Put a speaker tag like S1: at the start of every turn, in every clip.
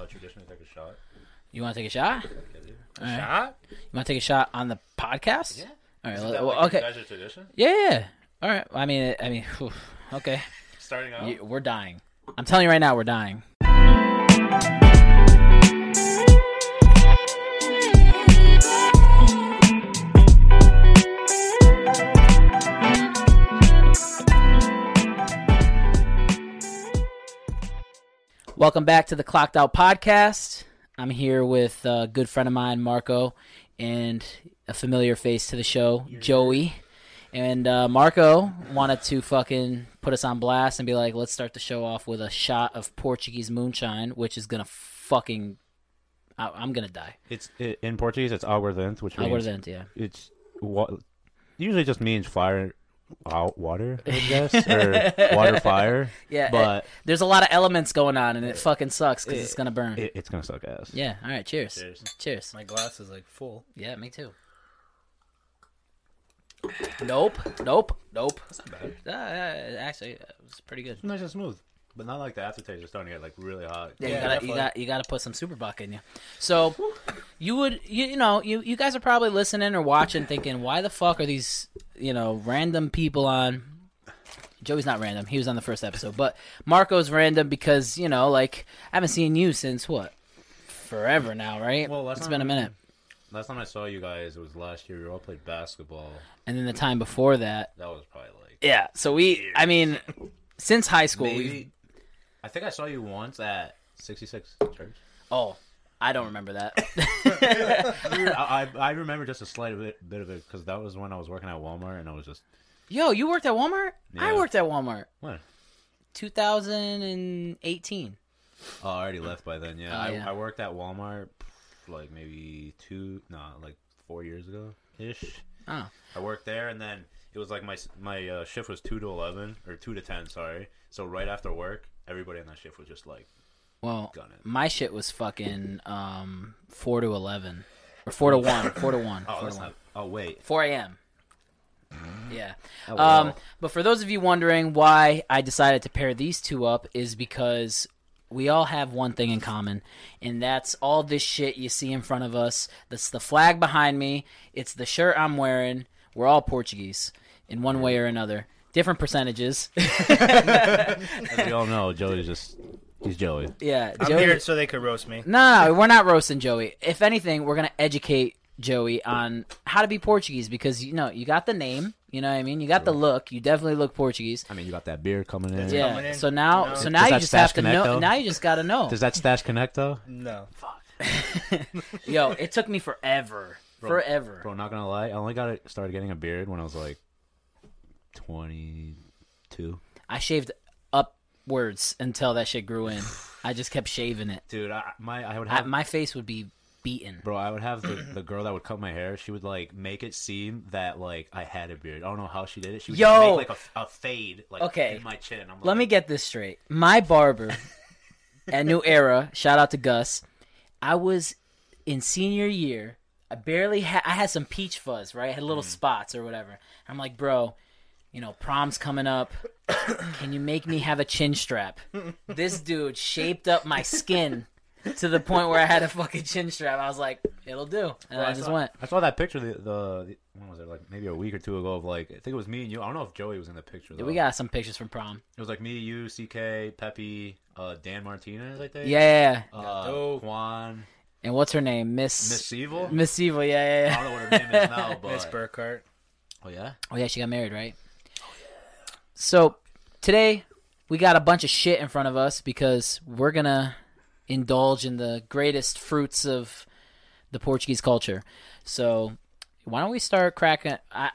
S1: a tradition to take a shot?
S2: You want to take a shot? You
S1: Is it?
S2: All right.
S1: Shot?
S2: want to take a shot on the podcast?
S1: Yeah.
S2: All right.
S1: Isn't
S2: well,
S1: that
S2: well,
S1: like
S2: okay.
S1: You guys' tradition?
S2: Yeah, yeah, yeah. All right. I mean, I mean, whew. okay.
S1: Starting out.
S2: You- We're dying. I'm telling you right now, we're dying. Welcome back to the Clocked Out Podcast. I'm here with a good friend of mine, Marco, and a familiar face to the show, Joey. And uh, Marco wanted to fucking put us on blast and be like, let's start the show off with a shot of Portuguese moonshine, which is gonna fucking. I, I'm gonna die.
S1: It's i in Portuguese. It's aguardente, which
S2: I
S1: means
S2: would have yeah.
S1: it's wa- usually just means fire, wa- water, I guess, or water fire.
S2: Yeah,
S1: but
S2: There's a lot of elements going on, and it fucking sucks because it's gonna burn.
S1: it, it's gonna suck ass.
S2: yeah. All right. Cheers.
S1: Cheers.
S2: Cheers.
S3: My glass is like full.
S2: Yeah. Me too. Nope. Nope. Nope.
S1: It's not bad.
S2: Uh, actually, it was pretty good.
S1: Nice and smooth, but not like the aftertaste is starting to get like really hot.
S2: Yeah,
S3: Yeah,
S2: you gotta, you
S3: definitely.
S2: got you gotta put some super buck in you. So you would you, you know you you guys are probably listening or watching, thinking why the fuck are these you know random people on? Joey's not random. He was on the first episode, but Marco's random because you know like I haven't seen you since what forever now, right?
S1: Well, last
S2: it's
S1: time
S2: been a
S1: I-
S2: minute.
S1: Last time I saw you guys, it was last year. We all played basketball.
S2: And then the time before that,
S1: That was probably like
S2: yeah. So we, I mean, since high school, we
S1: maybe. I think I saw you once at 66 Church.
S2: oh I don't remember that.
S1: I, I I remember just a slight bit, bit of it because that was when I was working at Walmart and I was just
S2: Yo, you worked at Walmart? I
S1: Yeah.
S2: worked at Walmart.
S1: what
S2: 2018.
S1: Oh, I already left by then. Yeah,
S2: Oh,
S1: I,
S2: yeah.
S1: I worked at Walmart pff, like maybe two, nah, like four years ago ish.
S2: Oh.
S1: I worked there, and then it was like my s- my uh, shift was two to eleven or two to ten. Sorry. So right after work, everybody on that shift was just like,
S2: Well,
S1: Got it.
S2: my shit was fucking um four to eleven or four to one, four to one,
S1: "Oh,
S2: four
S1: that's
S2: to one,
S1: not. Oh, wait.
S2: four a.m. Yeah.
S1: Oh,
S2: Um,
S1: wow.
S2: but for those of you wondering why I decided to pair these two up is because we all have one thing in common, and that's all this shit you see in front of us. That's the flag behind me. It's the shirt I'm wearing. We're all Portuguese in one way or another, different percentages.
S1: As we all know, Joey's just he's Joey.
S2: yeah.
S3: I'm
S2: Joey-
S3: here so they could roast me.
S2: No, no, we're not roasting Joey. If anything, we're gonna educate Joey on how to be Portuguese because you know you got the name, you know what I mean. You got the look. You definitely look Portuguese.
S1: I mean, you got that beard coming in.
S3: coming
S2: Yeah.
S3: in,
S2: So now,
S3: you know.
S2: so
S3: Does
S2: now you
S1: that
S2: just
S1: stash
S2: have to
S1: connect,
S2: know.
S1: though?
S2: Now you just gotta know.
S1: Does that stash connect though?
S3: No.
S2: Yo, it took me forever, forever.
S1: Bro, not gonna lie, I only got it, started getting a beard when I was like twenty-two.
S2: I shaved upwards until that shit grew in. I just kept shaving it.
S1: Dude, I, my I would
S2: I,
S1: have
S2: my face would be beaten.
S1: Bro, I would have the, the girl that would cut my hair. She would like make it seem that like I had a beard. I don't know how she did it. She would just
S2: Yo!
S1: make like a, a fade, like
S2: Okay.
S1: in my chin. I'm like,
S2: Let me get this straight. My barber at New Era, shout out to Gus. I was in senior year. I barely had. I had some peach fuzz, right? I had
S1: Mm.
S2: little spots or whatever. I'm like, bro, you know, prom's coming up. Can you make me have a chin strap? This dude shaped up my skin to the point where I had a fucking chin strap. I was like, it'll do, and I, just
S1: saw,
S2: went.
S1: Oh, I saw that picture the, the the- when was it like maybe a week or two ago of like I think it was me and you. I don't know if Joey was in the picture. Though.
S2: We got some pictures from prom.
S1: it was like me, you, CK, Pepe, uh, Dan Martinez, I think.
S2: Yeah, yeah, yeah.
S1: uh,
S3: Dope.
S1: Juan,
S2: And what's her name? Miss
S1: Miss Evil.
S2: Miss Evil. Yeah, yeah, yeah.
S1: I don't know what her name is now, but
S3: Miss Burkhart.
S1: oh yeah,
S2: Oh yeah, she got married, right? So today we got a bunch of shit in front of us because we're gonna indulge in the greatest fruits of the Portuguese culture. So why don't we start cracking? I, I,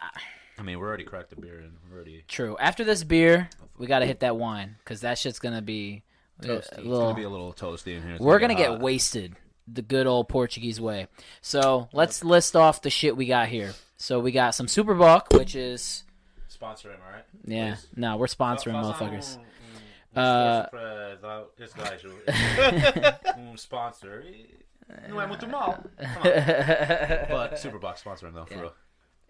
S1: I mean we're already cracked the beer and we're already
S2: true. After this beer, we gotta hit that wine because that shit's gonna be a
S1: it's
S2: little.
S1: gonna be a little toasty in here. It's
S2: we're gonna get
S1: hot.
S2: wasted the good old Portuguese way. So let's list off the shit we got here. So we got some Super Buck, which is
S1: sponsor him, all right?
S2: yeah.
S1: Please.
S2: No, we're sponsoring
S1: Façam
S2: motherfuckers.
S1: um-
S2: Uh,
S1: Força pra dar esse gajo um sponsor. E Não é muito mal. Come on. But Superbox sponsor him though, for real.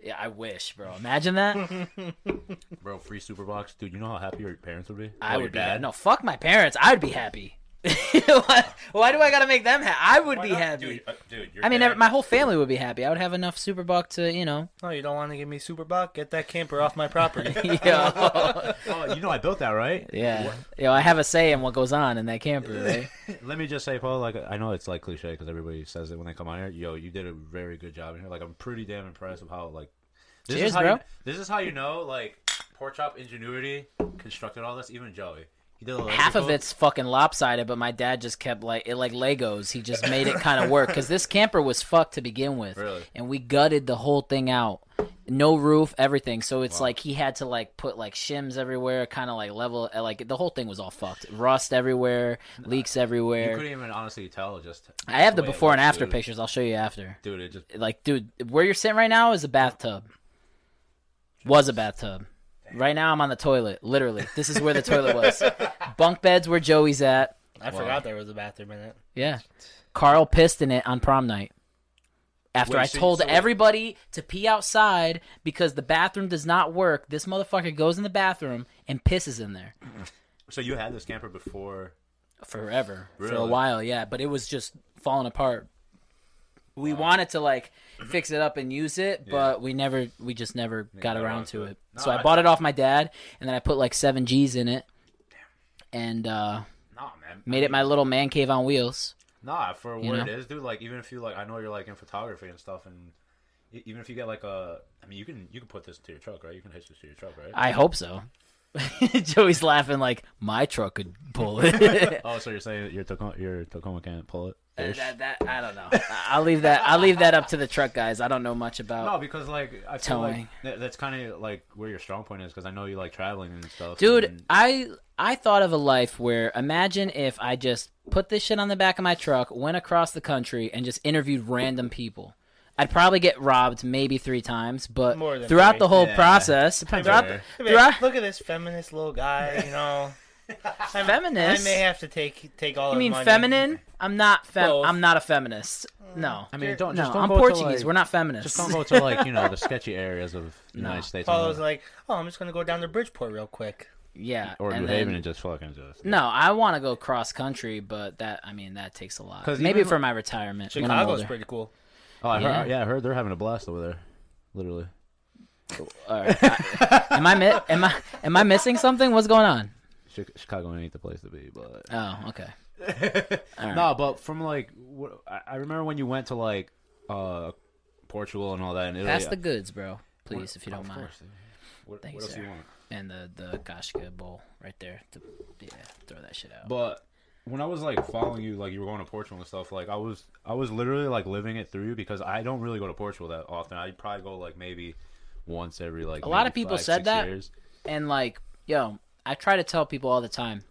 S2: Yeah, I wish, bro. Imagine
S1: Hmm.
S2: that.
S1: Bro, free Superbox. Dude, you know how happy your parents would be?
S2: I
S1: Oh,
S2: would
S1: your
S2: be. No, fuck my parents. I would be happy. why, why do I gotta make them happy? I would
S1: Why
S2: be
S1: not?
S2: happy.
S1: dude. uh, dude your
S2: I mean,
S1: dad-
S2: ev- my whole family would be happy. I would have enough super buck to, you know,
S3: Oh, you don't want to give me super buck? Get that camper off my property.
S2: yo,
S1: oh, you know I built that, right?
S2: yeah, yo, I have a say in what goes on in that camper, right?
S1: Let me just say, Paul. Like I know it's like cliche because everybody says it when they come on here. Yo, you did a very good job in here. Like I'm pretty damn impressed with how like. This
S2: Cheers,
S1: is how
S2: bro.
S1: You, this is how you know like pork chop ingenuity constructed all this. Even Joey, he did
S2: Half of
S1: electrical.
S2: it's fucking lopsided, but my dad just kept like it like Legos. He just made it kind of work because this camper was fucked to begin with,
S1: Really?
S2: and we gutted the whole thing out. No roof, everything. So it's like he had to like put like shims everywhere, kind of like level. Like the whole thing was all fucked. Rust everywhere, leaks
S1: You
S2: everywhere.
S1: couldn't even honestly tell. Just
S2: I have the
S1: way it
S2: before and
S1: looked,
S2: after
S1: dude.
S2: pictures. I'll show you after.
S1: Dude, it just
S2: Like, dude, where you're sitting right now is a bathtub. Was a bathtub. Right now, I'm on the toilet. Literally, this is where the toilet was. Bunk beds where Joey's at.
S3: I forgot there was a bathroom in it.
S2: Yeah. Carl pissed in it on prom night. After
S1: Wait,
S2: I
S1: so-
S2: told
S1: so wait.
S2: everybody to pee outside because the bathroom does not work, this motherfucker goes in the bathroom and pisses in there
S1: so you had this camper before.
S2: forever for a
S1: Really?
S2: while. Yeah, but it was just falling apart. We wanted to like fix it up and use it, but we never, we just never got
S1: got
S2: around to it.
S1: No,
S2: so I,
S1: I-
S2: bought it off my dad, and then I put like seven G's in it, and uh,
S1: Nah, man.
S2: made it my little man cave on wheels.
S1: Nah, for what
S2: know?
S1: it is, dude. Like, even if you like, I know you're like in photography and stuff, and e- even if you get like a, I mean, you can you can put this to your truck, right? You can hitch this to your truck, right?
S2: I hope so. Joey's laughing like my truck could pull it.
S1: oh, so you're saying that your Tacoma, your Tacoma can't pull it? Ish?
S2: that, that, I don't know. I- I'll leave that. I'll leave that up to the truck guys. I don't know much about.
S1: No, because like I feel
S2: Towing.
S1: like that, that's kind of like where your strong point is, because I know you like traveling and stuff,
S2: Dude,
S1: and-
S2: I I thought of a life where imagine if I just put this shit on the back of my truck, went across the country, and just interviewed random people. I'd probably get robbed maybe three times, but
S3: More than
S2: throughout
S3: three.
S2: the whole
S1: Yeah.
S2: process,
S1: Depends
S2: throughout
S1: where.
S2: the, throughout,
S3: Look at this feminist little guy, you know. I-
S2: Feminist?
S3: I may have to take take all.
S2: you
S3: his
S2: mean
S3: money.
S2: feminine? I'm not fem.
S3: Both.
S2: I'm not a feminist. No,
S1: I mean, don't
S2: no,
S1: just don't
S2: I'm
S1: go to,
S2: Portuguese.
S1: like-
S2: We're not feminists.
S1: Just don't go to like you know the sketchy areas of the United States, and all
S3: Paula's
S1: that.
S3: like, oh, I'm just gonna go down to Bridgeport real quick.
S2: Yeah,
S1: or New
S2: and
S1: Haven,
S2: then-
S1: and just fucking just
S2: No, I want to go cross country, but that I mean that takes a lot.
S1: 'Cause
S2: Maybe
S1: even
S2: for my retirement when I'm
S3: Chicago's
S2: older.
S3: pretty cool.
S1: Oh, I
S2: Yeah.
S1: heard, yeah, I heard they're having a blast over there, literally.
S2: All right. I- am I mi- am I am I missing something? What's going on?
S1: Chi- Chicago ain't the place to be, but
S2: Oh, okay.
S1: No, but from like what, I- I remember when you went to like uh Portugal and all that, and Italy.
S2: Pass the goods, bro. Please, if you don't
S1: Of
S2: mind.
S1: course, dude. What,
S2: Thank
S1: what
S2: you,
S1: else
S2: sir.
S1: you want?
S2: And the the Kashka bowl right there. To, yeah, throw that shit out.
S1: But when I was like following you, like you were going to Portugal and stuff, like I was, I was literally like living it through because I don't really go to Portugal that often. I probably go like maybe once every like
S2: A lot
S1: maybe
S2: of people
S1: five,
S2: said
S1: six
S2: that.
S1: years.
S2: and like yo i try to tell people all the time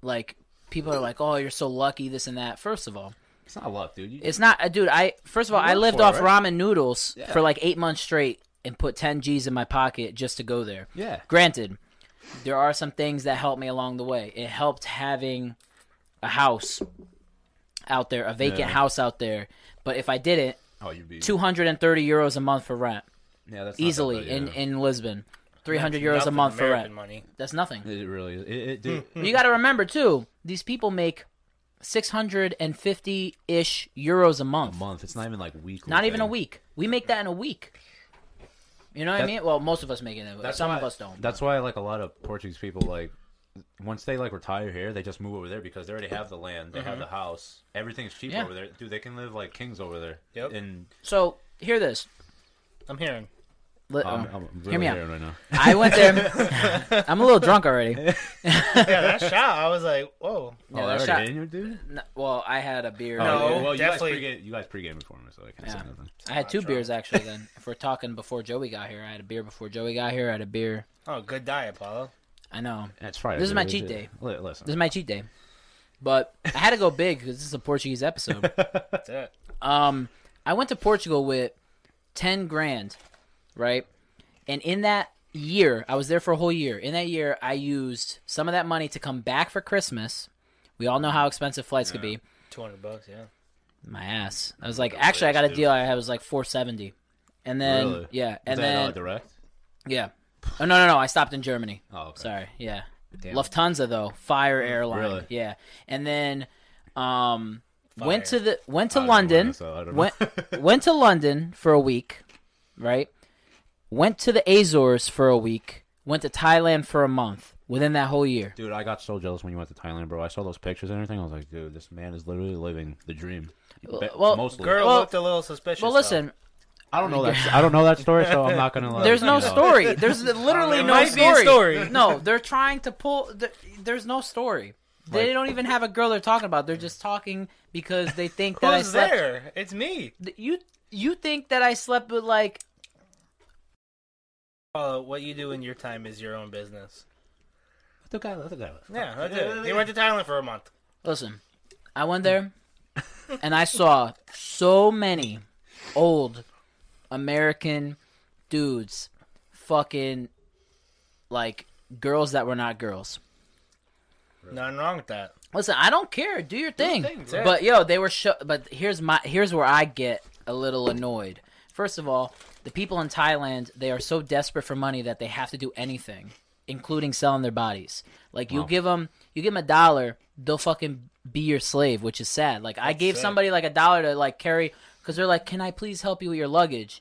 S2: like people are like oh you're so lucky this and that first of all
S1: It's not luck, dude. You,
S2: it's not uh, dude i first of all i
S1: work
S2: lived
S1: for it,
S2: off
S1: right?
S2: ramen noodles
S1: Yeah.
S2: for like eight months straight and put 10 g's in my pocket just to go there
S1: yeah,
S2: granted there are some things that helped me along the way it helped having a house out there a vacant
S1: Yeah.
S2: house out there but if i didn't
S1: oh, you'd be
S2: 230 euros a month for rent
S1: yeah, that's not that
S2: easily
S1: bad,
S2: in,
S1: yeah.
S2: in lisbon 300
S3: That's
S2: euros a
S3: nothing
S2: month for
S3: American
S2: rent
S3: Money.
S2: that's nothing
S1: It really is. It, it, dude,
S2: you got to remember too, these people make 650 ish euros a month.
S1: a month. It's not even like weekly.
S2: Not even a
S1: thing.
S2: week. We make that in a week. You know what I
S1: That-
S2: mean? Well, most of us make it. In a week.
S1: That's
S2: Some
S1: why-
S2: of us don't.
S1: That's why like a lot of Portuguese people like once they like retire here, they just move over there because they already have the land, they have the house, everything's cheap
S2: Mm-hmm. Yeah.
S1: over there. Dude, they can live like kings over there.
S3: Yep.
S1: And
S2: So hear this.
S3: I'm hearing.
S2: Let-
S1: I'm,
S2: oh.
S1: I'm um, really
S2: Hear me out.
S1: hearing right now.
S2: I went there. I'm a little drunk already.
S3: Yeah, that shot. I was like, whoa.
S2: Yeah,
S1: oh,
S2: that
S1: that
S2: shot-
S1: already in you, dude.
S2: No, well, I had a beer.
S1: Oh,
S3: No,
S1: yeah, well,
S3: definitely-
S1: you guys pregame, you guys pregame before me, so I can't
S2: Yeah.
S1: say nothing.
S2: I had two
S3: drunk.
S2: beers actually. Then, if we're talking before Joey got here, I had a beer before Joey got here. I had a beer.
S3: Oh, good diet, Apollo.
S2: I know.
S1: That's Friday.
S2: This is my
S1: dude.
S2: cheat day.
S1: Li- Listen,
S2: This is my cheat day, but I had to go big because this is a Portuguese episode.
S3: That's it.
S2: Um, I went to Portugal with ten grand, right? And in that year, I was there for a whole year. In that year, I used some of that money to come back for Christmas. We all know how expensive flights could be.
S3: Two hundred bucks. Yeah.
S2: My ass. I was like, actually, I got a deal. I had it was like four seventy, and then
S1: Really?
S2: yeah,
S1: Is
S2: and
S1: that, uh,
S2: then
S1: direct.
S2: yeah. Oh no no no! I stopped in Germany.
S1: Oh, okay.
S2: Sorry. Yeah.
S3: Damn.
S2: Lufthansa though, Fire Airline.
S1: Really?
S2: Yeah. And then um went
S3: Fire.
S2: to the went to
S1: I don't know
S2: London.
S1: this, so I don't know.
S2: Went went to London for a week, right? Went to the Azores for a week, went to Thailand for a month within that whole year.
S1: Dude, I got so jealous when you went to Thailand, bro. I saw those pictures and everything. I was like, dude, this man is literally living the dream. Be-
S2: well,
S1: mostly.
S3: Girl
S2: Well-
S3: looked a little suspicious.
S2: Well,
S3: though.
S2: listen,
S1: I don't know that. I don't know that story, so I'm not gonna. Like,
S2: there's no
S1: you know.
S2: story. There's literally
S3: There
S2: no
S3: Um, might be a
S2: story.
S3: story.
S2: No, they're trying to pull. th- There's no story. They
S1: Like-
S2: don't even have a girl they're talking about. They're just talking because they think that I
S3: who's
S2: slept.
S3: there? It's me.
S2: Th- You you think that I slept with like
S3: Uh, what you do in your time is your own business.
S1: Let the guy. Let the guy.
S3: Yeah, that's it. They went to Thailand for a month.
S2: Listen, I went there and I saw so many old American dudes fucking like girls that were not girls.
S3: Nothing wrong with that.
S2: Listen, I don't care. Do your thing.
S3: thing, bro.
S2: but yo, they were sho- but here's my here's where I get a little annoyed. First of all, the people in Thailand, they are so desperate for money that they have to do anything, including selling their bodies. Like you
S1: Wow.
S2: give them you give them a dollar, they'll fucking be your slave, which is sad. Like I gave
S3: sad.
S2: somebody like a dollar to like carry cuz they're like, "Can I please help you with your luggage?"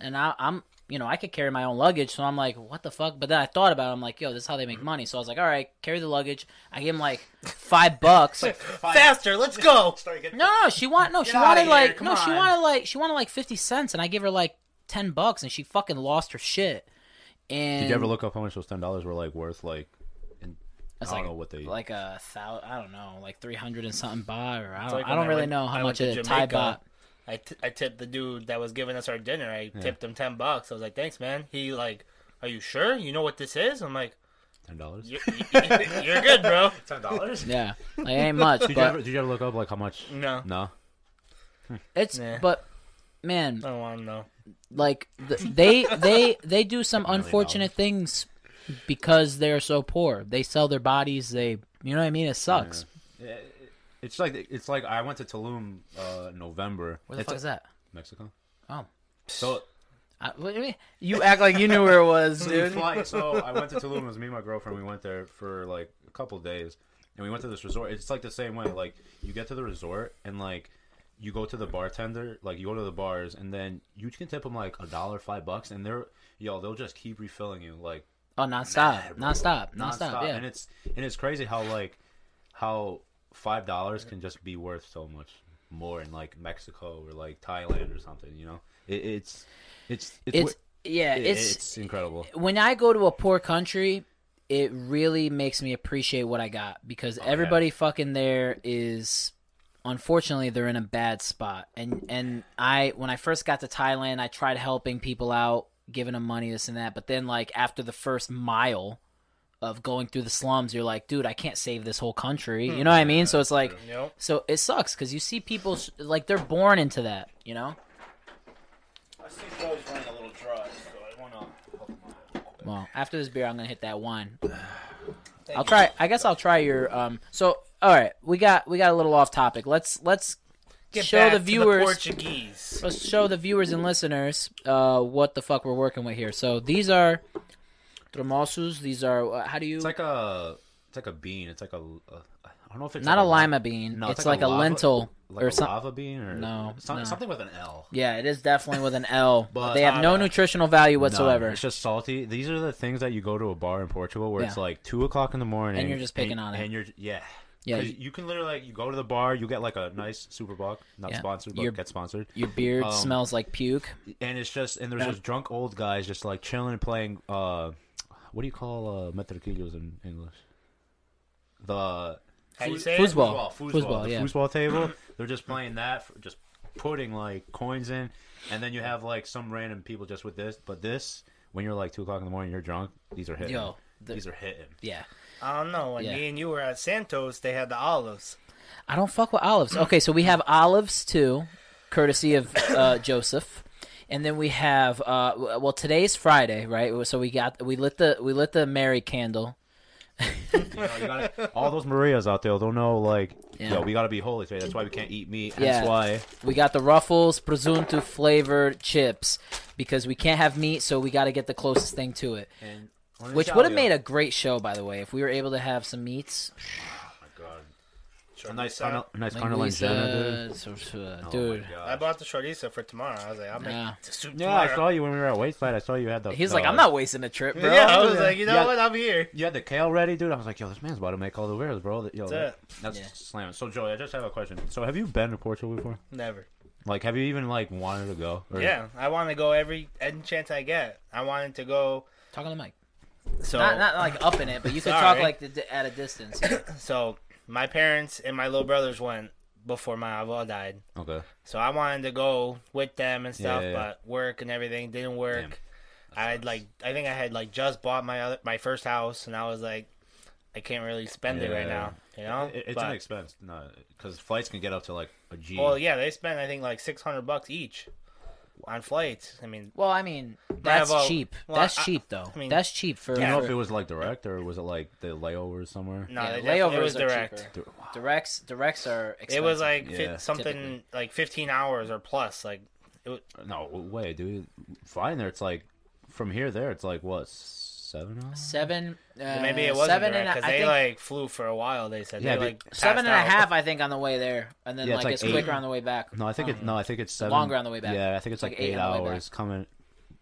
S2: And I, I'm, you know, I could carry my own luggage, so I'm like, what the fuck? But then I thought about it. I'm like, yo, this is how they
S3: Mm-hmm.
S2: make money. So I was like, all right, carry the luggage. I gave him like five bucks. no,
S3: Faster, let's go.
S2: no, she want no, she
S3: outta
S2: wanted
S3: here,
S2: like
S3: come
S2: no, she
S3: on.
S2: wanted like she wanted like fifty cents, and I gave her like ten bucks, and she fucking lost her shit. And
S1: Did you ever look up how much those ten dollars were like worth? Like, in, I
S2: It's
S1: don't
S2: like-
S1: know what they.
S2: like a thousand? I don't know, like three hundred and something baht, or I don't,
S3: like
S2: I
S3: when
S2: don't
S3: I
S2: really
S3: went-
S2: know how
S3: I
S2: much
S3: went to
S2: a Thai
S3: Jamaica.
S2: baht.
S3: I, t- I tipped the dude that was giving us our dinner. I tipped him ten bucks. I was like, "Thanks, man." He like, "Are you sure? You know what this is?" I'm like,
S1: ten dollars.
S3: "You're, you're good, bro."
S1: Ten dollars. Did
S2: Yeah, like it ain't much,
S1: you ever?
S2: but
S1: Did you ever look up like how much?
S3: No,
S1: No.
S2: it's
S3: Nah.
S2: but man,
S3: I don't want to know.
S2: like th- they they they do some
S1: Million
S2: unfortunate things because they're so poor. They sell their bodies. They you know what I mean. It sucks.
S1: It's like it's like I went to Tulum uh, in November.
S2: Where the
S1: It's-
S2: fuck is that?
S1: Mexico.
S2: Oh.
S1: So
S2: I, what do you mean? You act like you knew where it was,
S1: Dude.
S2: dude.
S1: So I went to Tulum. It was me and my girlfriend. We went there for like a couple days, and we went to this resort. It's like the same way. Like you get to the resort and like you go to the bartender, like you go to the bars, and then you can tip them like a dollar, five bucks, and they're yo, they'll just keep refilling you like
S2: Oh, nonstop,
S1: nonstop.
S2: nonstop, nonstop. Yeah,
S1: And it's and it's crazy how like how five dollars can just be worth so much more in like Mexico or like Thailand or something. You know, it, it's it's it's. wi-
S2: it's yeah,
S1: it-
S2: it's,
S1: it's incredible.
S2: when I go to a poor country, it really makes me appreciate what I got because everybody fucking there is unfortunately they're in a bad spot. And and I when I first got to Thailand, I tried helping people out, giving them money this and that, but then like after the first mile of going through the slums, you're like, dude, I can't save this whole country. You know what I mean? So it's like
S3: Nope.
S2: so it sucks cuz you see people s- like they're born into that, you know?
S1: I see Joe's running a little dry, so I want to help him out.
S2: Well, after this beer, I'm gonna hit that wine. I'll
S3: you.
S2: try. I guess I'll try your. Um. So, all right, we got we got a little off topic. Let's let's
S3: Get
S2: show
S3: back
S2: the
S3: to
S2: viewers.
S3: Portuguese.
S2: let's show the viewers and listeners uh what the fuck we're working with here. So these are tremosos. These are uh, how do you?
S1: It's like a, it's like a bean. It's like a, a I don't know if it's
S2: not
S1: like
S2: a lima bean.
S1: No,
S2: it's, like, a,
S1: lava-
S2: lentil
S1: like
S2: or
S1: a
S2: something.
S1: lava bean or
S2: No,
S1: some-
S2: no.
S1: something with an L.
S2: Yeah, it is definitely with an L. but
S1: But-
S2: they have no
S1: Nah.
S2: nutritional value
S1: No,
S2: whatsoever.
S1: it's just salty. These are the things that you go to a bar in Portugal where it's
S2: Yeah.
S1: like two o'clock in the morning,
S2: And you're just picking
S1: and,
S2: on it.
S1: And you're yeah,
S2: Yeah,
S1: 'Cause
S2: you-
S1: You, can literally like you go to the bar, you get like a nice super buck, not
S2: Yeah.
S1: sponsored, but
S2: Your-
S1: get sponsored,
S2: Your beard
S1: Um,
S2: smells like puke.
S1: and it's just and there's just drunk old guys just like chilling and playing. uh What do you call uh, metriquillos in English? The
S3: How you say it?
S2: Foosball,
S1: Oh, foosball,
S2: foosball,
S1: the
S2: yeah.
S1: foosball table. They're just playing that, for, just putting like coins in, and then you have like some random people just with this. But this, when you're like two o'clock in the morning, you're drunk. These are hitting.
S2: Yo, the-
S1: these are hitting.
S2: Yeah.
S3: I don't know. When
S2: Yeah.
S3: me and you were at Santos, they had the olives.
S2: I don't fuck with olives. Okay, so we have olives too, courtesy of uh, Joseph, and then we have uh, w- well today's Friday, right? So we got we lit the we lit the Mary candle.
S1: You know, you gotta- all those Marias out there, they'll know like,
S2: Yeah.
S1: yo, we gotta be holy today. That's why we can't eat meat. and
S2: Yeah.
S1: That's why
S2: We got the Ruffles presunto flavored chips because we can't have meat, so we got to get the closest thing to it.
S1: and Orange
S2: Which
S1: County.
S2: would have made a great show, by the way, if we were able to have some meats.
S1: Oh my god.
S3: Sure,
S1: A nice,
S3: so-
S1: carne- a nice
S2: Like
S1: carnalanzana, dude.
S2: Louisa, so- so-
S1: Oh
S2: dude.
S1: my
S3: I
S1: God.
S3: bought the chorizo for tomorrow. I was like, I'm
S2: Yeah.
S3: making the soup
S1: Yeah, I
S3: tomorrow.
S1: saw you when we were at Wayside. I saw you had the.
S2: He's
S1: the-
S2: like, I'm not wasting a trip, bro.
S3: yeah, I was like, you know
S1: Yeah.
S3: what? I'm here.
S1: You had the kale ready, dude. I was like, yo, this man's about to make all the wares, bro. That- Yo,
S3: That's
S1: that- that's
S2: Yeah.
S1: slamming. So, Joey, I just have a question. So, have you been to Portugal before?
S3: Never.
S1: Like, have you even like wanted to go? Or-
S3: Yeah, I want to go every any chance I get. I wanted to go.
S2: Talk on the mic.
S3: So
S2: Not, not like up in it, but you could talk
S3: Sorry.
S2: like the, at a distance.
S3: so my parents and my little brothers went before my avó died.
S1: Okay.
S3: So I wanted to go with them and stuff,
S1: Yeah, yeah, yeah.
S3: but work and everything didn't work.
S1: Damn.
S3: I had like I think I had like just bought my other my first house, and I was like, I can't really spend it
S1: Yeah.
S3: right now, you know.
S1: It- it's an
S3: But-
S1: expense, no, because flights can get up to like a G.
S3: well, yeah, they spent I think like six hundred bucks each on flights. I mean,
S2: Well, I mean, that's
S3: well,
S2: cheap.
S3: well,
S2: that's
S3: I-
S2: cheap, though.
S3: I mean-
S2: that's cheap for,
S1: Do you know
S2: for-
S1: if it was like direct or was it like the layovers somewhere?
S3: no,
S2: Yeah,
S3: they definitely- it
S2: layovers
S3: was
S2: are
S3: direct.
S2: cheaper.
S1: Dude, wow.
S2: directs. Directs are. Expensive.
S3: It was like
S1: Yeah.
S3: fif- something
S2: Typically.
S3: like fifteen hours or plus. Like it was,
S1: No way, dude. Flying there, it's like from here there, it's like what seven hours?
S2: seven. Uh,
S3: maybe it wasn't
S2: seven
S3: seven
S2: and a,
S3: because
S2: I
S3: they
S2: think
S3: like flew for a while. They said
S1: Yeah,
S3: they
S1: but-
S3: like passed
S2: seven and a
S3: out.
S2: half. I think on the way there, and then
S1: Yeah, it's
S2: like,
S1: like
S2: it's
S1: eight.
S2: quicker on the way back. Um,
S1: No, I think it. No, I think it's seven.
S2: longer on the way back.
S1: Yeah, I think it's like, eight,
S2: on the way back.
S1: hours coming.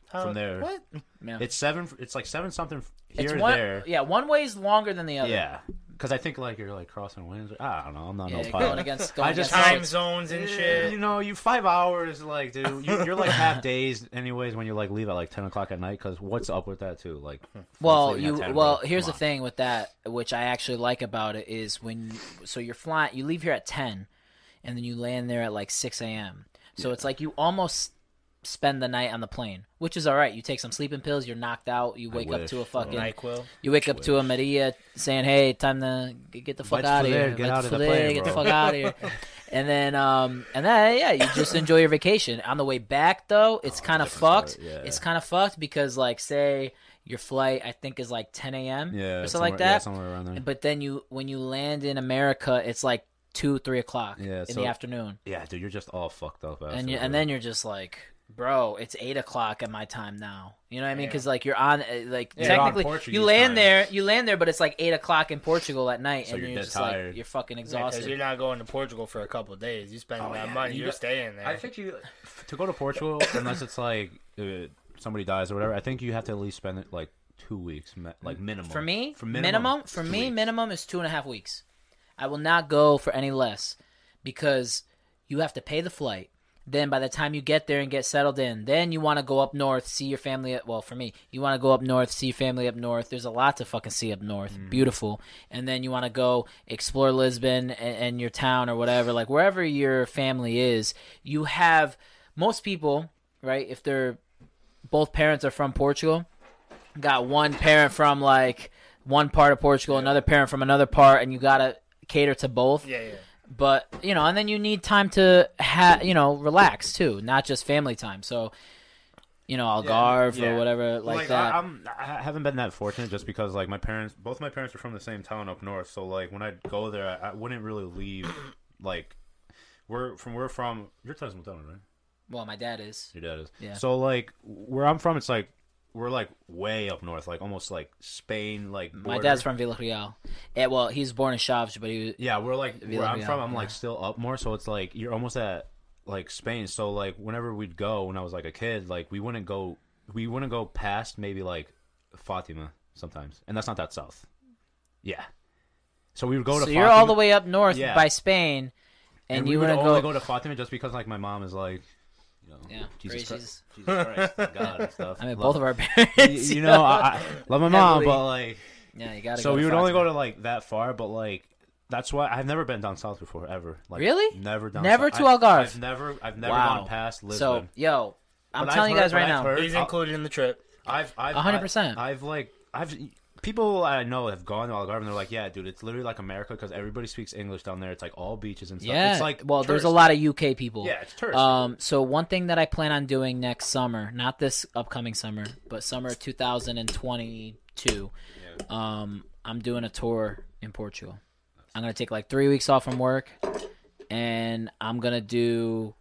S3: How-
S1: from there.
S3: What?
S2: Yeah.
S1: It's seven. It's like seven something f- here
S2: It's
S1: or
S2: one.
S1: there.
S2: Yeah, one way is longer than the other.
S1: Yeah, because I think like you're like crossing winds. I don't know. I'm not
S2: Yeah,
S1: no
S2: going
S1: pilot.
S2: against going
S1: I just
S2: against
S3: Time
S2: six.
S3: zones and
S1: Eh, You
S3: shit.
S1: know, you five hours, like, dude, you, you're like half days, anyways, when you like leave at like ten o'clock at night. Because what's up with that too? Like,
S2: Hmm. Well,
S1: flights leaving
S2: you
S1: at 10,
S2: well.
S1: bro.
S2: Here's
S1: Come
S2: the
S1: on.
S2: thing with that, which I actually like about it is when so you're flying, you leave here at ten, and then you land there at like six a.m. So it's like you almost spend the night on the plane, which is all right. You take some sleeping pills, you're knocked out, you wake up
S1: wish,
S2: to a
S1: bro.
S2: fucking,
S3: Nyquil.
S2: you wake up to a Maria saying, "Hey, time to g- get the fuck
S1: Let's
S2: out of
S1: for there,
S2: here,
S1: get
S2: Let's
S1: out of
S2: for
S1: the
S2: there,
S1: plane,
S2: get the
S1: bro."
S2: fuck out of here." And then, um, and then, yeah, you just enjoy your vacation. On the way back, though, it's kind of
S1: Oh, different
S2: fucked.
S1: story, yeah.
S2: It's kind of fucked because, like, say your flight, I think, is like 10 a.m.
S1: Yeah,
S2: or something
S1: somewhere-
S2: like
S1: yeah,
S2: that.
S1: somewhere around there.
S2: But then you, when you land in America, it's like two, three o'clock
S1: Yeah,
S2: in
S1: so-
S2: the afternoon,
S1: yeah, dude, you're just all fucked up.
S2: and you,
S1: after,
S2: and
S1: bro.
S2: then you're just like. Bro, it's eight o'clock at my time now. You know what I mean?
S3: Yeah.
S2: Because like you're on, uh, like
S1: You're on
S2: technically you
S1: Portuguese
S2: land
S1: time.
S2: there, you land there, but it's like eight o'clock in Portugal at night,
S1: So
S2: and
S1: you're
S2: you're,
S1: dead
S2: just like
S1: tired.
S2: you're fucking
S3: Because
S2: exhausted.
S3: you're not going to Portugal for a couple of days. You spend
S1: Oh,
S3: that
S1: yeah,
S3: money.
S1: you
S3: You are
S1: got-
S3: staying there.
S1: I think you to go to Portugal unless it's like uh, somebody dies or whatever. I think you have to at least spend it like two weeks, mi- like minimum.
S2: Mm, For me,
S1: for
S2: minimum, for
S1: two
S2: me,
S1: weeks.
S2: minimum is two and a half weeks. I will not go for any less because you have to pay the flight. Then by the time you get there and get settled in, then you want to go up north, see your family. At, well, for me, you want to go up north, see your family up north. There's a lot to fucking see up north.
S1: Mm.
S2: Beautiful. And then you want to go explore Lisbon and, and your town or whatever, like wherever your family is. You have most people, right? If they're both parents are from Portugal, got one parent from like one part of Portugal, another parent from another part, and you gotta cater to both.
S3: yeah, yeah.
S2: But you know, and then you need time to ha you know relax too, not just family time. So you know, Algarve
S1: yeah.
S2: or whatever like, that.
S1: I, I'm, I haven't been that fortunate just because like my parents, both my parents are from the same town up north. So like when I go there, I, I wouldn't really leave. like we're from we're from. You're Tasmanian, right?
S2: well, my dad is.
S1: Your dad is.
S2: Yeah.
S1: So like where I'm from, it's like we're like way up north, like almost like Spain, like
S2: My
S1: border.
S2: dad's from Villarreal. Yeah, well, he was born in Chaves, but he was,
S1: Yeah, we're like where
S2: like,
S1: I'm
S2: yeah,
S1: from. I'm
S2: yeah.
S1: like still up more, so it's like you're almost at like Spain. So like whenever we'd go when I was like a kid, like we wouldn't go we wouldn't go past maybe like Fatima sometimes, and that's not that south. Yeah, so we would go to.
S2: so
S1: Fatima,
S2: you're all the way up north
S1: Yeah.
S2: by Spain, and,
S1: and
S2: you
S1: we would
S2: wanna
S1: only
S2: go.
S1: go to Fatima just because like my mom is like, you know,
S2: yeah,
S1: Jesus
S2: praise
S1: Christ,
S2: Jesus.
S1: Jesus Christ, thank God and stuff.
S2: I mean,
S1: Love-
S2: both of our parents.
S1: You, you know, I, I love my mom,
S2: Heavily.
S1: but like.
S2: yeah, you gotta.
S1: So
S2: go
S1: we
S2: to
S1: would only
S2: Fatima.
S1: go to like that far, but like that's why I've never been down south before ever. Like
S2: Really?
S1: Never down
S2: Never
S1: south.
S2: to
S1: I-
S2: Algarve?
S1: I've never I've never
S2: Wow.
S1: gone past
S2: So
S1: Lisbon.
S2: yo, I'm
S1: But I've
S2: telling you
S1: heard-
S2: guys
S1: but
S2: right
S1: I've
S2: now.
S1: heard-
S3: He's
S1: I'll-
S3: included in the trip.
S1: I've I've
S2: 100%.
S1: I- I've like I've people I know have gone to Algarve and they're like, yeah, dude, it's literally like America because everybody speaks English down there. It's like all beaches and stuff.
S2: Yeah.
S1: It's like
S2: well, there's a
S1: tourist-
S2: lot of UK people.
S1: Yeah, it's touristy.
S2: Um, so one thing that I plan on doing next summer, not this upcoming summer, but summer 2022, um, I'm doing a tour in Portugal. I'm gonna take like three weeks off from work, and eh, I'm gonna do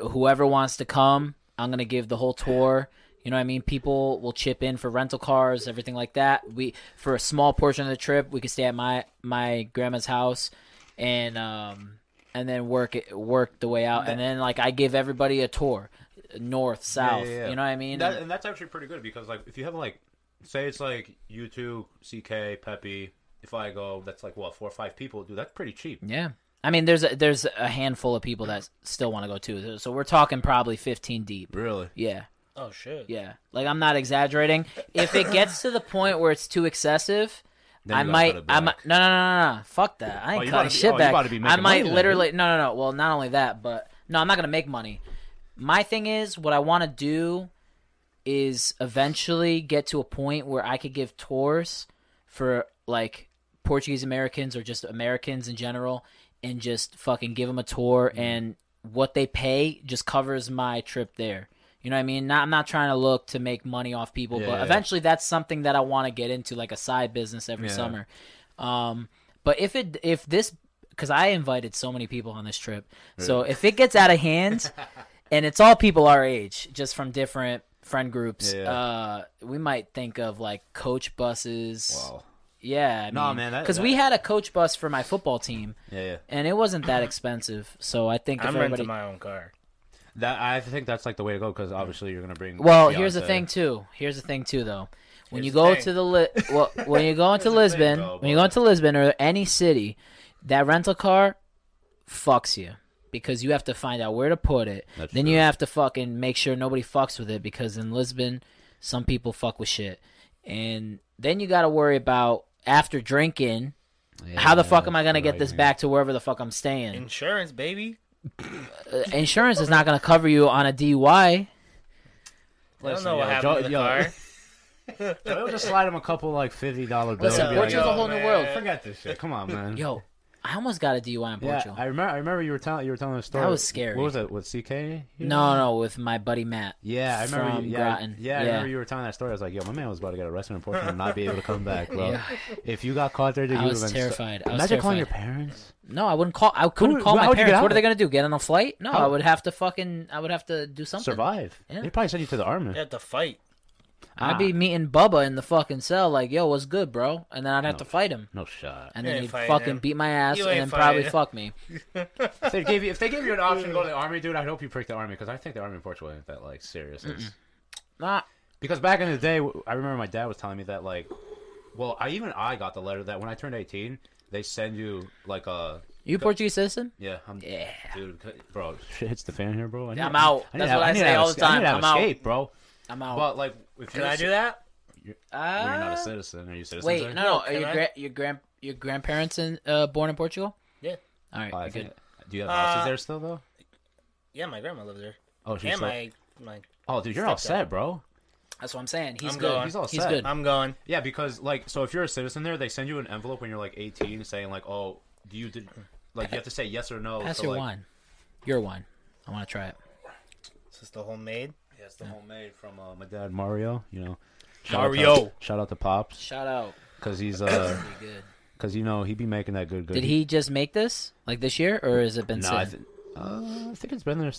S2: whoever wants to come. I'm gonna give the whole tour. You know what I mean? People will chip in for rental cars, everything like that. We for a small portion of the trip, we could stay at my my grandma's house, and um and then work it, work the way out, and then like I give everybody a tour, north, south.
S1: yeah, yeah.
S2: You know what I mean?
S1: That, and that's actually pretty good because like if you have like say it's like you two, CK, Pepe, if I go, that's like what four or five people. Dude, that's pretty cheap.
S2: yeah. I mean, there's a, there's a handful of people that still want to go too. So we're talking probably 15 deep.
S1: Really?
S2: Yeah.
S3: Oh shit.
S2: Yeah. Like I'm not exaggerating. If it gets to the point where it's too excessive,
S1: Then
S2: I
S1: you gotta
S2: might
S1: cut it
S2: I
S1: back.
S2: might no no no no no. Fuck that. I ain't
S1: Oh, you
S2: cutting
S1: gotta be-
S2: shit
S1: oh, you
S2: back.
S1: gotta be
S2: I
S1: making money
S2: might
S1: then,
S2: literally no no no. Well, not only that, but no, I'm not going to make money. My thing is what I want to do is eventually get to a point where I could give tours for like Portuguese Americans or just Americans in general and just fucking give them a tour
S1: Mm-hmm.
S2: and what they pay just covers my trip there. You know what I mean? Not, I'm not trying to look to make money off people,
S1: Yeah,
S2: but
S1: yeah, yeah.
S2: eventually that's something that I want to get into like a side business every
S1: Yeah.
S2: summer. Um, but if it if this cuz I invited so many people on this trip. So if it gets out of hand and it's all people our age just from different friend groups,
S1: Yeah.
S2: uh we might think of like coach buses.
S1: Wow.
S2: Yeah, I
S1: No, man, that-
S2: because we had a coach bus for my football team,
S1: Yeah, yeah.
S2: and it wasn't that expensive. So I think if
S3: I'm
S2: everybody,
S3: renting my own car.
S1: That I think that's like the way to go because obviously you're gonna bring.
S2: well, here's the
S1: fiancé.
S2: thing too. Here's the thing too, though. When
S3: Here's
S2: you
S3: the
S2: go
S3: thing.
S2: to the li- well, when you go into
S1: Here's the thing,
S2: Lisbon,
S1: though,
S2: when you
S1: bro.
S2: go into Lisbon or any city, that rental car fucks you because you have to find out where to put it.
S1: That's
S2: then
S1: true.
S2: you have to fucking make sure nobody fucks with it because in Lisbon, some people fuck with shit, and then you got to worry about after drinking. How the fuck am I gonna get this back to wherever the fuck I'm
S1: Mm.
S2: staying?
S3: Insurance, baby.
S2: Uh, Insurance is not gonna cover you on a DUI.
S3: I don't
S1: Listen,
S3: know what
S1: yo,
S3: happened
S1: Jo-
S3: to the
S1: yo.
S3: car.
S1: They'll just slide him a couple like fifty dollar bills.
S2: Listen,
S1: and be like,
S2: Portugal's
S1: "Yo,
S2: a whole new
S3: Oh, man.
S2: world.
S1: Forget this shit. Come on, man.
S2: Yo, I almost got a DUI in
S1: Mm. yeah,
S2: Portugal.
S1: I remember. I remember you were telling you were telling a story.
S2: was scary.
S1: What was it with CK? here?
S2: no, no, with my buddy Matt.
S1: Yeah, I remember.
S2: From
S1: you, yeah,
S2: Groton.
S1: yeah, I
S2: Yeah.
S1: remember you were telling that story. I was like, "Yo, my man was about to get arrested in Portugal and not be able to come back, bro. If you got caught there, dude,
S2: I
S1: you
S2: was
S1: would've been
S2: terrified. I was
S1: Imagine calling your
S2: terrified.
S1: parents.
S2: No, I wouldn't call. I couldn't
S1: Who-
S2: call
S1: how
S2: my
S1: would you get
S2: parents. What
S1: out?
S2: are they gonna do? Get on a flight? No,
S1: How-
S2: I would have to fucking. I would have to do something.
S1: Survive.
S2: Yeah.
S1: They probably sent you to the army.
S3: You have to fight.
S2: I'd
S1: Ah.
S2: be meeting Bubba in the fucking cell, like, "Yo, what's good, bro?" And then I'd have to fight him,
S1: No shot.
S2: and
S3: You
S2: then
S3: ain't
S2: he'd
S3: fighting
S2: fucking
S3: him.
S2: beat my ass,
S3: You
S2: and
S3: ain't
S2: then probably
S3: fighting.
S2: fuck me.
S1: if they gave you, if they gave you an option to go to the army, dude, I hope you pick the army because I think the army in Portugal ain't that like serious. as-
S2: Nah,
S1: Because back in the day, w- I remember my dad was telling me that like, well, I even I got the letter that when I turned eighteen, they send you like a
S2: you Portuguese citizen?
S1: yeah, I'm,
S2: Yeah.
S1: dude, c- bro, shit hits the fan here, bro. I need,
S2: I'm out.
S1: need
S2: That's
S1: to have-
S2: what I
S1: need to
S2: say
S1: have
S2: all
S1: a
S2: the
S1: sca- I need to
S2: time.
S1: have
S2: I'm out.
S1: escape, bro.
S2: I'm out.
S1: But like, if
S3: Can
S1: you're
S3: I
S1: a ci-
S3: do that?
S1: Well, you're not
S2: Uh,
S1: a citizen. Are you a citizen?
S2: Wait,
S1: sir?
S2: no, no. Are
S3: Can
S2: your
S3: I?
S2: gra- your grand your grandparents in uh, born in Portugal?
S3: Yeah.
S2: All right,
S1: Oh, I
S2: good.
S1: think- do you have houses
S3: Uh,
S1: there still though?
S3: Yeah, my grandma lives there.
S1: Oh, she's
S3: and
S1: still-
S3: my, my
S1: oh, dude, you're all set, bro.
S2: That's what I'm saying. He's
S3: I'm
S2: good.
S3: going.
S1: He's all
S2: He's
S1: set.
S2: good.
S3: I'm going.
S1: Yeah, because like, so if you're a citizen there, they send you an envelope when you're like 18, saying like, oh, do you did, like you have to say yes or no.
S2: Pass
S1: to,
S2: your
S1: like,
S2: wine. Your wine. I want to try it.
S3: Is this the homemade?
S1: Yeah, it's the homemade from uh, my dad Mario. You know, shout Out
S3: Mario.
S1: to, shout out to pops
S2: Shout out.
S1: because he's uh
S2: Pretty good.
S1: because you know he be making that good good.
S2: Did he just make this like this year, or has it been
S1: No, I,
S2: since?
S1: th- uh, I think it's been there s-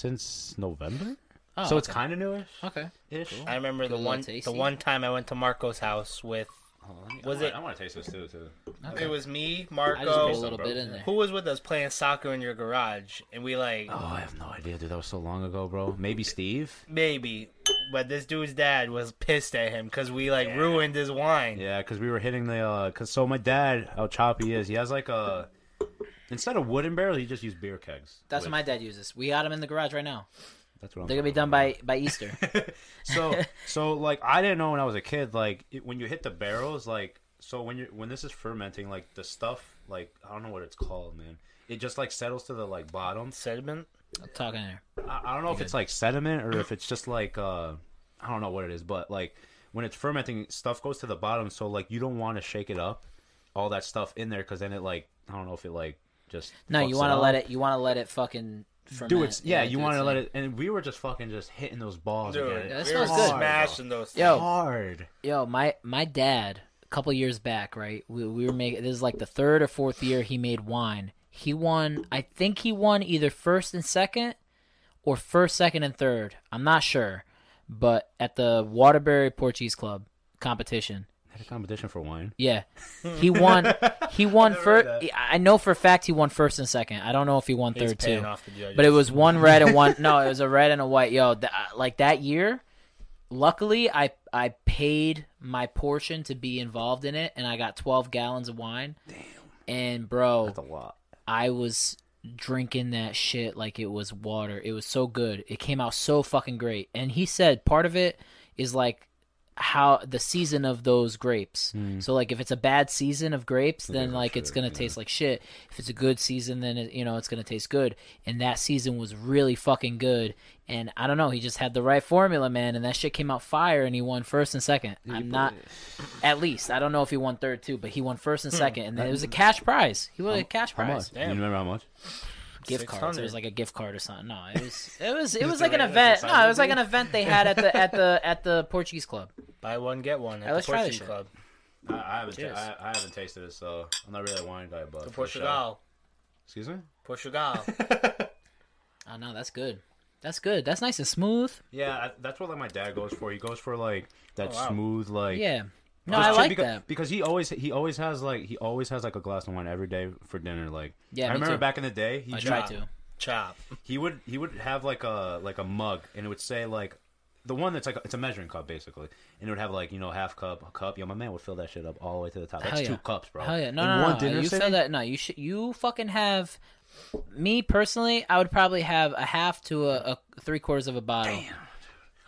S1: since November.
S2: Oh,
S1: so it's
S2: okay. Oh,
S1: kind of newish.
S2: okay.
S1: Ish.
S3: I remember the
S2: little
S3: one
S2: tasty.
S3: the one time I went to Marco's house with Was it-
S1: I want to taste this too. Too.
S3: it was
S2: I
S3: me,
S2: just put a
S3: Marco,
S2: little bit in there.
S3: who was with us playing soccer in your garage, and we like
S1: Oh, I have no idea, dude. That was so long ago, bro. Maybe Steve.
S3: maybe, but this dude's dad was pissed at him because we like ruined his wine.
S1: Yeah, because we were hitting the. uh 'cause so my dad, how choppy he is, he has like a. Instead of wooden barrels, he just used beer kegs.
S2: That's
S1: with-
S2: what my dad uses. We got them in the garage right now.
S1: That's what I'm
S2: They're gonna be
S1: talking
S2: done
S1: about.
S2: by by Easter.
S1: So so like I didn't know when I was a kid like it, when you hit the barrels like so when you are when this is fermenting like the stuff like I don't know what it's called man it just like settles to the like bottom
S3: Sediment.
S2: I'm talking there.
S1: I, I don't know if it's like sediment or if it's just like uh I don't know what it is but like when it's fermenting stuff goes to the bottom so like you don't want to shake it up all that stuff in there because then it like I don't know if it like just
S2: No,
S1: fucks
S2: you want to
S1: up.
S2: let it. You want to let it fucking. Ferment.
S1: do it's yeah you
S2: do
S1: want to
S2: its
S1: let
S2: thing.
S1: it and we were just fucking just hitting those balls
S3: Dude,
S1: again.
S2: Yeah, that
S3: we were
S2: smells good.
S3: smashing those.
S2: Yo.
S1: hard
S2: Yo, my my dad a couple years back, right? We we were making this is like the third or fourth year he made wine. He won, I think he won either first and second, or first, second and third. I'm not sure, but at the Waterbury Portuguese Club competition.
S1: Had a competition for wine.
S2: Yeah, he won. He won
S1: Never
S2: first.
S1: heard that.
S2: I know for a fact he won first and second. I don't know if he won
S3: He's
S2: third
S3: paying
S2: too.
S3: off the judges.
S2: But it was one red and one. no, it was a red and a white. Yo, th- uh, like that year. Luckily, I I paid my portion to be involved in it, and I got twelve gallons of wine. Damn. And bro,
S1: That's a lot.
S2: I was drinking that shit like it was water. It was so good. It came out so fucking great. And he said part of it is like how the season of those grapes. So like if it's a bad season of grapes, then
S1: like
S2: like it's
S1: Hmm. shit,
S2: going
S1: yeah.
S2: to taste like shit. If it's a good season, then it, you know it's going to taste good. And that season was really fucking good. And I don't know, he just had the right formula, man, and that shit came out fire and he won first and second. I'm not at least. I don't know if he won third too, but he won first and second and it was a cash prize. He won a cash
S1: Hmm. How
S2: prize
S1: much?
S3: Damn.
S1: You remember how much?
S2: gift cards. It
S3: 600.
S2: was like a gift card or something. No, it was it was it was
S3: the
S2: like an
S3: right-
S2: event.
S3: that's a
S2: No, it was like an
S3: sign
S2: event they had at the at the at the Portuguese club.
S3: Buy one get one at
S2: Alright, let's
S3: the
S2: try this
S3: Portuguese
S2: shit.
S3: Club.
S1: I, I haven't.
S2: Cheers.
S1: I, I haven't tasted it, so I'm not really a wine guy. But
S3: To
S1: for sure.
S3: Portugal.
S1: Excuse me.
S3: Portugal.
S2: Oh no, that's good. That's good. That's nice and smooth.
S1: Yeah, I, that's what like my dad goes for. He goes for like that
S3: Oh, wow.
S1: smooth like
S2: Yeah. No,
S1: Just
S2: I
S1: chill-
S2: like
S1: because,
S2: that.
S1: because he always he always has like he always has like a glass of wine every day for dinner. Like
S2: Yeah,
S1: I
S2: me
S1: remember
S2: too.
S1: back in the day he
S2: I
S1: dr-
S2: try
S3: Chop.
S2: to.
S3: Chop.
S1: he would he would have like a like a mug and it would say like the one that's like it's a measuring cup basically and it would have like you know half cup a cup. Yo, my man would fill that shit up all the way to the top. That's
S2: Hell yeah.
S1: two cups, bro.
S2: Hell yeah. No,
S1: In
S2: no, no.
S1: one dinner
S2: you
S1: sitting?
S2: feel that? No, you should. You fucking have. Me personally, I would probably have a half to a, a three quarters of a bottle.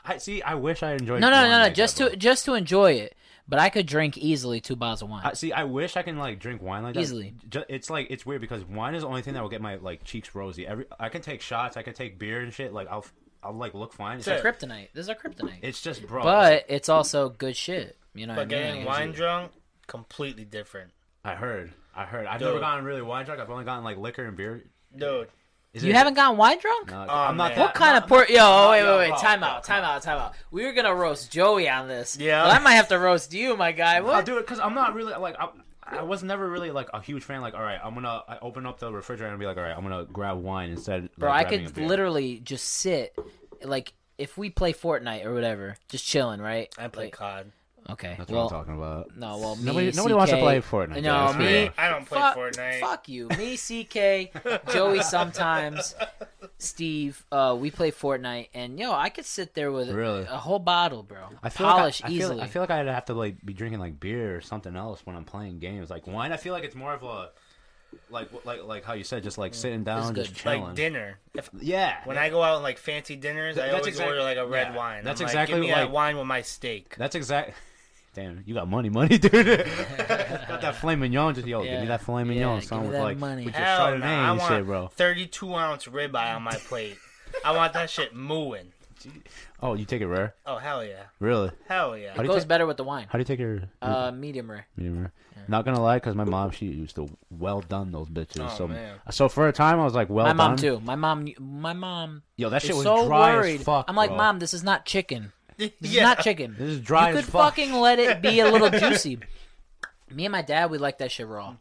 S1: I see. I wish I enjoyed.
S2: No, no,
S1: wine
S2: no, no.
S1: like
S2: just
S1: that, bro.
S2: to just to enjoy it, but I could drink easily two bottles of wine.
S1: I, see, I wish I can like drink wine like that.
S2: Easily.
S1: Ju- It's like it's weird because wine is the only thing that will get my like cheeks rosy. Every I can take shots, I can take beer and shit. Like I'll f- I'll like look fine. It's,
S3: That's
S1: just,
S3: it.
S2: kryptonite. This is our kryptonite.
S1: it's just bro.
S2: but it's also good shit. You know,
S3: But
S2: what I mean?
S3: getting
S2: Like,
S3: wine drunk, completely different.
S1: I heard, I heard. I've
S3: Dude.
S1: never gotten really wine drunk. I've only gotten like liquor and beer.
S3: Dude.
S1: Is
S2: You
S1: it-
S2: haven't gotten wine drunk?
S1: No,
S3: Aw,
S1: I'm not.
S3: man.
S1: That,
S2: What kind of port? Yo, wait, wait, wait.
S1: yo,
S2: Time
S1: oh,
S2: out, time out, time out. We were gonna roast Joey on this.
S3: Yeah.
S2: But I might have to roast you, my guy.
S1: I'll
S2: What?
S1: do it because I'm not really like I, I was never really like a huge fan. Like, all right, I'm gonna I open up the refrigerator and be like, all right, I'm gonna grab wine instead. Like,
S2: Bro, I
S1: grabbing a
S2: could
S1: beer.
S2: literally just sit, like, if we play Fortnite or whatever, just chilling, right?
S3: I play
S2: Like,
S3: COD.
S2: okay.
S1: That's
S2: well,
S1: what I'm talking about.
S2: no, well, me,
S1: Nobody- nobody wants to
S2: CK
S1: play Fortnite,
S2: No,
S1: guys.
S2: me,
S1: Yeah.
S3: I don't play
S2: fuck,
S3: Fortnite.
S2: Fuck you. Me, CK, Joey sometimes, Steve, uh, we play Fortnite, and yo, I could sit there with
S1: Really?
S2: a whole bottle, bro.
S1: I feel
S2: Polish
S1: like I, I
S2: easily.
S1: Feel, I feel like I'd have to like be drinking like beer or something else when I'm playing games. Like wine, I feel like it's more of a like like like how you said, just like sitting down,
S2: good.
S1: just chilling.
S3: Like dinner. If
S1: yeah,
S3: when I go out on like fancy dinners, I
S1: That's
S3: always
S1: exact-
S3: order like a red
S1: yeah.
S3: wine.
S1: That's
S3: I'm
S1: exactly
S3: like, give me
S1: like-
S3: that wine with my steak.
S1: that's exact. Damn, you got money, money, dude. got that flame mignon, just yo,
S2: Yeah.
S1: give me that flame
S2: Yeah,
S1: mignon,
S2: give
S1: son,
S2: me
S1: with
S2: that
S1: like
S2: money.
S1: with your
S3: Hell
S1: Chardonnay
S3: no! I
S1: and
S3: want
S1: shit, bro.
S3: 32 ounce ribeye on my plate. I want that shit mooing.
S1: Oh, you take it rare,
S3: Oh hell yeah!
S1: really?
S3: Hell yeah!
S1: How do you
S2: Goes
S1: take,
S2: better with the wine.
S1: how do you take your
S2: Uh, medium rare.
S1: medium rare? Not gonna lie, cause my mom she used to well done those bitches.
S3: Oh,
S1: so
S3: man.
S1: so for a time I was like well
S2: My
S1: done.
S2: mom too. My mom. My mom.
S1: Yo, that
S2: is
S1: Oh, shit was
S2: so
S1: dry
S2: worried.
S1: as fuck.
S2: I'm like,
S1: bro.
S2: mom, this is not chicken. This
S3: Yeah.
S2: is not chicken.
S1: This is dry
S2: You
S1: as
S2: could
S1: fuck.
S2: fucking let it be a little juicy. Me and my dad, we like that shit raw,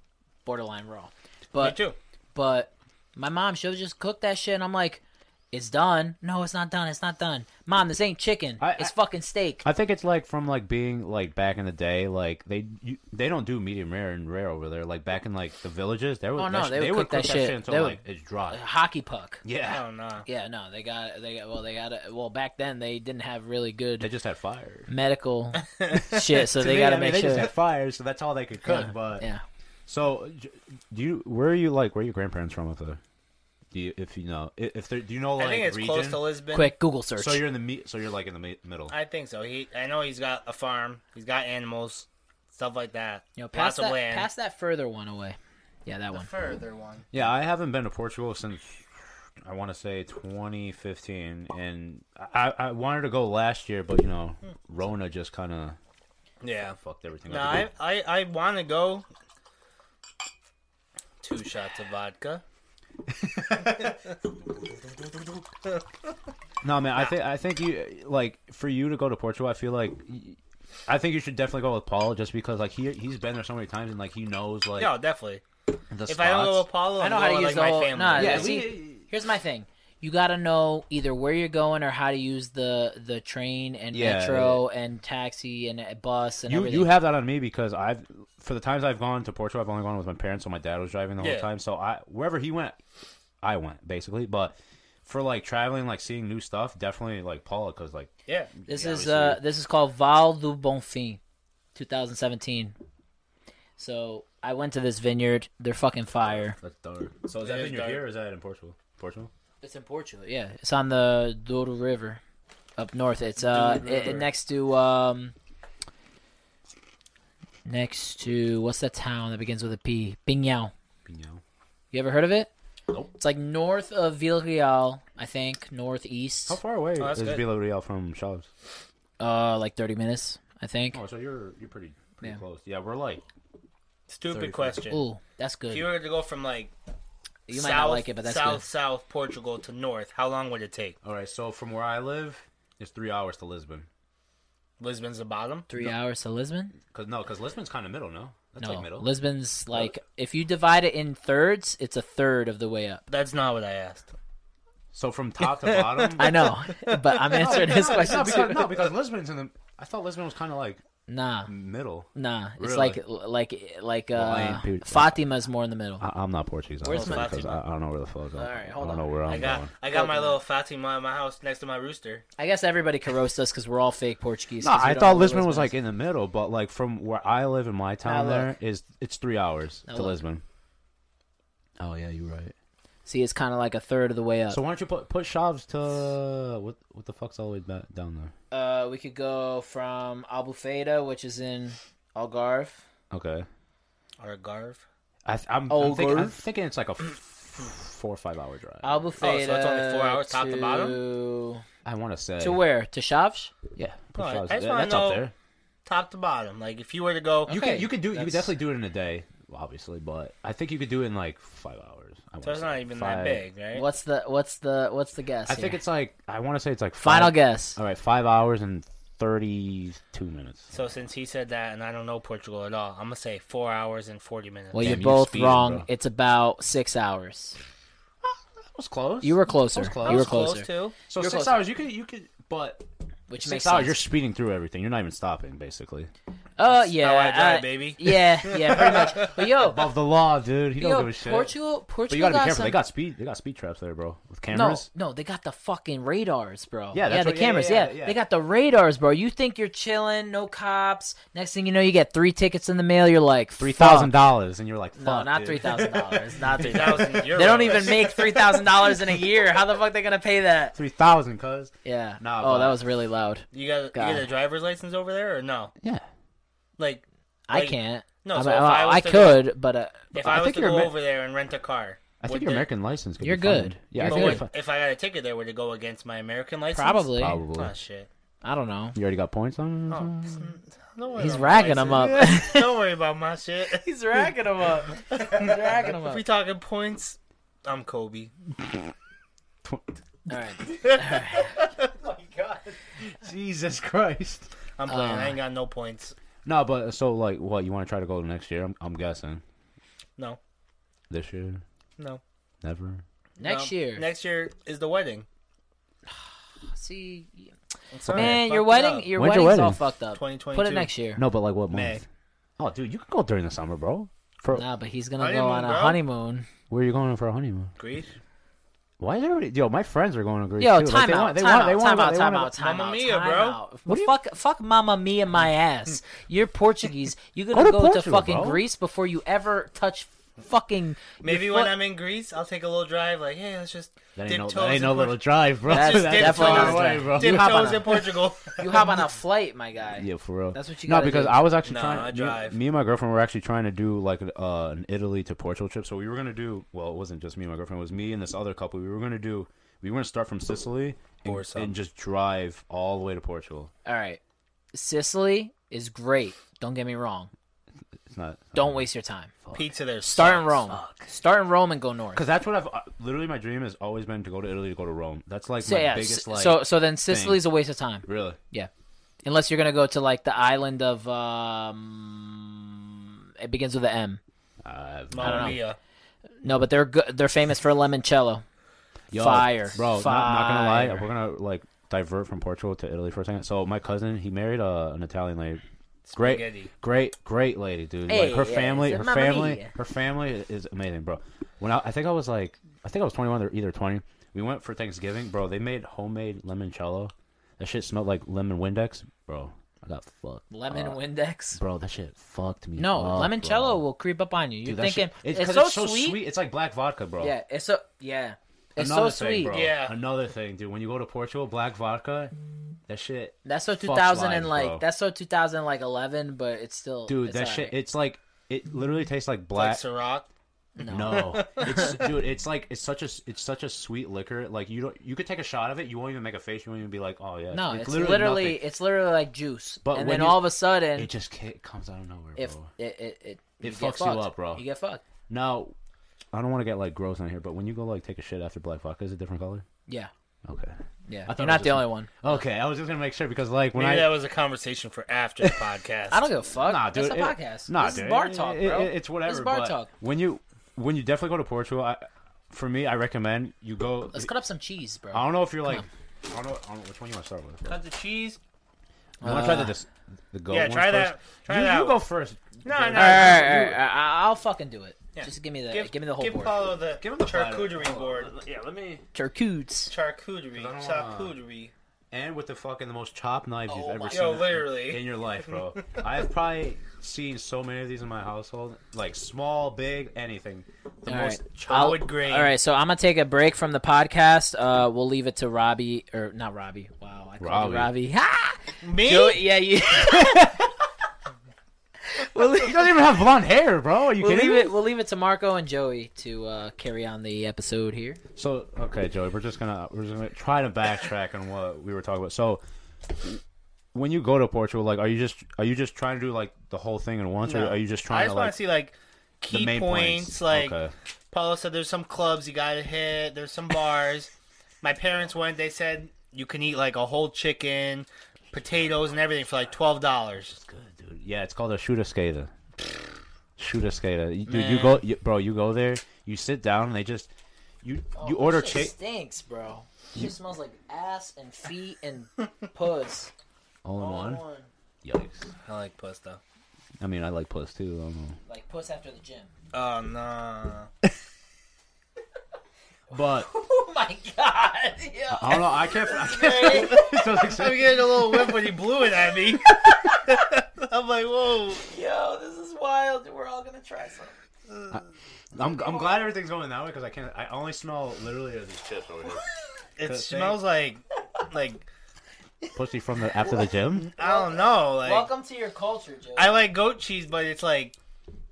S2: borderline raw.
S3: Me
S2: But
S3: too.
S2: but my mom, she'll just cook that shit, and I'm like, it's done. No, it's not done. It's not done. Mom, this ain't chicken.
S1: I-
S2: it's
S1: I-
S2: fucking steak.
S1: I think it's like from like being like back in the day, like they you, they don't do medium rare and rare over there. Like back in like the villages, they would
S2: Oh, no,
S1: that sh-
S2: they would cook that shit.
S1: until
S2: They would-
S1: like it's dry.
S2: Hockey puck.
S1: Yeah,
S3: Hell no!
S2: Yeah, no, they got they got well, they got a, well back then they didn't have really good
S1: they just had fire.
S2: medical shit, so
S1: To
S2: they
S1: me,
S2: got
S1: I mean,
S2: to make
S1: they
S2: sure.
S1: just had fire, so that's all they could cook.
S2: Yeah,
S1: But
S2: yeah,
S1: so, j- do you where are you like where are your grandparents from up there? Do you if you know i- if they do you know like
S3: I think it's
S1: region?
S3: close to Lisbon.
S2: quick Google search.
S1: so you're in the me- so you're like in the me- middle.
S3: I think so. He, I know he's got a farm. He's got animals, stuff like that.
S2: you know, pass
S3: Lots
S2: that,
S3: of land.
S2: pass that further one away. Yeah, that one.
S3: further one.
S1: Yeah, I haven't been to Portugal since I want to say 2015, and I, I wanted to go last year, but you know, Rona just kind of
S3: Yeah.
S1: fucked everything
S3: No,
S1: up.
S3: I, I, I want to go. Two shots of vodka.
S1: no, man, I think I think you like for you to go to Portugal. I feel like y- I think you should definitely go with Paul, just because like he he's been there so many times, and like he knows like
S3: No, definitely.
S1: the
S3: If I don't go
S1: spots.
S3: with Paulo,
S2: I
S3: I
S2: know
S3: know
S2: how to
S3: with,
S2: use
S3: like,
S2: the
S3: my
S2: whole-
S3: family.
S2: nah,
S1: yeah,
S2: see,
S1: we-
S2: Here's my thing. you got to know either where you're going or how to use the the train and
S1: Yeah,
S2: metro and taxi and uh, bus and
S1: You
S2: everything.
S1: you have that on me because I've for the times I've gone to Portugal, I've only gone with my parents, so my dad was driving the
S3: Yeah.
S1: whole time. So I wherever he went, I went basically. But for like traveling, like seeing new stuff, definitely like Paula because like
S3: Yeah.
S2: This
S1: Yeah,
S2: is
S1: obviously.
S2: uh this is called Val do Bonfim, 2017. So I went to this vineyard. They're fucking fire.
S1: that's dark. So is that
S3: It is
S1: thing you're
S3: dark.
S1: here? Or is that in Portugal? Portugal?
S2: It's in Portugal. Yeah, it's on the Douro River, up north. It's uh
S3: Douro
S2: i- i-
S3: River.
S2: next to um next to what's that town that begins with a P? Pinhão.
S1: Pinhão.
S2: You ever heard of it?
S1: Nope.
S2: It's like north of Villarreal, I think, northeast.
S1: How far away
S3: Oh,
S1: is
S3: that's good.
S1: Vila Real from Chaves?
S3: Oh.
S2: Uh, like 30 minutes, I think.
S1: Oh, so you're you're pretty pretty
S2: Yeah.
S1: close. Yeah, we're like
S3: Stupid
S1: 35.
S3: question.
S2: Ooh, that's good.
S3: If you were to go from like
S2: You
S3: south,
S2: might not like it, but that's
S3: south,
S2: good.
S3: south Portugal to north, how long would it take?
S1: all right. So from where I live, it's three hours to Lisbon.
S3: Lisbon's the bottom.
S2: Three hours to Lisbon.
S1: Cause no, cause Lisbon's kind of middle. No, that's
S2: No,
S1: like middle.
S2: Lisbon's like if you divide it in thirds, it's a third of the way up.
S3: That's not what I asked.
S1: so from top to bottom.
S2: I know, but I'm answering his
S1: no,
S2: question.
S1: because,
S2: Too.
S1: no, because Lisbon's in the. I thought Lisbon was kind of like
S2: Nah,
S1: middle.
S2: nah, it's
S1: Really?
S2: like like like
S1: I
S2: uh,
S1: ain't pe-
S2: Fatima's more in the middle.
S1: I, I'm not Portuguese.
S2: Where's also, my-
S1: 'cause I, I don't know where the fuck.
S2: All right, hold I don't on. know where
S1: I'm
S3: I got I got my little Fatima in my house next to my rooster.
S2: I guess everybody can roast us because we're all fake Portuguese.
S1: No,
S2: 'cause we
S1: I
S2: don't
S1: thought
S2: know
S1: Lisbon was
S2: Lisbon
S1: like
S2: is.
S1: in the middle, but like from where I live in my town,
S2: look.
S1: there is it's three hours
S2: Now
S1: to
S2: look.
S1: Lisbon. Oh yeah, you're right.
S2: See, it's kind of like a third of the way up.
S1: So why don't you put put Shavs to what what the fuck's all the way ba- down there?
S2: uh, we could go from Albufeira, which is in Algarve.
S1: Okay,
S3: Or Garv.
S1: I th- I'm,
S2: Oh,
S1: I'm, thinking, I'm
S2: Gorv?
S1: thinking it's like a f- four or five hour drive.
S2: Albufeira.
S3: Oh, it's only four hours top to bottom?
S2: to-
S1: I want to say
S2: To where? To Chaves?
S1: Yeah, put
S3: No, I- I
S1: Shavs
S3: just
S1: there.
S3: wanna
S1: That's up
S3: know-
S1: there.
S3: Top to bottom. Like if you were to go
S1: You
S2: Okay,
S1: could you could do you could
S2: that's-
S1: definitely do it in a day, obviously, but I think you could do it in like five hours. I
S3: So
S1: wanna
S3: it's
S1: say.
S3: not even
S1: Five-
S3: that big, right?
S2: What's the what's the what's the guess?
S1: I think
S2: here?
S1: it's like I want to say it's like five,
S2: final guess.
S1: All right, five hours and thirty-two minutes.
S3: So since he said that and I don't know Portugal at all, I'm gonna say four hours and forty minutes.
S2: Well,
S1: Damn,
S2: you're
S1: you
S2: both
S1: speeding,
S2: wrong.
S1: bro.
S2: It's about six hours.
S1: That was close.
S2: You were closer.
S1: was close.
S2: You
S3: I
S2: were
S3: was
S2: closer,
S3: close too.
S1: so
S2: you're
S1: six
S2: closer.
S1: hours. You could you could, but
S2: which makes
S1: six hours
S2: sense.
S1: you're speeding through everything. You're not even stopping, basically.
S2: Oh yeah,
S3: How I drive,
S2: uh,
S3: baby.
S2: yeah, yeah, pretty much. But yo,
S1: Above the law, dude. He
S2: yo,
S1: don't give a shit.
S2: Portugal, Portugal
S1: but you gotta be
S2: got
S1: careful.
S2: some.
S1: They got speed. They got speed traps there, bro, with
S2: no,
S1: cameras.
S2: no, they got the fucking radars, bro.
S1: Yeah, that's
S2: the
S1: what- yeah,
S2: cameras.
S1: yeah,
S2: Yeah,
S1: yeah, yeah.
S2: they got the radars, bro. You think you're chilling, no cops. Next thing you know, you get three tickets in the mail. You're like
S1: Three thousand dollars, and you're like,
S2: No,
S1: fuck,
S2: not
S1: dude.
S2: three thousand dollars. Not three thousand.
S3: 3,000
S2: They don't
S3: euros.
S2: even make three thousand dollars in a year. How the fuck they gonna pay that?
S1: Three thousand, cuz.
S2: Yeah.
S1: Nah,
S2: oh,
S1: but-
S2: that was really loud.
S3: You got,
S2: God.
S3: you get a driver's license over there or no?
S1: Yeah.
S3: Like
S2: I
S3: Like-
S2: can't.
S3: no,
S2: I,
S3: so
S2: mean,
S3: if
S2: well,
S3: I was
S2: I
S3: to go-
S2: could, but uh,
S3: if
S1: I
S3: I, was
S1: think
S3: to
S1: you're
S3: go
S1: Amer-
S3: over there and rent a car,
S1: I
S3: would
S1: think your
S3: the-
S1: American license. Could
S2: You're
S1: be fine.
S2: good.
S1: Yeah, I
S2: You're
S3: But
S1: think
S2: good.
S1: if I-
S3: would, if I got a ticket there, would it go against my American license?
S2: probably.
S1: probably.
S3: Oh shit.
S2: I don't know.
S1: You already got points on. it?
S3: Oh, don't
S2: Mm-hmm.
S3: worry
S2: He's
S3: about my
S2: racking them up.
S3: license. don't worry about my shit.
S2: He's racking them up. He's racking them
S3: If
S2: up.
S3: we talking points, I'm Kobe.
S2: All right.
S3: Oh my god.
S1: Jesus Christ.
S3: I'm playing.
S2: Uh,
S3: I ain't got no points.
S1: No, but so like, what you want to try to go next year? I'm, I'm guessing
S3: No,
S1: this year,
S3: no.
S1: never.
S2: Next
S3: No.
S2: year.
S3: Um, Next year is the wedding.
S2: See,
S3: I'm sorry, I
S2: man,
S3: fucked
S2: your
S3: it
S2: wedding,
S3: up.
S2: your
S1: When's
S2: wedding's
S1: your
S2: all
S1: wedding?
S2: fucked up.
S3: 2022.
S2: Put it next year.
S1: No, but like what
S3: May.
S1: month? Oh, dude, you can go during the summer, bro. For
S2: Nah, but he's gonna go
S3: Honeymoon,
S2: on a
S3: bro.
S2: honeymoon.
S1: where are you going for a honeymoon?
S3: Greece.
S1: Why is everybody? Yo, my friends are going to Greece.
S2: Yo,
S1: too.
S2: time
S1: like, they
S2: out,
S1: want, they
S2: time
S1: want, they
S2: out,
S1: want,
S2: time out,
S1: they
S2: time
S1: want
S2: out, time
S3: Mamma
S2: out,
S3: mia,
S2: time
S3: bro.
S2: out.
S1: What do you-
S2: Fuck, fuck, Mamma Mia, my ass. You're Portuguese. You're
S1: Go
S2: gonna
S1: to
S2: go to
S1: Portugal,
S2: fucking
S1: bro.
S2: Greece before you ever touch fucking.
S3: Maybe
S2: your
S3: when
S2: foot-
S3: I'm in Greece, I'll take a little drive. Like, hey, let's just
S1: That
S3: dip
S1: ain't no,
S3: toes
S1: that ain't
S3: in
S1: no
S3: Port-
S1: little drive, bro.
S2: That's-
S1: That's
S2: definitely
S1: far
S2: not a
S1: away,
S2: drive.
S1: bro.
S3: dip
S2: You hop on
S3: toes
S2: a-
S3: in Portugal.
S2: You hop on a flight, my guy.
S1: Yeah, for real.
S2: That's what you
S1: No,
S2: gotta
S1: because
S2: do.
S1: I was actually
S3: Nah,
S1: trying.
S3: I
S1: me-
S3: drive.
S1: Me, and my girlfriend were actually trying to do like uh, an Italy to Portugal trip. So we were gonna do. Well, it wasn't just me and my girlfriend. It was me and this other couple. We were gonna do. We were gonna start from Sicily
S3: Or
S1: and,
S3: something.
S1: and just drive all the way to Portugal.
S2: All right. Sicily is great. Don't get me wrong.
S1: It's not.
S2: Don't waste your time.
S3: Pizza there.
S2: Start in
S3: sucks.
S2: Rome. Start in Rome and go north.
S1: Because that's what I've uh, literally my dream has always been to go to Italy to go to Rome. That's like
S2: So
S1: my
S2: yeah,
S1: biggest
S2: s-
S1: like.
S2: so so then Sicily's a waste of time.
S1: really,
S2: Yeah, unless you're gonna go to like the island of um, it begins with an M.
S1: uh,
S3: Mamma mia.
S2: No, but they're good. They're famous for limoncello.
S1: Yo,
S2: Fire.
S1: bro. Not, not gonna lie,
S2: Fire.
S1: we're gonna like divert from Portugal to Italy for a second. So my cousin, he married uh, an Italian lady. Great,
S3: Spaghetti.
S1: great, great lady, dude.
S2: Hey,
S1: like her
S2: yeah,
S1: family,
S2: it's a
S1: her
S2: mamma
S1: family,
S2: mia.
S1: her family is amazing, bro. When I, I think I was like, I think I was 21 or either 20. We went for Thanksgiving, bro. They made homemade limoncello. That shit smelled like lemon Windex, bro. I got fucked,
S2: Lemon
S1: up.
S2: Windex.
S1: bro. That shit fucked me.
S4: No,
S1: up,
S4: limoncello
S1: Uh, oh, bro.
S4: will creep up on you. You're
S1: Dude, that
S4: thinking
S1: shit- it's,
S2: it's
S1: 'cause
S2: so
S1: it's so
S2: sweet.
S1: sweet. It's like black vodka, bro.
S2: Yeah, it's so yeah, it's
S1: Another
S2: so
S1: thing,
S2: sweet.
S1: bro.
S3: Yeah.
S1: Another thing, dude. When you go to Portugal, black vodka, that shit,
S2: That's so
S1: Fucks
S2: 2000 and
S1: lives,
S2: like
S1: bro.
S2: that's so 2000 like 11, but it's still
S1: dude.
S2: it's
S1: that
S2: all
S1: shit.
S2: right.
S1: It's like it literally tastes like
S3: Like
S1: black.
S3: Ciroc.
S1: no, it's dude. It's like it's such a it's such a sweet liquor. Like you don't you could take a shot of it. You won't even make a face. You won't even be like, oh yeah.
S4: No,
S2: it's literally,
S1: nothing.
S2: it's literally like juice.
S1: But
S2: and
S1: when
S2: then
S1: you-
S2: all of a sudden,
S1: it just ca- comes out of nowhere,
S2: if
S1: bro.
S2: it it it, you get
S1: fucks you
S2: fucked.
S1: up, bro.
S2: You get fucked.
S1: Now, I don't want to get like gross on here, but when you go like take a shit after black vodka, is it different color?
S2: Yeah,
S1: Okay.
S2: yeah.
S1: thought
S2: You're
S1: it
S2: not
S1: was
S2: the
S1: just-
S2: only one.
S1: Okay, I was just gonna make sure because like when
S3: Maybe
S1: I
S3: that was a conversation for after the podcast.
S2: I don't give a fuck.
S1: Nah, dude.
S2: It's Uh, a
S1: it-
S2: podcast.
S1: Nah,
S2: this
S1: dude.
S2: is bar
S1: it-
S2: talk,
S1: it-
S2: bro.
S1: it- it's whatever.
S2: This is bar
S1: but
S2: talk.
S1: When you when you definitely go to Portugal, I, for me, I recommend you go.
S2: Let's cut up some cheese, bro.
S1: I don't know if you're like. I don't, know, I don't know which one you want to start with.
S2: Uh,
S3: Cut the cheese.
S1: I want to try the dis- the goat
S3: yeah,
S1: one
S3: try that.
S1: first.
S3: Try
S1: you,
S3: that.
S1: you go first.
S3: No,
S1: Jared.
S3: no.
S2: all right, all right, all right. I- I'll fucking do it.
S3: Yeah.
S2: Just give me the
S3: Give,
S2: Uh, give me the whole
S3: give
S2: board.
S3: Paulo the
S1: Give him the platter.
S3: charcuterie
S1: Hold on.
S3: board.
S1: Yeah, let me.
S2: Charcutes.
S3: Charcuterie.
S1: I don't wanna-
S3: Charcuterie.
S1: And with the fucking the most chopped knives you've
S2: Oh
S1: ever
S2: my-
S1: seen
S3: Yo,
S1: in
S3: literally.
S1: your life, bro. I've probably seen so many of these in my household, like small, big, anything. The
S2: All
S1: most
S2: right.
S1: chopped.
S3: would grain.
S2: All right, so I'm gonna take a break from the podcast. Uh, we'll leave it to Robbie or not Robbie. Wow, I called you
S1: Robbie.
S2: Robbie. Ha!
S3: Me?
S2: Joe, yeah, you. we'll,
S1: He
S2: leave,
S1: doesn't even have blonde hair, bro. Are you
S2: we'll
S1: kidding
S2: leave
S1: me?
S2: it. We'll leave it to Marco and Joey to uh, carry on the episode here.
S1: So okay, Joey, we're just gonna we're just gonna try to backtrack on what we were talking about. So when you go to Portugal, like, are you just are you just trying to do like the whole thing at once, or
S3: No.
S1: are you just
S3: I
S1: trying
S3: just
S1: to
S3: want
S1: like
S3: to see like
S1: the
S3: key
S1: main
S3: points.
S1: points?
S3: Like
S1: okay.
S3: Paulo said, there's some clubs you gotta hit. There's some bars. My parents went. They said you can eat like a whole chicken, potatoes, and everything for like twelve dollars.
S1: good, dude. Yeah, it's called a shooter skater. Shooter skater, You- dude. You
S3: Man.
S1: go, you, bro. You go there. You sit down, and they just you you order chick.
S2: stinks, bro. She smells like ass and feet and puss.
S1: All in one. Yikes.
S3: I like puss though.
S1: I mean, I like puss too. I don't know.
S2: Like puss after the gym.
S3: Oh no.
S1: But
S2: Oh my god!
S1: I don't know. I can't. I can't. it doesn't
S3: I'm
S1: say-
S3: getting a little whiff when he blew it at me. I'm like, whoa.
S2: Yo, this is wild. We're all gonna try some.
S1: I'm, I'm glad everything's going that way because I can't. I only smell literally of these chips over here.
S3: It
S1: Good thing.
S3: smells like, like
S1: pussy from the after the gym.
S3: I don't know. Like
S2: Welcome to your culture, Joey.
S3: I like goat cheese, but it's like,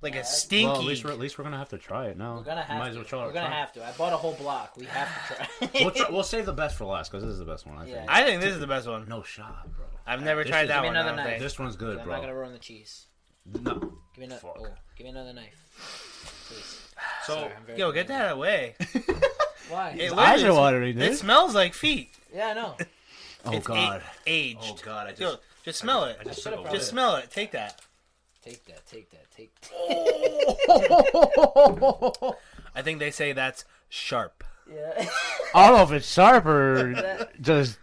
S3: like a stinky.
S1: Well, at least we're at least we're gonna have to try it now.
S2: We're gonna have
S1: Might as
S2: to.
S1: well try
S2: We're gonna
S1: try.
S2: have to. I bought a whole block. We have to try.
S1: We'll, try, we'll save the best for last because this is the best one. I
S2: Yeah.
S1: think.
S3: I think this is the best one.
S1: No shot, bro.
S3: I've never
S1: This
S3: tried
S1: is-
S3: that
S1: Give me
S3: one.
S2: another
S3: I don't
S2: knife.
S3: think.
S1: This one's
S2: I'm
S1: good,
S2: not gonna
S1: bro.
S2: ruin the cheese.
S1: No.
S2: Give me another.
S1: Fuck.
S2: Oh, give me another knife. Please.
S1: So
S2: Sorry, I'm very
S3: Yo, get
S2: hungry.
S3: that away.
S2: Why?
S3: It
S1: My eyes
S3: literally
S1: are
S3: sm-
S1: watering, dude.
S3: It smells like feet.
S2: yeah, I know.
S1: Oh
S3: It's a-
S1: god.
S3: aged.
S1: Oh god. I just.
S3: Yo, just smell it.
S1: I just
S3: Just,
S1: took a whiff.
S3: smell it. Take that.
S2: Take that. Take that. Take.
S3: I think they say that's sharp.
S2: Yeah.
S1: I don't know if it's sharp or
S2: That-
S1: just.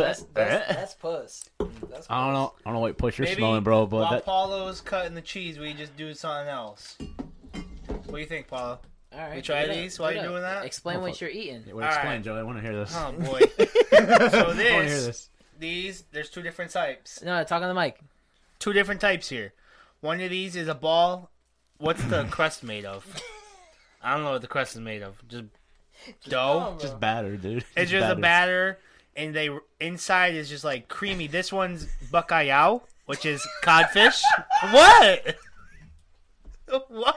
S2: that's that's, that's puss. Mm, That's
S1: Uh, eh? I don't know. I don't know what puss you're smelling, bro. But
S3: while
S1: that,
S3: Paulo's cutting the cheese, we just do something else. What do you think, Paulo?
S2: All right.
S3: We try
S2: get up,
S3: these while
S2: get
S3: you're
S2: up.
S3: doing that?
S2: Explain
S1: Oh,
S2: what
S1: fuck.
S2: you're eating.
S1: Wait,
S3: All
S1: explain,
S3: right.
S1: Joey. I want to hear this.
S3: Oh boy. so
S1: I want to hear
S3: this,
S1: this.
S3: these, there's two different types.
S2: No, talk on the mic.
S3: Two different types here. One of these is a ball. What's the crust made of? I don't know what the crust is made of. Just, dough.
S2: Oh, bro.
S1: Oh, Just batter, dude.
S3: It's just a
S1: batter.
S3: batter, and they inside is just like creamy. This one's bacalhau, which is codfish. what? What?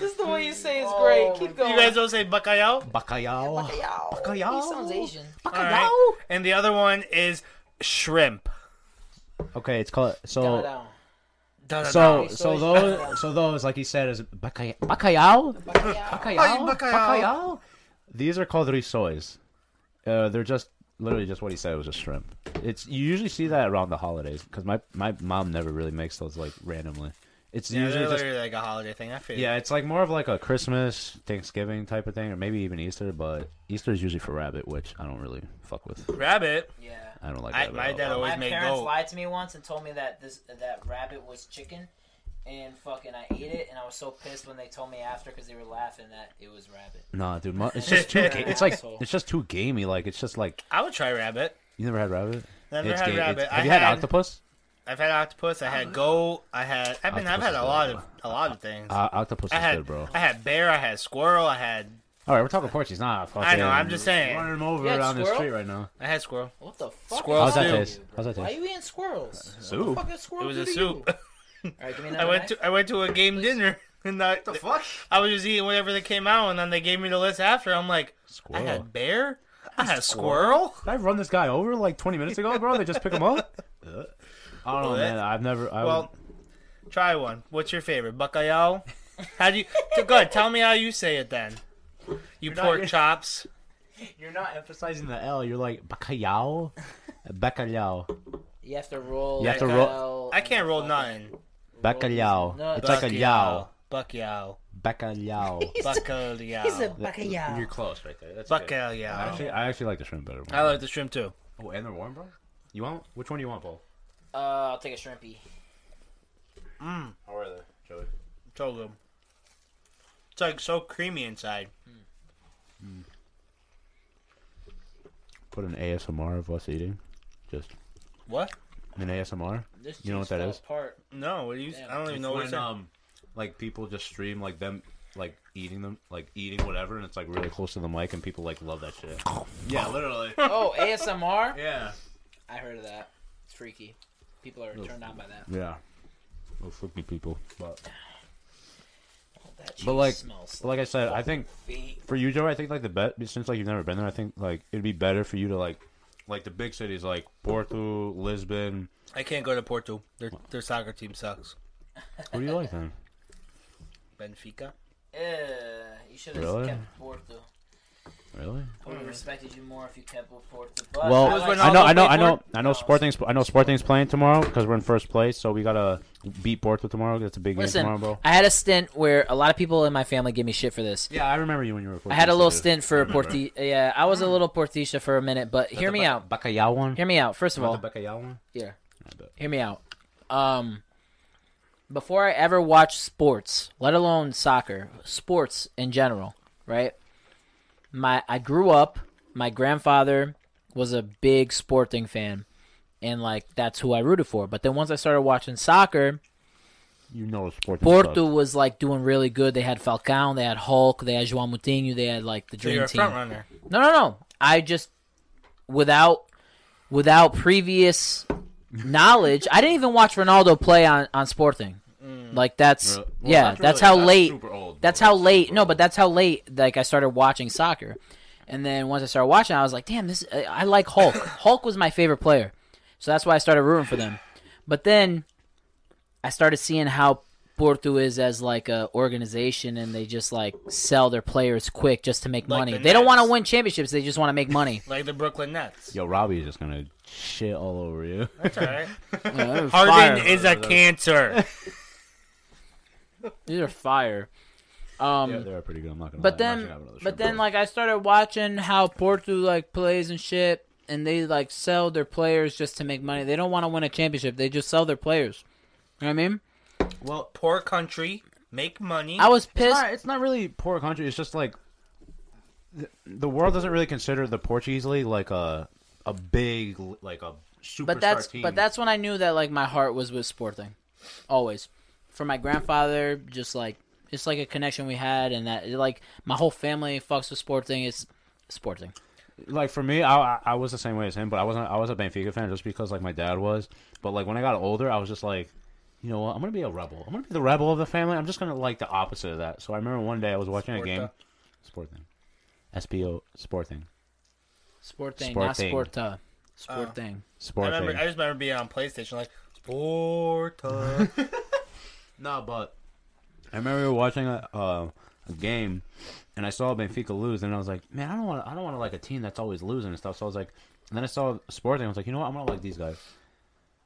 S2: Just the way you say
S1: Oh
S2: is great. Keep going.
S3: You guys don't say bacalhau?
S1: Bacalhau.
S2: He sounds Asian.
S1: Oh.
S3: All right. And the other one is shrimp.
S1: Okay, it's called
S2: Dumb it
S1: so
S2: down.
S3: Da, da,
S1: so
S2: so
S1: so
S2: it's-
S1: those so those like he said is bacay- bacalhau bacalhau
S3: Ay, bacalhau.
S1: bacalhau. These are called risois. Uh, they're just literally just what he said was just shrimp. It's you usually see that around the holidays because my my mom never really makes those like randomly. It's
S3: Yeah,
S1: usually
S3: they're
S1: just
S3: literally like a holiday thing. I feel
S1: yeah, it's like more of like a Christmas, Thanksgiving type of thing, or maybe even Easter. But Easter is usually for rabbit, which I don't really fuck with.
S3: Rabbit.
S2: Yeah.
S1: I don't like.
S3: I-
S1: rabbit
S3: my
S1: at
S3: dad
S1: all.
S3: always-
S2: My
S3: made
S2: parents
S3: goat.
S2: lied to me once and told me that this that rabbit was chicken, and fucking I ate it, and I was so pissed when they told me after because they were laughing that it was rabbit.
S1: Nah, dude, my, it's just too. ga- it's like
S2: Asshole.
S1: it's just too gamey. Like it's just like
S3: I would try rabbit.
S1: you never had rabbit.
S3: Never
S1: It's
S3: had
S1: ga-
S3: rabbit.
S1: it's- have
S3: I
S1: you had,
S3: had-
S1: octopus?
S3: I've had octopus. I
S2: Uh,
S3: had goat. I had. I've been. I've
S1: Octopus
S3: had a
S1: is
S3: lot
S1: good.
S3: of a lot of things.
S1: Uh, octopus
S3: I
S1: is
S3: had.
S1: good, bro.
S3: I had bear. I had squirrel. I had.
S1: All right, we're talking Portuguese. Nah, fucking,
S3: I know, I'm just saying.
S1: Running him over
S2: You had
S1: around the
S2: squirrel?
S1: street right now.
S3: I had squirrel.
S2: What the fuck?
S3: Squirrel
S2: is
S3: soup.
S2: wrong
S3: How's that
S2: with
S1: taste?
S2: you, bro?
S1: How's that
S2: Why
S1: taste?
S2: you eating squirrels? What the
S1: Soup.
S2: fuck is squirrel
S3: It was
S2: do
S3: a
S2: to
S3: soup.
S2: you? All right, give me another
S3: I went
S2: knife.
S3: to I went to a game dinner and I,
S1: fuck?
S3: I was just eating whatever that came out and then they gave me the list after. I'm like,
S1: Squirrel.
S3: I had bear, I had
S1: Squirrel.
S3: squirrel.
S1: Did I run this guy over like 20 minutes ago, bro? They just pick him up. Ugh. I don't know,
S3: Well, that-
S1: man. I've never. I
S3: Well, try one. What's your favorite? Bacalhau. How do you? so Good. Tell me how you say it then. You
S1: not
S3: pork
S1: gonna-
S3: chops.
S1: you're not emphasizing the L. You're like bacalhau, bacalhau,
S2: You have to roll.
S1: You have to
S2: like,
S1: roll-
S2: hell
S3: I
S2: and
S3: can't roll
S2: fucking
S3: nothing.
S1: bacalhau.
S2: No,
S1: it's like a yao,
S3: Bacalhau.
S1: bacalhau.
S3: Bacalhau.
S2: He's a bacalhau.
S1: close right there. That's I
S3: Bacalhau.
S1: actually, I actually like the shrimp better.
S3: I like the shrimp too.
S1: Oh, and they're warm, bro. You want which one do you want, Paul?
S2: Uh, I'll take a shrimpy.
S3: Mmm,
S1: How are they, Joey?
S3: so good. It's like so creamy inside.
S1: Put an ASMR of us eating. Just
S3: What?
S1: an ASMR.
S2: This
S1: You know
S2: cheese
S1: what that
S2: fell
S1: is?
S2: Apart.
S3: No, what do you? I don't even
S1: It's
S3: know what it's.
S1: when, um, like people just stream like them like eating them like eating whatever and it's like really close to the mic and people like love that shit. yeah, literally.
S2: Oh, ASMR.
S1: Yeah.
S2: I heard of that. It's freaky. People are turned on by that.
S1: Yeah. Well, freaky people. But,
S2: That
S1: But,
S2: cheese
S1: like-
S2: smells
S1: but like I said, I think
S2: feet.
S1: for you, Joe, I think like the bet since like you've never been there, I think like it'd be better for you to like like the big cities like Porto, Lisbon.
S3: I can't go to Porto. Their their soccer team sucks.
S1: What do you like then?
S3: Benfica.
S2: Yeah, you should have
S1: Really?
S2: kept Porto.
S1: Really?
S2: I would have respected you more if you kept with Porto. But
S1: Well,
S2: I,
S3: That was when
S2: like, "Oh,
S1: I know, I know, I know,
S3: Ronaldo
S1: I know. Sporting's, I know Sporting's playing tomorrow because we're in first place, so we gotta beat Porto tomorrow. That's a big game tomorrow,
S2: listen,
S1: bro.
S2: I had a stint where a lot of people in my family give me shit for this.
S1: Yeah, I remember you when you were.
S2: I had a little stint for Porti. Yeah, I was a little Portisha for a minute, but hear me out.
S1: Bacalhau one.
S2: Hear me out. First of all,
S1: the Bacalhau one.
S2: yeah.
S1: I bet.
S2: hear me out. Um, before I ever watched sports, let alone soccer, sports in general, right? My I grew up. My grandfather was a big sporting fan, and like that's who I rooted for. But then once I started watching soccer,
S1: You know Sporting.
S2: Porto was like doing really good. They had Falcao, they had Hulk, they had João Moutinho, they had like the
S3: So
S2: dream
S3: you're a
S2: team.
S3: front runner.
S2: No, no, no. I just without without previous knowledge, I didn't even watch Ronaldo play on on Sporting. Like that's yeah, Mm. that's, how late. that's how late. No, but that's how late. Like I started watching soccer, and then once I started watching, I was like, damn, this. I, I like Hulk. Hulk was my favorite player, so that's why I started rooting for them. But then I started seeing how Porto is as like a organization, and they just like sell their players quick just to make
S3: Like
S2: money.
S3: the
S2: they don't want to
S3: Nets.
S2: win championships; they just want to make money.
S3: Like the Brooklyn Nets.
S1: Yo, Robbie's just gonna shit all over you.
S3: That's all right.
S2: Yeah,
S3: Harden
S2: fire.
S3: is a cancer.
S2: These are fire. Um,
S1: yeah, they are pretty good. I'm not gonna.
S2: but
S1: lie. I'm not
S2: then,
S1: gonna have another
S2: but
S1: shrimp
S2: then,
S1: roll.
S2: like I started watching how Porto like plays and shit, and they like sell their players just to make money. They don't want to win a championship; they just sell their players. You know what I mean?
S3: well, poor country, make money.
S2: I was pissed.
S1: it's not, it's not really poor country. It's just like th- the world doesn't really consider the Portuguese league like a a big like a superstar
S2: but that's
S1: team.
S2: but that's when I knew that like my heart was with Sporting, always. For my grandfather, just like it's like a connection we had, and that like my whole family fucks with Sporting. It's Sporting.
S1: like for me, I, I I was the same way as him, but I wasn't. I was a Benfica fan just because like my dad was. But like when I got older, I was just like, you know what? I'm gonna be a rebel. I'm gonna be the rebel of the family. I'm just gonna like the opposite of that. So I remember one day I was watching
S3: Sporta.
S1: a game, Sporting, S P O Sporting,
S2: Sporting, not
S1: Sporting.
S2: Sporta. Sporting.
S3: I
S1: Sporting.
S3: remember. I just remember being on PlayStation like Porto.
S1: No, but I remember watching a uh, a game, and I saw Benfica lose, and I was like, man, I don't want, I don't want to like a team that's always losing and stuff. So I was like, and then I saw Sporting, I was like, you know what, I'm gonna like these guys.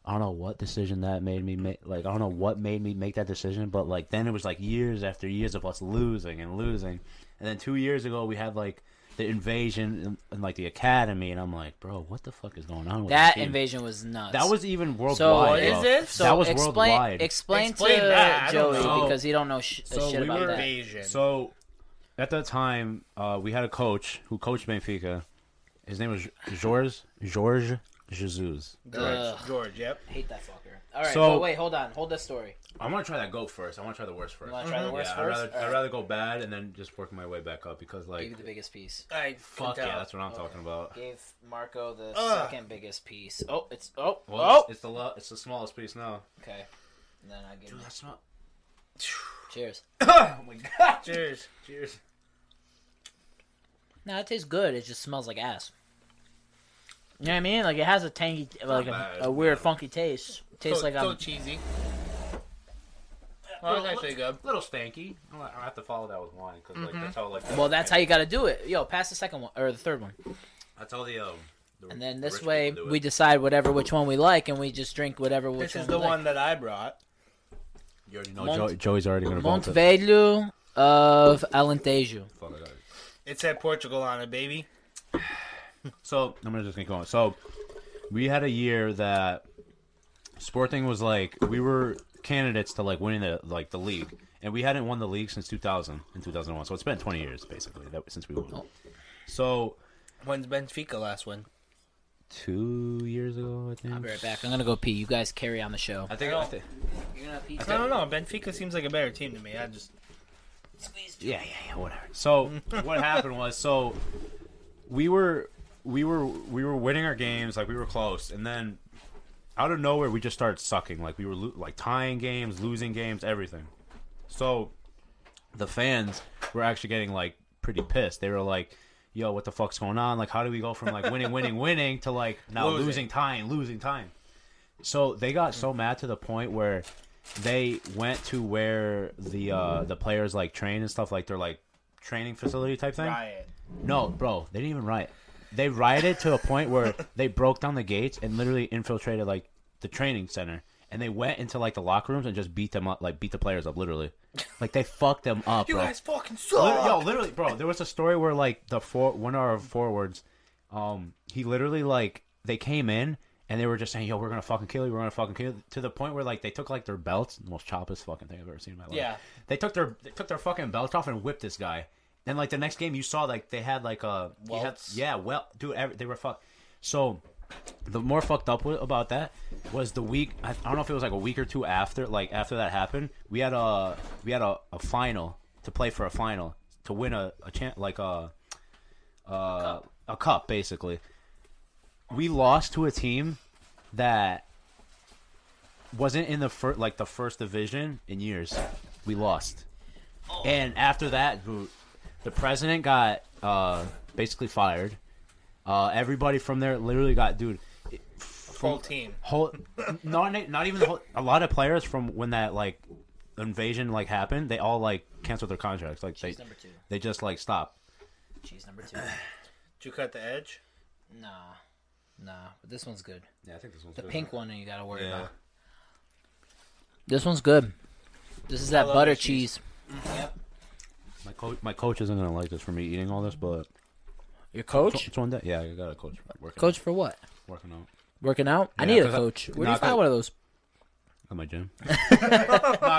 S1: I don't know what decision that made me make. Like, I don't know what made me make that decision, but like then it was like years after years of us losing and losing, and then two years ago we had like the invasion and, and like the academy, and I'm like, bro, what the fuck is going on? with this
S2: That
S1: team?
S2: invasion was nuts.
S1: That was even worldwide.
S2: So
S3: What is
S1: bro.
S3: this?
S2: so
S1: that was
S2: explain,
S1: worldwide.
S2: Explain,
S3: Explain
S2: to
S3: that, I don't
S2: Joey
S3: know.
S2: because he don't know sh-
S1: So
S2: shit
S1: we
S2: about
S1: were
S2: that.
S3: Invasion.
S1: So, at that time, uh, we had a coach who coached Benfica. His name was Georges Georges Jesus.
S3: George,
S2: Ugh.
S3: George, yep.
S2: Hate that fucker. All right,
S1: So-
S2: but wait, hold on, hold that story.
S1: I want to try that goat first. I want to try the worst first.
S2: You wanna try the worst
S1: yeah, I'd
S2: first?
S1: rather,
S2: Alright.
S1: I'd rather go bad and then just work my way back up because
S2: Give you
S1: like
S2: the biggest piece.
S3: I can
S1: fuck
S3: tell.
S1: yeah, that's what I'm talking about.
S2: Gave Marco the
S3: Ugh.
S2: second biggest piece. Oh, it's oh
S1: Well,
S2: oh.
S1: it's, it's the lo- it's the smallest piece now.
S2: Okay, and then I give. him-
S1: that's not.
S2: Cheers.
S1: oh my god!
S3: Cheers.
S1: Cheers.
S2: No, it tastes good. It just smells like ass. You know what I mean? Like it has a tangy, like a,
S1: bad.
S2: a weird, funky taste. Tastes
S3: so,
S2: like
S3: so
S2: I'm.
S3: cheesy. Well, that's actually good.
S1: Little stanky. I will have to follow that with wine because like that's how like.
S2: Mm-hmm. Well, that's how you got to do it. Yo, pass the second one or the third one,
S1: That's how the um. the
S2: and then this
S1: rich
S2: way
S1: people do it.
S2: we decide whatever which one we like, and we just drink whatever which
S3: This is
S2: we
S3: the
S2: like.
S3: one that I brought.
S1: You already know
S2: Mont-
S1: Joe- Joey's already gonna vote.
S2: Montevideo of Alentejo.
S1: Fuck, I got it.
S3: It said Portugal on it, baby.
S1: So I'm gonna just gonna go on. So we had a year that Sporting was like we were candidates to like winning the like the league, and we hadn't won the league since 2000 and 2001. So it's been 20 years basically that since we won. So
S3: When's Benfica last win?
S1: two years ago, I think.
S2: I'll be right back. I'm gonna go pee. You guys carry on the show.
S1: I think.
S3: I
S1: I
S3: don't-
S1: think
S2: You're gonna pee.
S3: I don't know. Benfica seems like a better team to me. I just
S1: yeah, yeah, yeah, whatever. So what happened was so we were we were we were winning our games like we were close, and then out of nowhere we just started sucking. Like we were lo- like tying games, losing games, everything. So the fans were actually getting like pretty pissed. They were like. Yo, what the fuck's going on? Like, how do we go from like winning, winning, winning to like now
S3: Losing.
S1: losing time, losing time? So they got so mad to the point where they went to where the uh the players like train and stuff like they're like training facility type thing.
S3: riot.
S1: No, bro, they didn't even riot. They rioted to a point where they broke down the gates and literally infiltrated like the training center and they went into like the locker rooms and just beat them up, like beat the players up literally. Like they fucked them up, bro.
S3: fucking
S1: Lit- yo, literally, bro. There was a story where like the four one of our forwards, um, he literally like they came in and they were just saying, "Yo, we're gonna fucking kill you. We're gonna fucking kill you." To the point where like they took like their belts, the most choppest fucking thing I've ever seen in my life.
S3: Yeah.
S1: they took their they took their fucking belts off and whipped this guy. And like the next game, you saw like they had like a he had-
S3: Welts.
S1: yeah, well, dude, every, they were fuck. So the more fucked up wa- about that was the week I, I don't know if it was like a week or two after like after that happened we had a we had a, a final to play for a final to win a, a chan like a uh, a cup basically we lost to a team that wasn't in the first like the first division in years we lost and after that who- the president got uh basically fired uh everybody from there literally got dude
S3: Full team.
S1: whole not not even the whole, a lot of players from when that like invasion like happened they all like canceled their contracts like they
S2: She's number two.
S1: they just like stopped
S2: She's number two.
S3: Did you cut the edge?
S2: Nah, nah. But this one's good.
S1: yeah i think this one's
S2: The pink one you gotta worry
S1: yeah
S2: about. This one's good. This is that
S3: love
S2: butter
S3: the cheese.
S2: cheese.
S1: my coach my coach isn't gonna like this for me eating all this but
S2: Your coach?
S1: it's one day yeah i got a coach working
S2: Coach for what?
S1: working out
S2: Working out? I
S1: Yeah,
S2: need a
S1: 'cause I-
S2: coach. Where do
S1: nah,
S2: you find
S1: 'cause-
S2: one of those?
S1: at my gym nah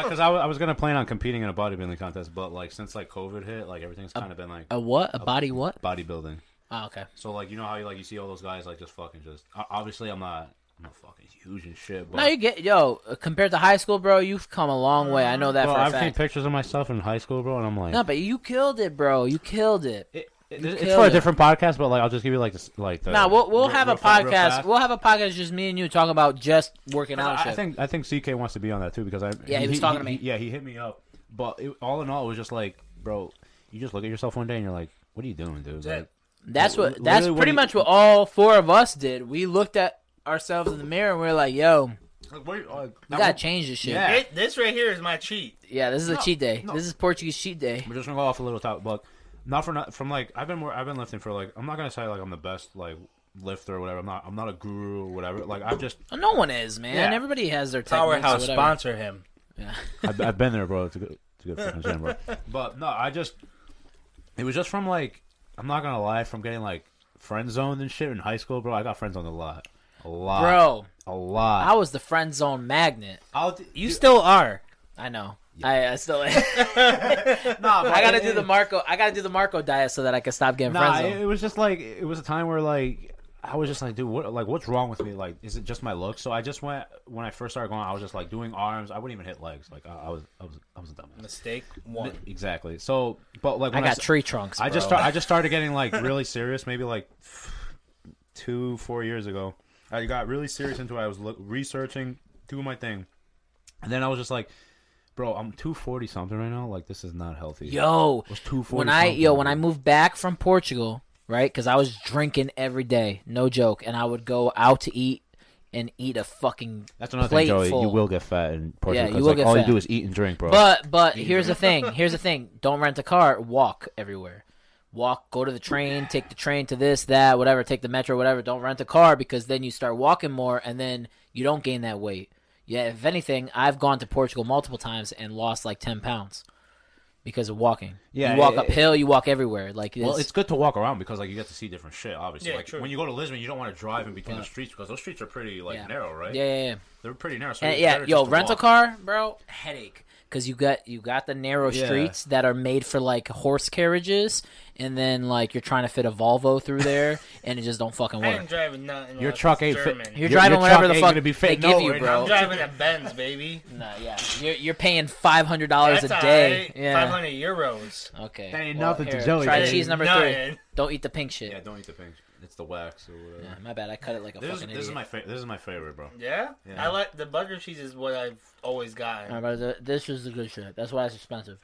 S1: because I wa- I was gonna plan on competing in a bodybuilding contest but like since like covid hit like everything's kind of been like
S2: A what? A body what?
S1: bodybuilding
S2: Oh, okay.
S1: so like you know how you like you see all those guys like just fucking just o- obviously i'm not i'm not fucking huge and shit but
S2: Now you get yo uh, compared to high school, bro. You've come a long way. I know that
S1: Bro,
S2: for a
S1: I've seen
S2: fact.
S1: pictures of myself in high school, bro, and I'm like,
S2: No, but you killed it, bro. You killed it.
S1: it, it- it's
S2: killed
S1: for
S2: it.
S1: a different podcast, but like, I'll just give you like this, like the.
S2: Nah, we'll we'll
S1: real-
S2: have a
S1: real fa- real
S2: podcast.
S1: fast.
S2: We'll have a podcast just me and you talking about just working out. and
S1: I, I
S2: shit.
S1: think I think CK wants to be on that too because I.
S2: Yeah, he was talking to me.
S1: yeah, he hit me up, but it, all in all, it was just like, bro, you just look at yourself one day and you're like, what are you doing, dude?
S3: it.
S1: Like,
S2: that's what
S1: Literally
S2: that's
S1: what
S2: pretty
S1: he-
S2: much what all four of us did. We looked at ourselves in the mirror and we are like, "Yo,
S1: like, what are you- like,
S2: we
S1: now
S2: gotta
S1: we're-
S2: change this shit."
S1: Yeah.
S3: It, this right here is my cheat.
S2: Yeah, this is a
S1: No,
S2: cheat day.
S1: no.
S2: This is Portuguese cheat day.
S1: We're just gonna go off a little top, but not for not from like I've been wor- I've been lifting for like I'm not gonna say like I'm the best like lifter or whatever. I'm not I'm not a guru or whatever. Like I've just
S2: Oh, No one is, man.
S3: Yeah.
S2: Everybody has their techniques,
S3: Powerhouse
S2: whatever.
S3: sponsor him.
S2: Yeah.
S1: I've, I've been there, bro. It's a good, it's a good fucking jam, bro. But no, I just it was just from like I'm not gonna lie, from getting like friend zoned and shit in high school, bro. I got friend zoned a lot, a lot,
S2: Bro,
S1: a lot.
S2: I was the friend zone magnet.
S1: I'll,
S3: You still are.
S2: I know. I, I still. I
S1: nah, bro,
S2: gotta
S1: it-
S2: do the Marco. I gotta do the Marco diet so that I can stop getting
S1: Nah,
S2: friend
S1: it,
S2: zoned.
S1: it was just like it was a time where like I was just like, dude, what like what's wrong with me? Like, is it just my look? So I just went when I first started going, I was just like doing arms. I wouldn't even hit legs. Like I, I was, I was, I was a dumbass.
S3: Mistake one.
S1: Exactly. So, but like
S2: I
S1: when
S2: got
S1: s-
S2: tree trunks.
S1: I just
S2: bro.
S1: start, I just started getting like really serious, maybe like two, four years ago. I got really serious into it. I was look, researching, doing my thing, and then I was just like, "Bro, I'm 240 something right now. Like, this is not healthy."
S2: Yo,
S1: It was 240
S2: when I
S1: something,
S2: yo when I
S1: bro.
S2: moved back from Portugal, right? Because I was drinking every day, no joke, and I would go out to eat and eat a fucking
S1: that's another
S2: plate
S1: thing, Joey.
S2: full.
S1: You will get fat in Portugal
S2: Yeah, you
S1: because
S2: will
S1: like
S2: get
S1: all
S2: fat.
S1: you do is eat and drink, bro.
S2: But but here's the thing. Here's the thing. Don't rent a car. Walk everywhere. Walk. Go to the train. Take the train to this, that, whatever. Take the metro, whatever. Don't rent a car because then you start walking more, and then you don't gain that weight. Yeah. If anything, I've gone to Portugal multiple times and lost like ten pounds because of walking.
S1: Yeah,
S2: You walk
S1: it-
S2: uphill. You walk everywhere. Like
S1: well,
S2: it's-
S1: it's good to walk around because like you get to see different shit. Obviously,
S3: Yeah,
S1: like
S3: true.
S1: when you go to Lisbon, you don't want to drive in between the streets because those streets are pretty like
S2: Yeah.
S1: narrow, right?
S2: yeah, yeah, yeah.
S1: they're pretty narrow. So
S2: And
S1: it's
S2: yeah,
S1: better
S2: yo,
S1: just to
S2: rental
S1: walk.
S2: car, bro, headache. Cause you got you got the narrow
S1: Yeah.
S2: streets that are made for like horse carriages, and then like you're trying to fit a Volvo through there, and it just don't fucking
S3: I ain't
S2: work.
S3: driving nothing.
S1: Your
S3: unless
S1: truck
S3: it's
S1: ain't fit.
S3: German.
S1: Your-
S2: You're driving
S1: your
S2: whatever
S1: truck
S2: the
S1: ain't
S2: fuck
S1: gonna be fit.
S2: they give
S1: No,
S2: you,
S1: it-
S2: bro.
S3: I'm driving a Benz, baby.
S2: Nah, yeah, you're, you're paying five hundred dollars a
S3: That's
S2: day.
S3: alright.
S2: Yeah,
S3: 500 euros.
S2: okay.
S1: That ain't nothing to
S2: here,
S1: Joey,
S2: Try
S1: that ain't
S2: cheese number three.
S3: nothing.
S2: Don't eat the pink shit.
S1: Yeah, don't eat the pink. It's the wax or whatever.
S2: Yeah, my bad. I cut it like a
S1: This, is,
S2: fucking
S1: this is
S2: idiot.
S1: my fa- this is my favorite, bro.
S3: Yeah?
S1: Yeah. Uh,
S3: I like the burger cheese is what I've always gotten.
S2: Nah, bro, th- this is the good shit. That's why it's expensive.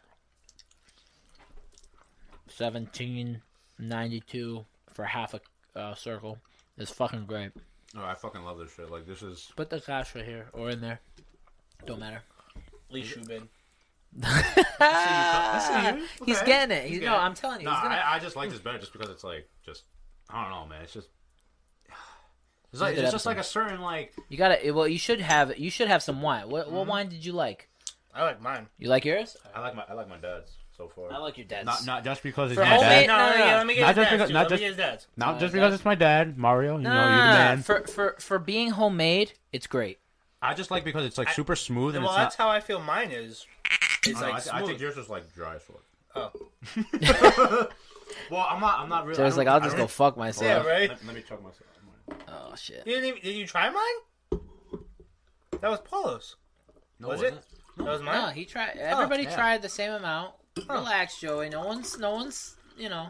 S2: Seventeen ninety two for half a uh, circle. It's fucking great.
S1: No, Oh, I fucking love this shit. Like this is
S2: Put the cash right here or in there. Don't matter.
S3: Lee Shubin.
S2: He's
S1: Okay.
S2: getting it. He's,
S1: getting
S2: no,
S1: it.
S2: I'm telling you,
S1: No,
S2: he's gonna.
S1: I, I just like this better just because it's like just I don't know, man. It's just it's like
S2: a good
S1: it's just
S2: episode.
S1: like a certain like
S2: You gotta. Well, you should have. You should have some wine. What
S1: Mm-hmm.
S2: what wine did you like?
S3: I like mine.
S2: You like yours?
S1: I like my I like my dad's so far.
S2: I like your dad's.
S1: not not just because it's
S3: For
S1: my
S2: homemade-
S3: homemade,
S1: dad.
S3: Oh, no,
S2: no,
S3: no,
S2: no,
S3: yeah,
S2: no.
S3: let me get
S1: Not
S3: his
S1: just
S3: dad's.
S1: because-
S3: too.
S1: not
S3: Let me
S1: just-
S3: get his dad's.
S1: Not just
S2: No,
S1: because it's my dad, Mario. You know,
S2: Nah,
S1: you're the man.
S2: Ah, for for for being homemade, it's great.
S1: I just like because it's like super smooth and
S3: Well,
S1: it's
S3: that's
S1: not.
S3: how I feel mine is. It's
S1: I don't know,
S3: like
S1: I, I
S3: smooth.
S1: think yours is like dry as fuck.
S3: oh.
S1: Well, I'm not. I'm not really.
S2: So I was
S1: don't-
S2: like, I'll
S1: I
S2: just
S1: don't
S2: go fuck myself.
S3: Yeah,
S1: even-
S3: right?
S1: Let, let me chug myself.
S2: Oh shit.
S3: You didn't even, did you try mine? That was Paulo's.
S1: No,
S3: Was
S1: wasn't
S3: it? That was
S2: No,
S3: mine?
S2: he tried.
S1: Oh,
S2: Everybody
S1: yeah.
S2: tried the same amount. Relax, Joey. No one's. No one's. You know.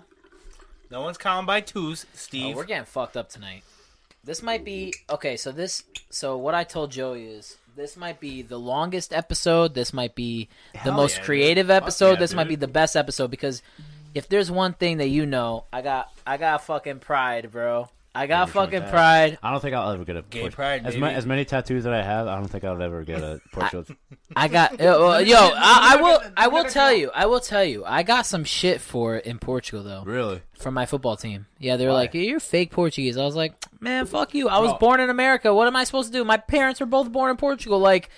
S3: No one's counting by twos,
S2: Oh,
S3: Steve.
S2: we're getting fucked up tonight. This might be okay. So this, so what I told Joey is this might be the longest episode. This might be the
S1: Hell
S2: most
S1: yeah, dude.
S2: creative
S1: Fuck
S2: episode.
S1: yeah,
S2: this might
S1: dude.
S2: be the best episode because if there's one thing that you know, I got, I got fucking pride, bro. I got
S1: You're showing
S2: fucking
S1: that.
S2: pride.
S1: I don't think I'll ever get a
S3: Gay
S1: Portu-
S3: pride,
S1: As,
S3: baby.
S1: ma- as many tattoos that I have, I don't think I'll ever get a Portugal.
S2: I got yo. uh, yo, I, I will. I will tell you. I will tell you. I got some shit for it in Portugal though.
S1: really?
S2: from my football team. Yeah, they were like, "You're fake Portuguese." I was like, "Man, fuck you! I was
S1: Bro.
S2: born in America. What am I supposed to do? My parents were both born in Portugal. Like,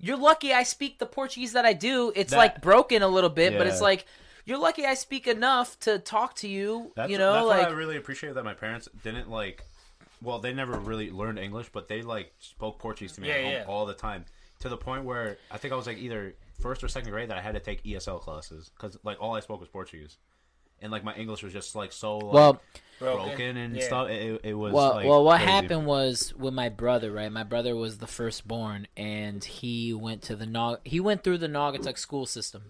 S2: you're lucky I speak the Portuguese that I do. It's
S1: That-
S2: like broken a little bit, but it's
S1: Yeah.
S2: like you're lucky I speak enough to talk to you.
S1: That's,
S2: you know,
S1: that's
S2: like
S1: why I really appreciate that my parents didn't like. Well, they never really learned English, but they like spoke Portuguese to me at
S3: Yeah,
S1: home
S3: yeah.
S1: all the time. To the point where I think I was like either first or second grade that I had to take ESL classes because like all I spoke was Portuguese, and like my English was just like so like,
S2: Well-
S1: broken, and
S3: Yeah.
S1: stuff. It, it- it was
S2: well,
S1: like,
S2: well, what
S1: crazy.
S2: happened was with my brother, right? My brother was the firstborn, and he went to the Nog- he went through the Naugatuck school system.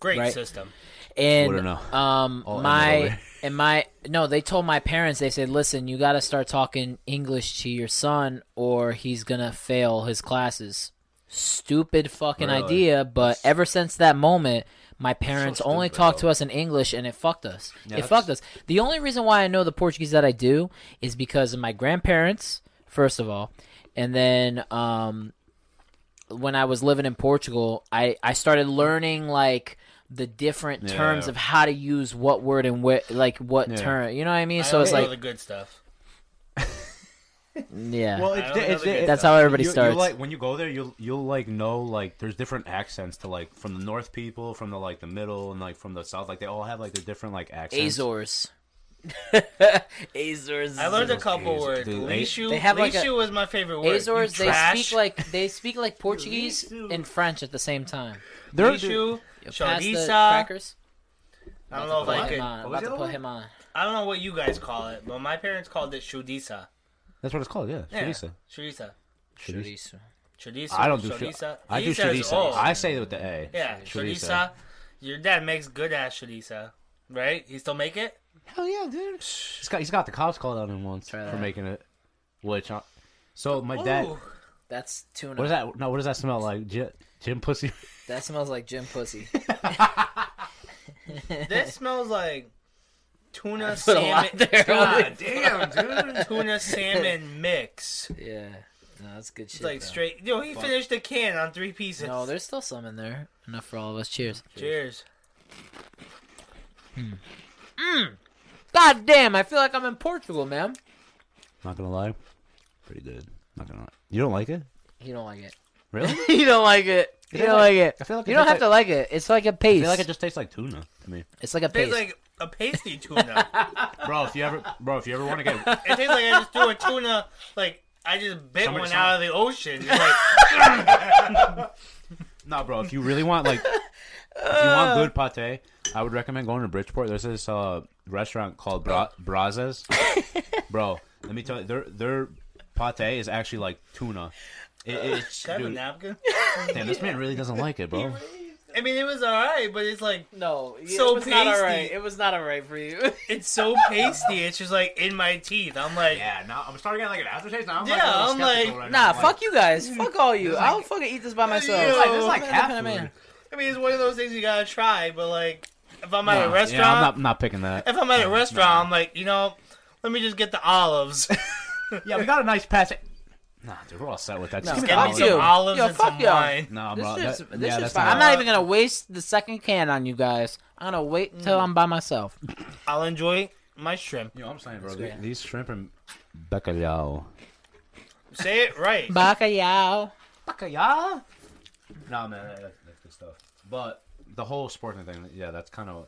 S3: Great
S2: Right.
S3: system.
S2: and
S1: Wouldn't know.
S2: um
S1: All end of
S2: my
S1: it.
S2: and my no they told my parents they said listen you got to start talking english to your son or he's gonna fail his classes stupid fucking
S1: Really?
S2: idea but ever since that moment my parents only
S1: stupid,
S2: talked
S1: though.
S2: to us in english and it fucked us it
S1: that's-
S2: fucked us the only reason why i know the portuguese that i do is because of my grandparents first of all and then um when I was living in Portugal, I, I started learning like the different
S1: Yeah.
S2: terms of how to use what word and what like what
S1: Yeah.
S2: term. You know what I mean?
S3: I
S2: so it's
S3: only know
S2: like
S3: the good stuff.
S2: Yeah.
S1: Well,
S3: I
S1: it's,
S3: don't know
S1: it's,
S3: the
S1: it's-
S2: That's how everybody
S1: you- you'll
S2: starts.
S1: like when you go there, you'll you'll like know like there's different accents to like from the north people, from the like the middle, and like from the south. Like they all have like their different like accents.
S2: Azores. Azores.
S3: I learned a couple
S1: Azores.
S3: words.
S1: Dude, they-
S3: Lishu,
S2: They have like a-
S3: Lishu was my favorite word.
S2: Azores.
S3: You
S2: They
S3: trash.
S2: speak like they speak like Portuguese and French at the same time.
S1: They're-
S3: Lishu,
S2: Yo, pass the
S3: Choriza.
S2: crackers.
S3: I don't know if I
S2: Put
S3: could.
S2: him
S1: What
S2: on.
S1: was the
S2: About to
S1: other
S2: put
S1: one?
S2: him on.
S3: I don't know what you guys call it, but my parents called it Shudisa.
S1: That's what it's called. Yeah,
S3: Yeah.
S1: chorizo.
S3: Shudisa.
S1: Chorizo.
S2: Chorizo.
S3: Chorizo.
S1: I don't do
S3: Chorizo.
S1: chorizo. I do
S3: Chorizo is
S1: chorizo.
S3: old.
S1: I say it with the A.
S3: Yeah, chorizo. Your dad makes good ass chorizo, right? He still make it?
S1: Hell yeah, dude. He's got he's got the cops called on him once
S2: Try
S1: for
S2: that.
S1: making it. Which, I, so my dad.
S3: Ooh.
S2: That's tuna.
S1: What does that? No, what does that smell like? Jim, Jim pussy.
S2: That smells like gym pussy.
S3: This smells like tuna
S2: put a lot
S3: salmon.
S2: there.
S3: God damn, dude. Tuna salmon mix.
S2: yeah. No, that's good shit.
S3: It's like
S2: though.
S3: straight. Yo, he finished the can on three pieces.
S2: No, there's still some in there. Enough for all of us. Cheers.
S3: Cheers.
S2: God damn, I feel like I'm in Portugal, man.
S1: Not gonna lie, pretty good. Not gonna lie. You don't like it?
S2: You don't like it.
S1: Really?
S2: you don't like it. You don't like it.
S1: I feel like it
S2: you don't
S1: tastes
S2: have to like it. It's like a paste.
S1: I feel like it just tastes like tuna to me,
S2: it's like a
S3: It tastes
S2: paste.
S3: like a pasty tuna.
S1: bro. If you ever, bro, if you ever want to get
S3: it tastes like I just threw a tuna. Like I just bit
S1: Somebody
S3: one
S1: saw
S3: out of the ocean. It's like,
S1: No, bro. If you really want like, if you want good pate, I would recommend going to Bridgeport. There's this uh, restaurant called Bra- Brazas. bro, let me tell you, their their pate is actually like tuna. It, it's
S3: Can I have a
S1: dude,
S3: napkin?
S1: damn, this man really doesn't like it, bro.
S3: I mean, it was alright, but it's like
S2: no,
S3: So it was not pasty. alright. It
S2: was not alright for you.
S3: it's so pasty. It's just like in my teeth. I'm like,
S1: Yeah, now I'm starting to get like an aftertaste. Now I'm
S3: like, a Yeah, little I'm skeptical like- right
S2: nah, fuck you guys. Fuck all you. I'll fucking eat this by myself.
S3: This is like- this is
S1: like cat
S2: Depending on
S1: food.
S3: I mean, it's one of those things you gotta try. But like, if I'm at a restaurant,
S1: Yeah, I'm not not picking that.
S3: if I'm at a restaurant, I'm like, you know, let me just get the olives.
S1: yeah, we got a nice pate. Nah, dude, we're all set with that. Just
S2: No,
S1: give me the
S3: Get
S2: Fuck
S3: me
S1: olive.
S3: some
S2: you.
S3: olives
S2: Yo,
S3: and
S2: fuck
S3: some
S2: y'all.
S3: wine.
S1: Nah,
S2: This
S1: bro.
S2: shit's,
S1: that-
S2: this
S1: yeah,
S2: is
S1: that's
S2: fine.
S1: not-
S2: I'm not even gonna waste the second can on you guys. I'm gonna wait till I'm by myself.
S3: I'll enjoy my shrimp.
S1: You know what I'm saying, bro?
S2: great.
S1: These shrimp and bacalhau.
S3: Say it right.
S2: Bacalhau.
S1: Bacalhau? Nah, man, that, that- that's good stuff. But the whole Sporting thing, yeah, that's kind of.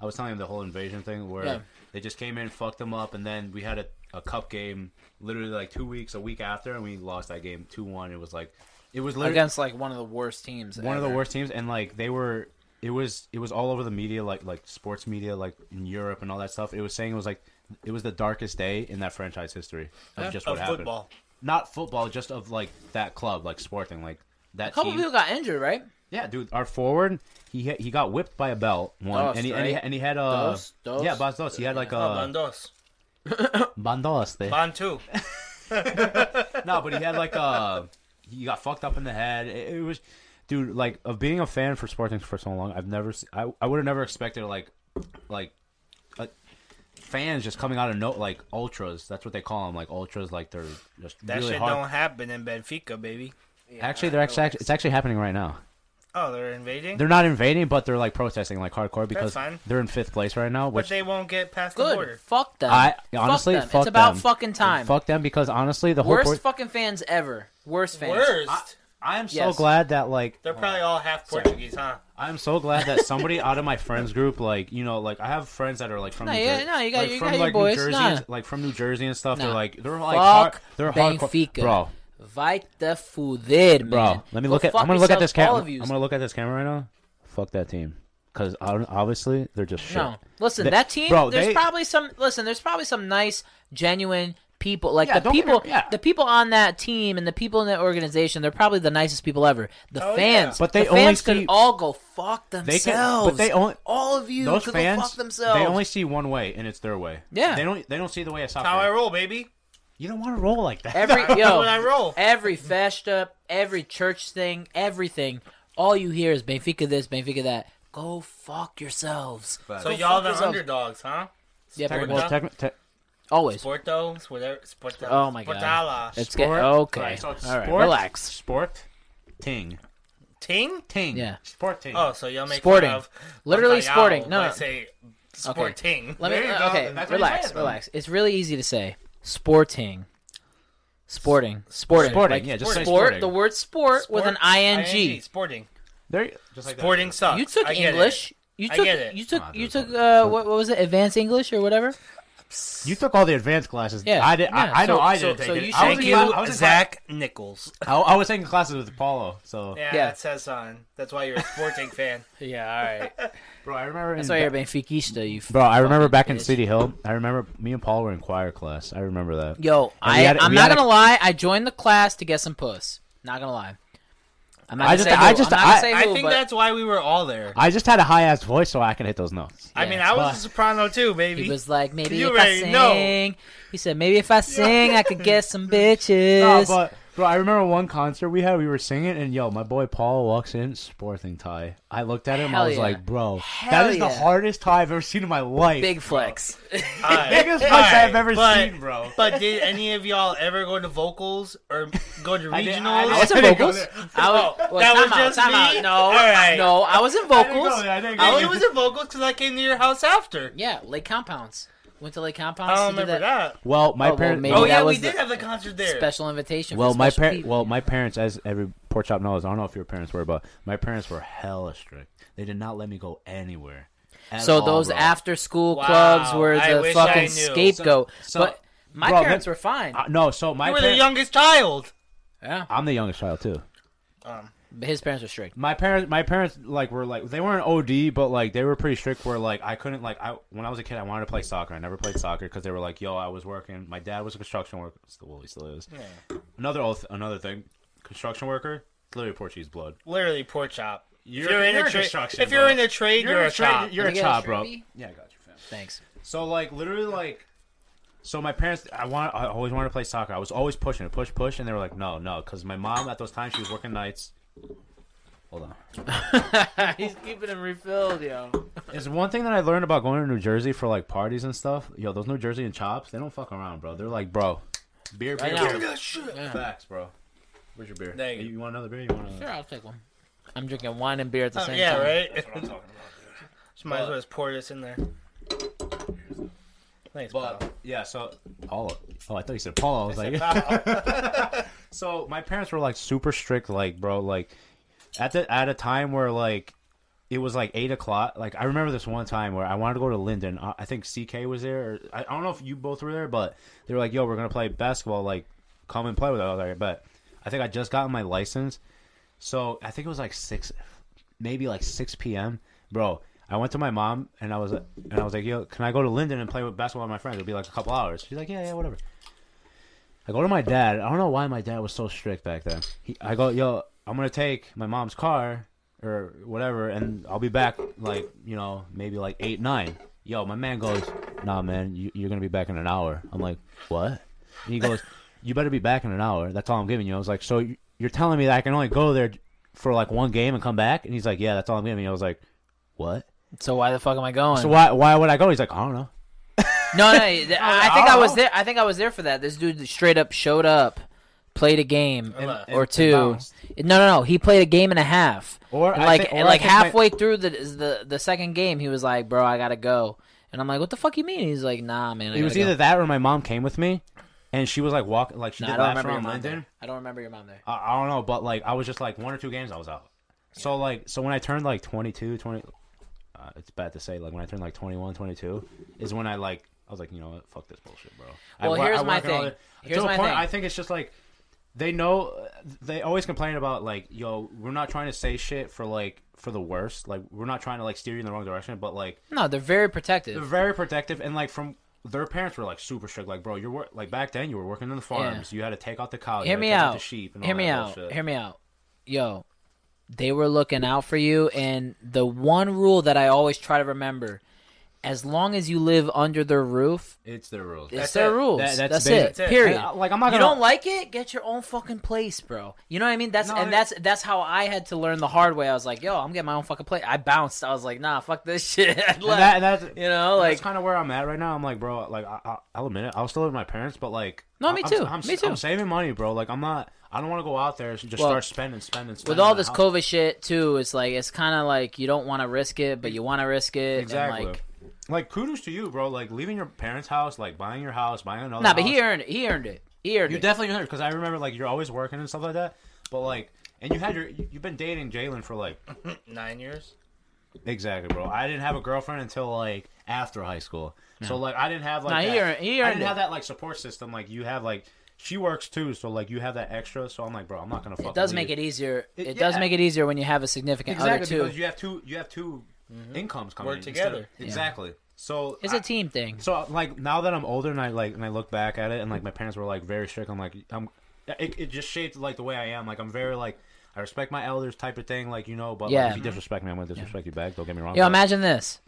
S1: I was telling him the whole invasion thing where
S2: Yeah.
S1: they just came in, fucked them up, and then we had a, a cup game literally like two weeks, a week after, and we lost that game 2 1. It was like. It was literally
S2: Against like one of the worst teams.
S1: one of the
S2: ever.
S1: worst teams and like they were it was it was all over the media like like sports media like in europe and all that stuff it was saying it was like it was the darkest day in that franchise history of just what
S3: of
S1: happened
S3: football.
S1: not football just of like that club like sporting like that
S2: A couple
S1: team
S2: people got injured, right?
S1: yeah dude our forward he ha- he got whipped by a belt one
S2: Dos,
S1: and, he, and he
S2: right?
S1: and he had uh
S2: Dos, dos.
S1: yeah Bas Dos. he had like a
S3: Oh, bandos.
S1: bandos they-
S3: Bantu.
S1: No, but he had like a he got fucked up in the head. It, it was, dude, like of being a fan for Sporting for so long, I've never se- I I would have never expected like like a, fans just coming out of no like ultras. That's what they call them, like ultras. Like they're just
S3: That
S1: really
S3: shit
S1: hard.
S3: don't happen in Benfica, baby.
S1: actually, they're actually it's actually happening right now.
S3: Oh, they're invading?
S1: They're not invading, but they're like protesting like hardcore because
S3: fine.
S1: they're in fifth place right now,
S3: but
S1: which.
S3: they won't get past the
S2: Good.
S3: border.
S2: Fuck them.
S1: I honestly
S2: fuck them.
S1: fuck
S2: it's about
S1: them.
S2: fucking time.
S1: Fuck them because honestly the whole
S2: worst
S1: port-
S2: fucking fans ever. Worst fans.
S3: Worst.
S1: I am so
S2: Yes.
S1: glad that like
S3: They're probably all half Portuguese, huh?
S1: I'm so glad that somebody out of my friends group, like you know, like I have friends that are like from
S2: No,
S1: New
S2: yeah,
S1: Jer-
S2: no, you got-
S1: like,
S2: you
S1: from
S2: got your
S1: like
S2: boys,
S1: New Jersey,
S2: nah.
S1: and- like from New Jersey and stuff. They're
S2: Nah.
S1: like they're like
S2: Fuck
S1: hard, they're
S2: Benfica.
S1: hardcore, bro,
S2: Vai te fuder, man.
S1: bro. Let me
S2: Go
S1: look at.
S2: fuck
S1: I'm gonna look at
S2: yourselves,
S1: this camera.
S2: all of
S1: I'm
S2: yous.
S1: gonna look at this camera right now. Fuck that team, because obviously they're just shit.
S2: No, listen,
S1: They-
S2: that team.
S1: bro,
S2: there's
S1: they-
S2: probably some. Listen, there's probably some nice, genuine people. Like
S1: Yeah,
S2: the
S1: don't get me-
S2: people,
S1: yeah.
S2: the people on that team and the people in that organization. They're probably the nicest people ever. The
S3: Oh,
S2: fans,
S3: yeah.
S1: But they
S2: the fans
S1: only see-
S2: could all go fuck
S1: They
S2: themselves.
S1: can, but they only
S2: all of you
S1: those
S2: could
S1: fans.
S2: go fuck themselves.
S1: They only see one way, and it's their way.
S2: Yeah.
S1: they don't. They don't see the way of
S3: How I
S1: soccer.
S3: roll, baby.
S1: You don't want to roll like that.
S2: every
S3: I roll
S2: yo,
S3: when I roll.
S2: every festa, every church thing, everything. All you hear is Benfica this, Benfica that. Go fuck yourselves.
S1: Facts.
S3: So
S2: Go
S3: y'all
S2: fuck
S3: the
S2: yourselves.
S3: underdogs, huh?
S2: Yeah, pretty
S1: Well,
S2: much.
S1: techni- te-
S2: always.
S3: Porto, whatever. Sporto,
S2: Oh my God.
S3: Sportala.
S2: It's get,
S1: Sport.
S2: okay.
S1: Alright, so it's
S2: all right,
S1: sport,
S2: relax.
S1: Sport, ting,
S3: Ting?
S1: ting.
S2: Yeah.
S1: sport ting.
S3: Oh, so y'all make
S2: Sporting.
S3: fun of
S2: Literally
S3: Bacalhau
S2: sporting.
S3: if
S2: No,
S3: I
S2: no.
S3: say sporting.
S2: Let
S1: There
S2: me
S1: you
S2: uh,
S1: go.
S2: okay.
S1: That's what you
S2: relax,
S1: said.
S2: relax. It's really easy to say. Sporting. Sporting. Sporting.
S1: Sporting,
S2: Like,
S1: yeah, just say
S2: sport,
S1: sporting.
S2: the word sport, with an ing.
S3: Sporting.
S1: There, you- just like
S3: Sporting sucks.
S2: You took
S3: I get it.
S2: English. You
S3: I
S2: took
S3: get it.
S2: you took
S1: Nah, dude,
S2: you took
S1: fuck
S2: uh what, what was it? Advanced English or whatever?
S1: that. You took all the advanced classes.
S2: Yeah,
S1: I did.
S2: yeah.
S1: I, I know.
S2: So-
S1: I
S2: so-
S1: didn't take
S2: so
S1: it.
S2: you
S1: I was
S3: Thank
S1: in
S3: you,
S1: cla- I was in cla-
S3: Zach Nichols.
S1: I, I was taking classes with Paulo. So,
S3: Yeah,
S2: Yeah.
S3: that says on. That's why you're a sporting fan.
S2: Yeah, all right.
S1: bro, I remember.
S2: That's why you're Benfiquista, you
S1: Bro, I remember back in
S2: bitch.
S1: City Hill. I remember me and Paul were in choir class. I remember that.
S2: Yo,
S1: And we
S2: I,
S1: had-
S2: I'm
S1: we
S2: not
S1: had a-
S2: gonna lie. I joined the class to get some puss. Not gonna lie. I'm not
S1: I
S2: gonna
S1: just-
S2: say
S1: I
S2: who.
S1: just-
S2: I'm not gonna
S1: I-
S2: say
S3: I
S2: who,
S3: think
S2: but
S3: that's why we were all there.
S1: I just had a high ass voice, so I can hit those notes.
S3: I
S2: Yeah.
S3: mean, I was
S1: But-
S3: a soprano too,
S2: he
S3: baby.
S2: was like, maybe
S3: You
S2: if I
S3: already know.
S2: sing, he said, maybe if I sing, I could get some bitches.
S1: No, but bro, I remember one concert we had. We were singing, and yo, my boy Paul walks in, sporting tie. I looked at him,
S2: Hell
S1: I was
S2: yeah.
S1: like, bro,
S2: Hell
S1: that is the
S2: yeah.
S1: hardest tie I've ever seen in my life.
S2: Big flex.
S3: Alright.
S1: Biggest punch
S3: Alright,
S1: I've ever
S3: but-
S1: seen, bro.
S3: But did any of y'all ever go to vocals or go to regionals?
S1: I didn't- I didn't-
S2: was in
S1: didn't go
S2: vocals.
S1: there.
S2: I was,
S3: Oh,
S2: well,
S3: that
S2: time
S3: was
S2: out,
S3: just
S2: time
S3: me?
S2: out. No,
S3: All right.
S2: no, I was in
S1: I didn't go
S2: vocals. Oh,
S1: there, I didn't go
S3: I
S1: there.
S3: only was in vocals because I came to your house after.
S2: yeah, Lake Compounds. Went to Lake
S3: I
S2: Compounds.
S3: don't
S2: to do
S3: remember that.
S1: Well, my
S2: Oh, well,
S1: parents.
S2: maybe
S3: Oh
S2: that
S3: yeah, we
S2: was
S3: did
S2: the
S3: have the concert there.
S2: special invitation.
S1: Well,
S2: for
S1: my
S2: special
S1: parents.
S2: people.
S1: Well, my parents, as every pork chop knows, I don't know if your parents were, but my parents were hella strict. They did not let me go anywhere. at
S2: So
S1: all,
S2: those
S1: bro.
S2: after school
S3: Wow,
S2: clubs were
S3: I
S2: the
S3: wish I
S2: fucking
S3: knew.
S2: scapegoat.
S1: So- so-
S2: but my
S1: Bro,
S2: parents
S1: that-
S2: were fine.
S1: Uh, no, so my
S3: you were
S1: par-
S3: the youngest child.
S2: yeah,
S1: I'm the youngest child too.
S3: Um,
S2: but his parents were strict.
S1: My parents, my parents, like were like they weren't OD, but like they were pretty strict. Where like I couldn't like I when I was a kid, I wanted to play soccer. I never played soccer because they were like, "Yo, I was working. My dad was a construction worker. Still, well, he still is. Another oath, another thing, construction worker. It's literally Portuguese blood.
S3: literally, poor chop.
S1: You're-
S3: if you're in
S1: you're
S3: a
S1: in
S3: trade,
S1: construction,
S3: if you're
S1: bro.
S3: in a trade, you're, a
S1: tra-
S3: chop.
S1: You're a
S2: Can I get a
S1: chop, bro.
S2: Shrimpy?
S1: Yeah, I got you, fam.
S2: Thanks.
S1: So like literally like so my parents I want I always wanted to play soccer. I was always pushing it, push, push, and they were like, no, no, because my mom at those times she was working nights. Hold on.
S2: He's keeping him refilled, yo.
S1: It's one thing that I learned about going to New Jersey for like parties and stuff. Yo, those New Jersey and chops, they don't fuck around, bro. They're like, bro, beer, beer,
S2: Right
S1: beer.
S2: now.
S1: Facts, bro. Where's your beer?
S3: There you
S1: Hey,
S3: go.
S1: you want another beer? You want another?
S2: Sure, I'll take one. I'm drinking wine and beer at the
S3: Oh,
S2: same
S3: yeah,
S2: time.
S3: right.
S1: That's what I'm talking about.
S3: Just might as well just pour this in there. Thanks,
S1: But
S3: pal.
S1: yeah, so Paula. Oh, I thought you said Paula. I was like, so my parents were like super strict, like bro, like at the at a time where like it was like eight o'clock. Like I remember this one time where I wanted to go to Linden. Uh, I, I think CK was there. Or, I, I don't know if you both were there, but they were like, "Yo, we're gonna play basketball. Like, come and play with us." I was like, "I bet." I think I just got my license, so I think it was like six, maybe like six p.m. Bro, I went to my mom and I was and I was like, "Yo, can I go to Linden and play with basketball with my friends? It'll be like a couple hours." She's like, "Yeah, yeah, whatever." I go to my dad. I don't know why my dad was so strict back then. He, I go, yo, I'm gonna take my mom's car or whatever, and I'll be back like you know maybe like eight nine. Yo, my man goes, nah, man, you, you're gonna be back in an hour. I'm like, what? And he goes, you better be back in an hour. That's all I'm giving you. I was like, so you- you're telling me that I can only go there for like one game and come back? And he's like, yeah, that's all I'm giving you. I was like, what?
S2: So why the fuck am I going?
S1: So why why would I go? He's like, I don't know.
S2: No, no. th- I think I was
S1: oh.
S2: there. I think I was there for that. This dude straight up showed up, played a game
S3: And-
S2: or
S1: and
S2: two.
S1: bounced.
S2: No, no, no. He played a game and a half.
S1: Or
S2: And
S1: I
S2: like,
S1: thi- or
S2: and
S1: I
S2: like
S1: think my-
S2: halfway through the, the the second game, he was like, "Bro, I gotta go." And I'm like, "What the fuck you mean?" He's like, "Nah, man." I
S1: It was
S2: gotta go."
S1: either that or my mom came with me, and she was like walking, like she
S2: Nah, I
S1: did
S2: don't
S1: laps
S2: remember your
S1: around
S2: mom
S1: London.
S2: there. I don't remember your mom there.
S1: I, I don't know, but like I was just like one or two games I was out. So like so when I turned like 22, 20 uh, it's bad to say like when I turned like 21, 22 is when I like I was like, you know what, fuck this bullshit, bro. I
S2: Well,
S1: wa-
S2: here's
S1: I
S2: my
S1: work and all
S2: thing.
S1: that-
S2: Here's
S1: to a
S2: my
S1: point,
S2: thing.
S1: I think it's just like they know they always complain about like, yo, we're not trying to say shit for like for the worst. Like we're not trying to like steer you in the wrong direction, but like
S2: No, they're very
S1: they're
S2: protective.
S1: very protective and like from their parents were like super strict. Like, bro, you're wor- like back then you were working in the farms. You had to take out the cow. you had to
S2: Hear me
S1: take
S2: out.
S1: The sheep. And all
S2: Hear me
S1: that
S2: out.
S1: bullshit.
S2: Hear me out. Yo, they were looking out for you, and the one rule that I always try to remember: as long as you live under their roof,
S1: It's their rules.
S2: It's
S3: That's
S2: their
S3: it.
S2: rules.
S1: That-
S2: that's,
S1: that's
S2: it.
S1: basic.
S3: That's it.
S2: Period.
S1: And, uh, like, I'm not
S2: You
S1: gonna-
S2: don't like it? Get your own fucking place, bro. You know what I mean? That's
S1: No,
S2: and
S1: it-
S2: that's that's how I had to learn the hard way. I was like, yo, I'm getting my own fucking place. I bounced. I was like, nah, fuck this shit. I left.
S1: And that, and that's,
S2: you know, like
S1: that's kind of where I'm at right now. I'm like, bro, like I, I, I'll admit it, I was still with my parents, but like,
S2: No, me
S1: I'm-
S2: too.
S1: I'm,
S2: Me too.
S1: I'm saving money, bro. Like, I'm not. I don't want to go out there and just
S2: Well,
S1: start spending, spending, spending.
S2: with all
S1: on
S2: this
S1: the house.
S2: COVID shit too, it's like it's kind of like you don't want to risk it, but you want to risk it. and,
S1: exactly.
S2: like,
S1: Like, kudos to you, bro. Like leaving your parents' house, like buying your house, buying another.
S2: nah, but
S1: house.
S2: he earned it. He earned it. He earned
S1: Uh-huh. You
S2: it.
S1: definitely heard because I remember like you're always working and stuff like that. But like, and you had your you- you've been dating Jalen for like
S3: Nine years.
S1: exactly, bro. I didn't have a girlfriend until like after high school. So like I didn't have like
S2: Nah,
S1: that,
S2: he earned- he
S1: I
S2: earned
S1: didn't
S2: it.
S1: have that like support system like you have like she works too. So like you have that extra. So I'm like, bro, I'm not gonna.
S2: it does make it easier. It,
S1: It-
S2: does
S1: yeah.
S2: make it easier when you have a significant
S1: exactly
S2: other
S1: because
S2: too.
S1: you have two you have 2 incomes coming
S3: Work
S1: in instead of-
S3: together.
S2: Yeah.
S1: exactly. So
S2: It's
S1: I-
S2: a team thing.
S1: So like now that I'm older and I like and I look back at it and like my parents were like very strict. I'm like I'm it, it just shaped like the way I am. Like I'm very like I respect my elders type of thing. Like you know, but
S2: Yeah.
S1: like, if you disrespect me, I'm gonna disrespect you back. Don't get me wrong.
S2: Yo,
S1: but-
S2: imagine this.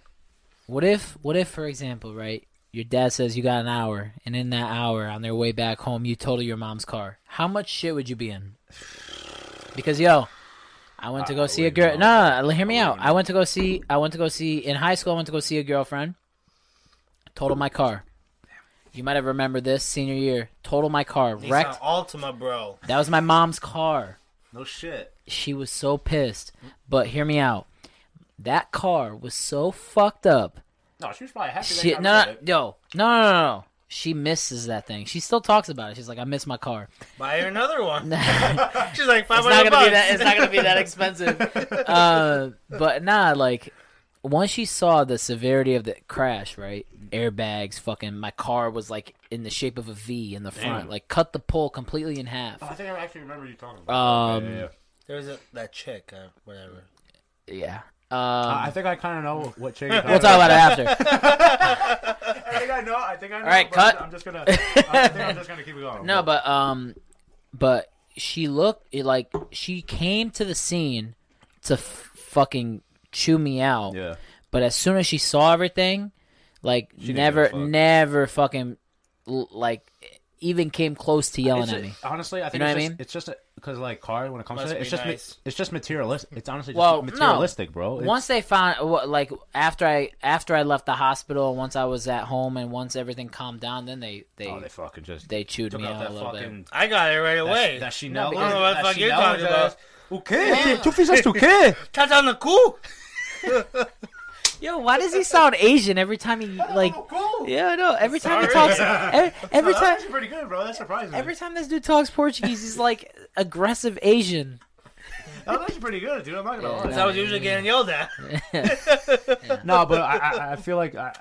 S2: What if, what if, for example, right? Your dad says you got an hour, and in that hour, on their way back home, you total your mom's car. How much shit would you be in? Because yo, I went to
S1: I-
S2: go
S1: I
S2: see a
S1: wouldn't
S2: girl.
S1: know.
S2: No, no, hear me out.
S1: wouldn't
S2: I went to go see. I went to go see in high school. I went to go see a girlfriend. Total my car. You might have remembered this senior year. Total my car. Wrecked.
S3: Nissan Altima, bro.
S2: That was my mom's car
S1: no shit.
S2: she was so pissed. But hear me out. That car was so fucked up.
S1: No, she was probably happy.
S2: She no,
S1: that
S2: no
S1: no,
S2: yo no no no no. She misses that thing. She still talks about it. She's like, I miss my car.
S3: Buy her another one. She's like five
S2: It's not
S3: hundred
S2: gonna
S3: bucks.
S2: be that. It's not gonna be that expensive. uh, but nah, like once she saw the severity of the crash, right? Airbags, fucking. My car was like in the shape of a V in the front.
S1: Damn.
S2: Like cut the pole completely in half.
S1: I think I actually remember you talking
S2: about
S1: about.
S2: that. Um, Yeah, yeah, yeah.
S3: There was a, that chick, uh, whatever.
S2: Yeah.
S1: I
S2: Um,
S1: think I kind of know what chick. We'll
S2: we'll talk about it after.
S1: I think I know. I think I know.
S2: right,
S1: but
S2: cut.
S1: I'm just gonna. I think I'm just gonna keep it going.
S2: No, but um, but she looked it like she came to the scene to f- fucking chew me out.
S1: yeah.
S2: But as soon as she saw everything, like
S1: didn't
S2: never,
S1: give a fuck.
S2: never fucking l- like even came close to yelling
S1: It's
S2: at
S1: ju-
S2: me.
S1: Honestly, I think
S2: know
S1: it's,
S2: what I
S1: just,
S2: mean?
S1: it's just because like car when it comes
S3: Must
S1: to it,
S3: be
S1: it's just
S3: nice.
S1: ma- it's just materialistic. It's honestly just
S2: Well, no.
S1: materialistic, bro. Oh, It's-
S2: once they found wh- like after I after I left the hospital, once I was at home, and once everything calmed down, then they they
S1: oh, they
S2: they,
S1: fucking just
S2: chewed
S1: took
S2: me
S1: out
S2: out
S1: that
S2: a little
S1: fucking
S2: bit.
S3: I got it right
S1: that,
S3: away.
S1: that Chanel.
S3: because- I don't know what the
S1: that
S3: fuck you're
S1: Chanel
S3: talking
S1: just- Okay,
S3: Yeah.
S1: tu fizeste tu quê?
S3: That's on the cool.
S2: Yo, why does he sound Asian every time he like?
S1: cool.
S2: Yeah, I know. Every time he
S3: Sorry.
S2: talks, every, every
S1: That's
S2: time
S1: actually pretty good, bro. That's surprising.
S2: Every time this dude talks Portuguese, he's like aggressive Asian.
S1: That's actually pretty good, dude. I'm not gonna
S2: Yeah,
S1: lie.
S3: Because I was usually getting yelled at.
S1: no, but I, I, I feel like I,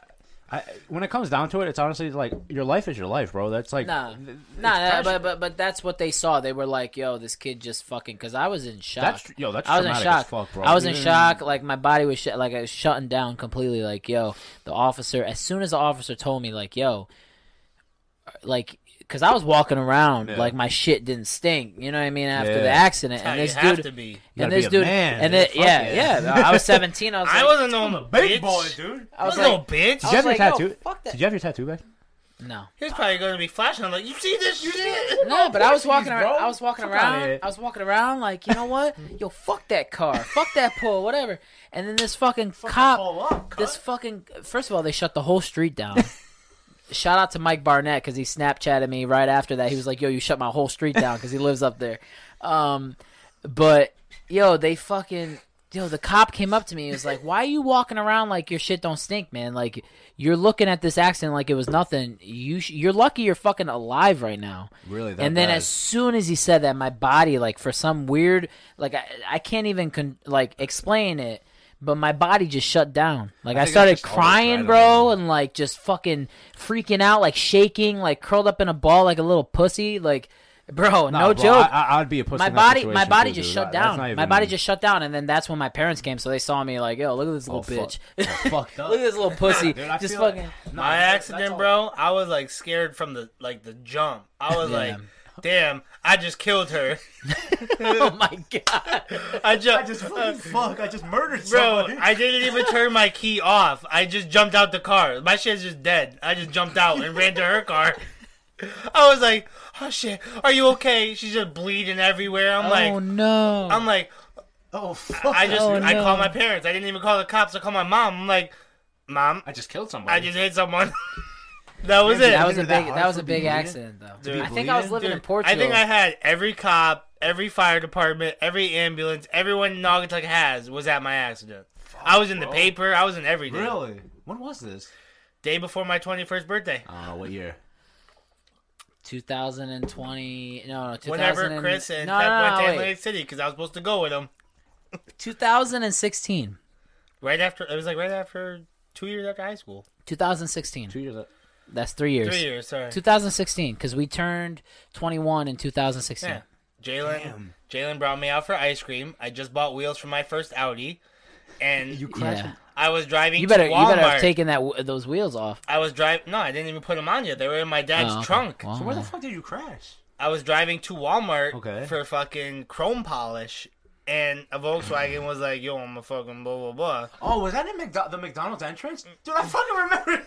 S1: I, when it comes down to it, it's honestly like your life is your life, bro. That's like
S2: Nah,
S1: th-
S2: nah,
S1: precious.
S2: but but but that's what they saw. They were like, "Yo, this kid just fucking." Because I was in shock.
S1: that's yo, that's
S2: I was in
S1: traumatic
S2: shock.
S1: as fuck, bro.
S2: I was in
S1: Mm.
S2: shock. Like my body was sh- like I was shutting down completely. Like yo, the officer. As soon as the officer told me, like yo, like because I was walking around,
S1: Yeah.
S2: like my shit didn't stink. You know what I mean? After the
S1: Yeah.
S2: accident,
S3: How
S2: and
S3: you
S2: this
S3: have
S2: dude,
S3: to be.
S1: You
S2: and
S1: gotta be
S2: this
S1: a
S2: dude,
S1: man,
S2: and
S1: dude.
S2: it,
S1: Fuck
S2: yeah,
S1: yeah.
S2: yeah, I was seventeen. I was like,
S3: I wasn't no
S1: Big
S3: bitch.
S1: boy, dude.
S2: I
S3: I
S2: was
S3: was,
S2: like,
S3: no bitch.
S2: I
S1: Did
S2: was
S1: you have your
S2: like, yo,
S1: tattoo?
S2: fuck that.
S1: Did you have your tattoo back?
S2: no.
S3: He's probably gonna be flashing. I'm like, you see this shit?
S2: No, but I was
S1: Portuguese,
S2: walking around.
S1: Oh, bro.
S2: I was walking
S1: Fuck outta
S2: around.
S1: here.
S2: I was walking around like, you know what? Yo, fuck that car. Fuck that pole. Whatever. And then this fucking cop. This fucking. First of all, they shut the whole street down. Shout out to Mike Barnett because he Snapchatted me right after that. He was like, "Yo, you shut my whole street down" because he lives up there. Um, but yo, they fucking. Yo, the cop came up to me. He was like, "Why are you walking around like your shit don't stink, man? Like you're looking at this accident like it was nothing. You sh- you're lucky you're fucking alive right now."
S1: Really?
S2: and then as soon as he said that my body like for some weird like i, I can't even con- like explain it but my body just shut down like i,
S1: think it's
S2: started
S1: just all
S2: crying
S1: adrenaline.
S2: bro and like just fucking freaking out like shaking like curled up in a ball like a little pussy like bro
S1: bro,
S2: no joke
S1: I, I, I'd be a pussy.
S2: my
S1: in that
S2: body, my
S1: situation
S2: body
S1: too,
S2: just
S1: dude.
S2: shut
S1: That- that's
S2: down.
S1: not even-
S2: my body just shut down, and then that's when my parents came, so they saw me like, "Yo, look at this little
S1: Oh, fuck.
S2: bitch,
S1: fucked up.
S2: look at this little pussy,
S1: Dude, I
S2: just
S1: feel like-
S2: fucking."
S1: Nah,
S3: My
S1: that's-
S3: accident,
S1: that's
S3: bro. I was like scared from the like the jump. I was
S2: Yeah.
S3: like, damn, I just killed her.
S2: oh my god!
S3: I
S1: all-
S3: just,
S1: fucking fuck. I just murdered
S3: bro. I didn't even turn my key off. I just jumped out the car. My shit's just dead. I just jumped out and ran to her car. I was like, oh shit, are you okay? She's just bleeding everywhere. I'm
S2: oh
S3: like,
S2: no!
S3: I'm like,
S1: oh fuck.
S3: I just,
S2: Oh,
S3: I
S2: no.
S3: called my parents. I didn't even call the cops. I called my mom. I'm like, mom,
S1: I just killed somebody.
S3: I just hit someone. that was
S1: Yeah,
S3: it.
S1: dude,
S2: that was a
S1: Isn't
S2: big
S1: it that
S2: that,
S1: hard
S2: was
S1: for
S2: a big
S1: people to eat it?
S2: accident though.
S1: be
S2: I think I was
S1: bleeding?
S2: living in
S3: Dude,
S2: Portugal.
S3: I think I had every cop, every fire department, every ambulance, everyone Naugatuck has was at my accident. I was in the
S1: bro.
S3: paper. I was in everything.
S1: really. When was this?
S3: Day before my 21st birthday.
S1: I don't know what year.
S2: 2020. No, no. 2000
S3: Whenever Chris and
S2: no,
S3: Pep
S2: no, no,
S3: went to
S2: wait.
S3: Atlantic City because I was supposed to go with him.
S2: 2016.
S3: Right after it was like right after two years after high school,
S2: 2016.
S1: Two years.
S2: That's three years.
S3: three years. Sorry.
S2: 2016, because we turned 21 in 2016.
S3: Yeah. Jalen Jalen brought me out for ice cream. I just bought wheels for my first Audi, and
S1: You crashed.
S2: Yeah.
S3: I was driving.
S2: You better
S3: to
S2: you
S3: Walmart.
S2: better have taken that w- those wheels off.
S3: I was driving. No, I didn't even put them on yet. They were in my dad's
S2: Oh, okay.
S3: trunk.
S2: Well,
S1: So where the
S2: yeah.
S1: fuck did you crash?
S3: I was driving to Walmart
S1: Okay.
S3: for fucking chrome polish, and a Volkswagen was like, "Yo, I'm a fucking blah blah blah."
S1: Oh, was that in McDo- the McDonald's entrance? Dude,
S2: Mm.
S1: I fucking remember.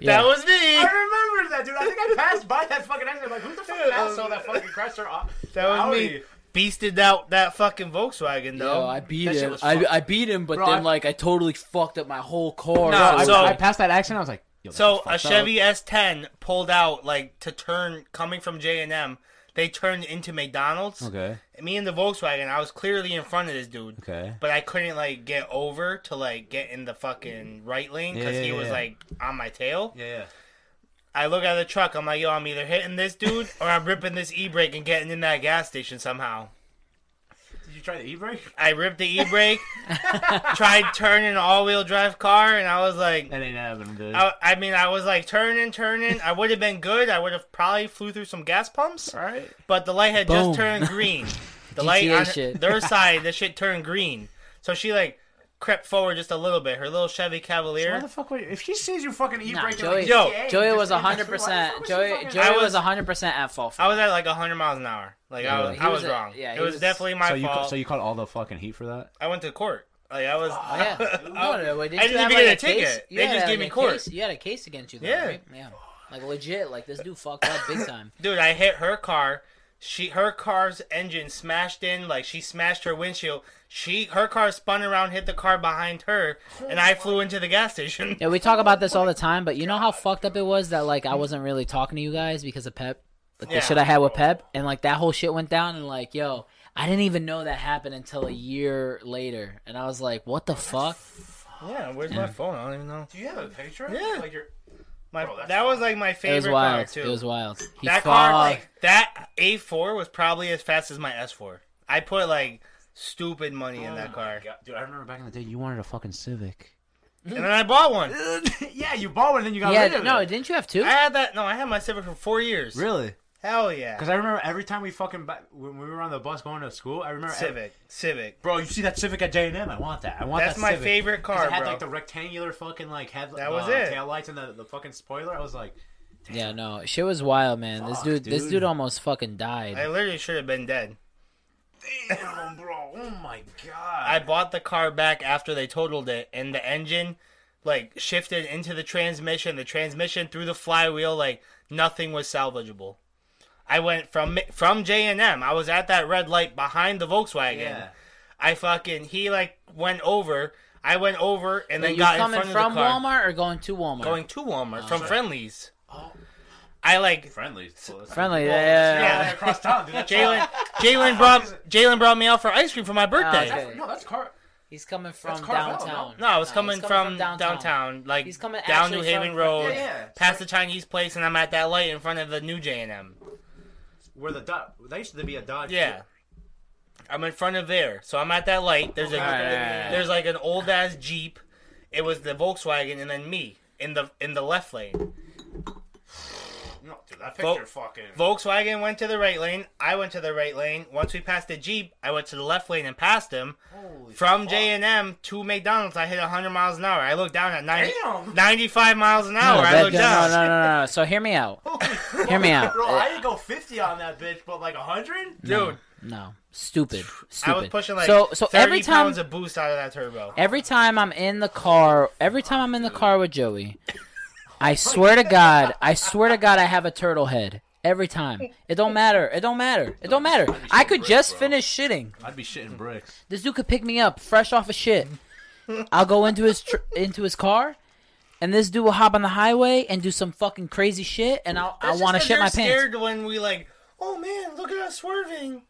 S2: Yeah.
S3: That was me.
S1: remember that, dude. I think I passed by that fucking entrance. Like, who the fuck asshole that fucking crashed her off?
S3: That was me. Beasted out that fucking Volkswagen though.
S2: Yo, I beat
S1: that shit
S2: him.
S1: was
S2: I,
S1: fucked.
S2: I beat him, but
S1: Bro,
S2: then
S1: I-
S2: like I totally fucked up my whole car.
S3: No,
S2: it was
S3: so-
S1: I
S2: like-
S1: passed that action. I was like, Yo, that
S3: So
S1: shit's
S3: a
S1: fucked
S3: Chevy S10 pulled out like to turn coming from J and M. They turned into McDonald's.
S1: up. Okay.
S3: Me and the Volkswagen. I was clearly in front of this dude,
S1: Okay.
S3: but I couldn't like get over to like get in the fucking right lane because
S1: Yeah, yeah,
S3: he was
S1: yeah.
S3: like on my tail.
S1: Yeah, yeah.
S3: I look at the truck. I'm like, yo, I'm either hitting this dude or I'm ripping this e brake and getting in that gas station somehow.
S1: Did you try the e-brake?
S3: I ripped the e brake, tried turning an all wheel drive car, and I was like,
S1: That ain't happening, dude.
S3: I, I mean, I was like turning, turning. I would have been good. I would have probably flew through some gas pumps,
S1: All right.
S3: but the light had
S2: Boom.
S3: just turned green. The light
S2: GTA
S3: on
S2: shit.
S3: their side, the shit turned green. So she like crept forward just a little bit. Her little Chevy
S1: Why
S3: Cavalier.
S1: the fuck would you? If she sees you fucking e-brake,
S2: Nah,
S1: and,
S2: Joey,
S1: like,
S3: Yo,
S1: yeah,
S2: Joey
S1: just
S2: was
S1: leave that shit,
S2: 100%.
S1: why the fuck was she
S2: Joey
S1: fucking-
S2: Joey
S3: I
S2: was
S3: was-
S2: 100% at fault. For
S3: I
S2: that.
S3: was at like 100 miles an hour. Like I
S1: Yeah.
S3: was,
S2: He
S3: I was,
S2: was a-
S3: wrong.
S2: yeah,
S3: it
S2: he
S3: was,
S2: was-
S3: definitely my
S1: So you,
S3: fault.
S1: caught, so you caught all the fucking heat for that?
S3: I went to court. Like I was.
S2: Oh, yeah.
S3: I-
S2: No, no, wait, didn't
S3: I
S2: you
S3: didn't
S2: have,
S3: even
S2: like,
S3: get a
S2: case?
S3: ticket.
S2: You
S3: They
S2: had,
S3: just
S2: like,
S3: gave me
S2: a
S3: court.
S2: case- You had a case against you, though,
S3: Yeah.
S2: right? Yeah. Like legit, like this dude fucked up big time.
S3: Dude, I hit her car. She her car's engine smashed in like she smashed her windshield. She her car spun around, hit the car behind her, and I flew into the gas station.
S2: Yeah, we talk about this all the time, but you know how fucked up it was that like I wasn't really talking to you guys because of Pep, like the
S3: Yeah.
S2: shit I had with Pep, and like that whole shit went down, and like yo, I didn't even know that happened until a year later, and I was like, what the fuck?
S3: Yeah, where's my phone? I don't even know.
S1: Do you have a picture?
S3: Yeah.
S1: Like your
S3: My
S1: Bro, that's
S3: that was like my
S2: It was
S3: favorite car
S2: wild.
S3: too.
S2: It was wild. He
S3: that car
S2: fucked.
S3: like that A four was probably as fast as my S four. I put like stupid money in that car,
S1: Oh Dude, I remember back in the day, you wanted a fucking Civic.
S3: and then I bought one.
S1: yeah, you bought one, and then you got
S2: yeah,
S1: rid of
S2: no,
S1: it.
S2: didn't you have two?
S3: I had that. No, I had my Civic for four years.
S1: Really?
S3: Hell yeah.
S1: Because I remember every time we fucking ba- when we were on the bus going to school, I remember
S3: Civic, Civic.
S1: Bro, you see that Civic at J and M? I want that. I want
S3: That's
S1: that
S3: my
S1: Civic.
S3: favorite
S1: 'Cause
S3: car,
S1: It had
S3: bro.
S1: like the rectangular fucking like head.
S3: That
S1: the
S3: was it.
S1: Tail lights and the, the fucking spoiler. I was like,
S2: Yeah, no, shit was wild, man. this
S1: Fuck,
S2: dude, this
S1: dude.
S2: dude almost fucking died.
S3: I literally should have been dead.
S1: damn, bro. Oh my
S3: I
S1: god.
S3: bought the car back after they totaled it, and the engine like shifted into the transmission. The transmission through the flywheel, like nothing was salvageable. I went from from J and M. I was at that red light behind the Volkswagen.
S1: yeah.
S3: I fucking he like went over. I went over and
S2: Wait,
S3: then
S2: you
S3: got in
S2: coming
S3: front of the
S2: from
S3: car.
S2: Walmart or going to Walmart?
S3: Going to Walmart from
S1: Sure.
S3: Friendlies.
S1: Oh.
S3: I like
S1: Friendly.
S2: friendly. yeah,
S1: Yeah,
S2: yeah,
S1: they're
S2: yeah.
S1: across town. Dude, that's
S3: Jalen. Jalen brought Jalen brought me out for ice cream for my birthday.
S2: Oh, okay.
S1: No, that's car.
S2: He's coming from
S1: Carvel, no?
S2: downtown.
S3: No, I was
S2: he's
S3: coming, from, downtown. like
S2: He's coming
S3: down
S2: actually
S3: New Haven
S2: from-
S3: Road,
S1: Yeah, yeah.
S3: past the Chinese place, and I'm at that light in front of the new J and M.
S1: Where the dot? They used to be a Dodge.
S3: Yeah, I'm in front of there, so I'm at that light. There's a
S2: Alright, alright, alright.
S3: there's like an old ass Jeep. It was the Volkswagen, and then me in the in the left lane.
S1: No, dude, that
S3: Vol-
S1: picture fucking.
S3: Volkswagen went to the right lane. I went to the right lane. Once we passed the Jeep, I went to the left lane and passed him.
S1: Holy
S3: From
S1: fuck.
S3: J and M to McDonald's, I hit 100 miles an hour. I looked down at 90,
S1: Damn.
S3: 95 miles an hour.
S2: No,
S3: I
S2: that-
S3: looked
S2: no,
S3: down.
S2: no, no, no, no. So hear me out. Hear me out.
S1: Bro, I didn't go 50 on that bitch, but like 100?
S3: Dude,
S2: No, stupid, stupid.
S3: I was pushing like
S2: so. So
S3: 30
S2: every time,
S3: pounds of boost out of that turbo.
S2: every time I'm in the car, every time I'm in the car with Joey, I swear to God, I swear to God, I have a turtle head. Every time, it don't matter. It don't matter. It don't matter. I could just finish shitting.
S1: I'd be shitting bricks.
S2: This dude could pick me up fresh off of shit. I'll go into his tr- into his car, and this dude will hop on the highway and do some fucking crazy shit, and I'll, I want to shit my pants.
S3: Scared when we like, oh man, look at us swerving.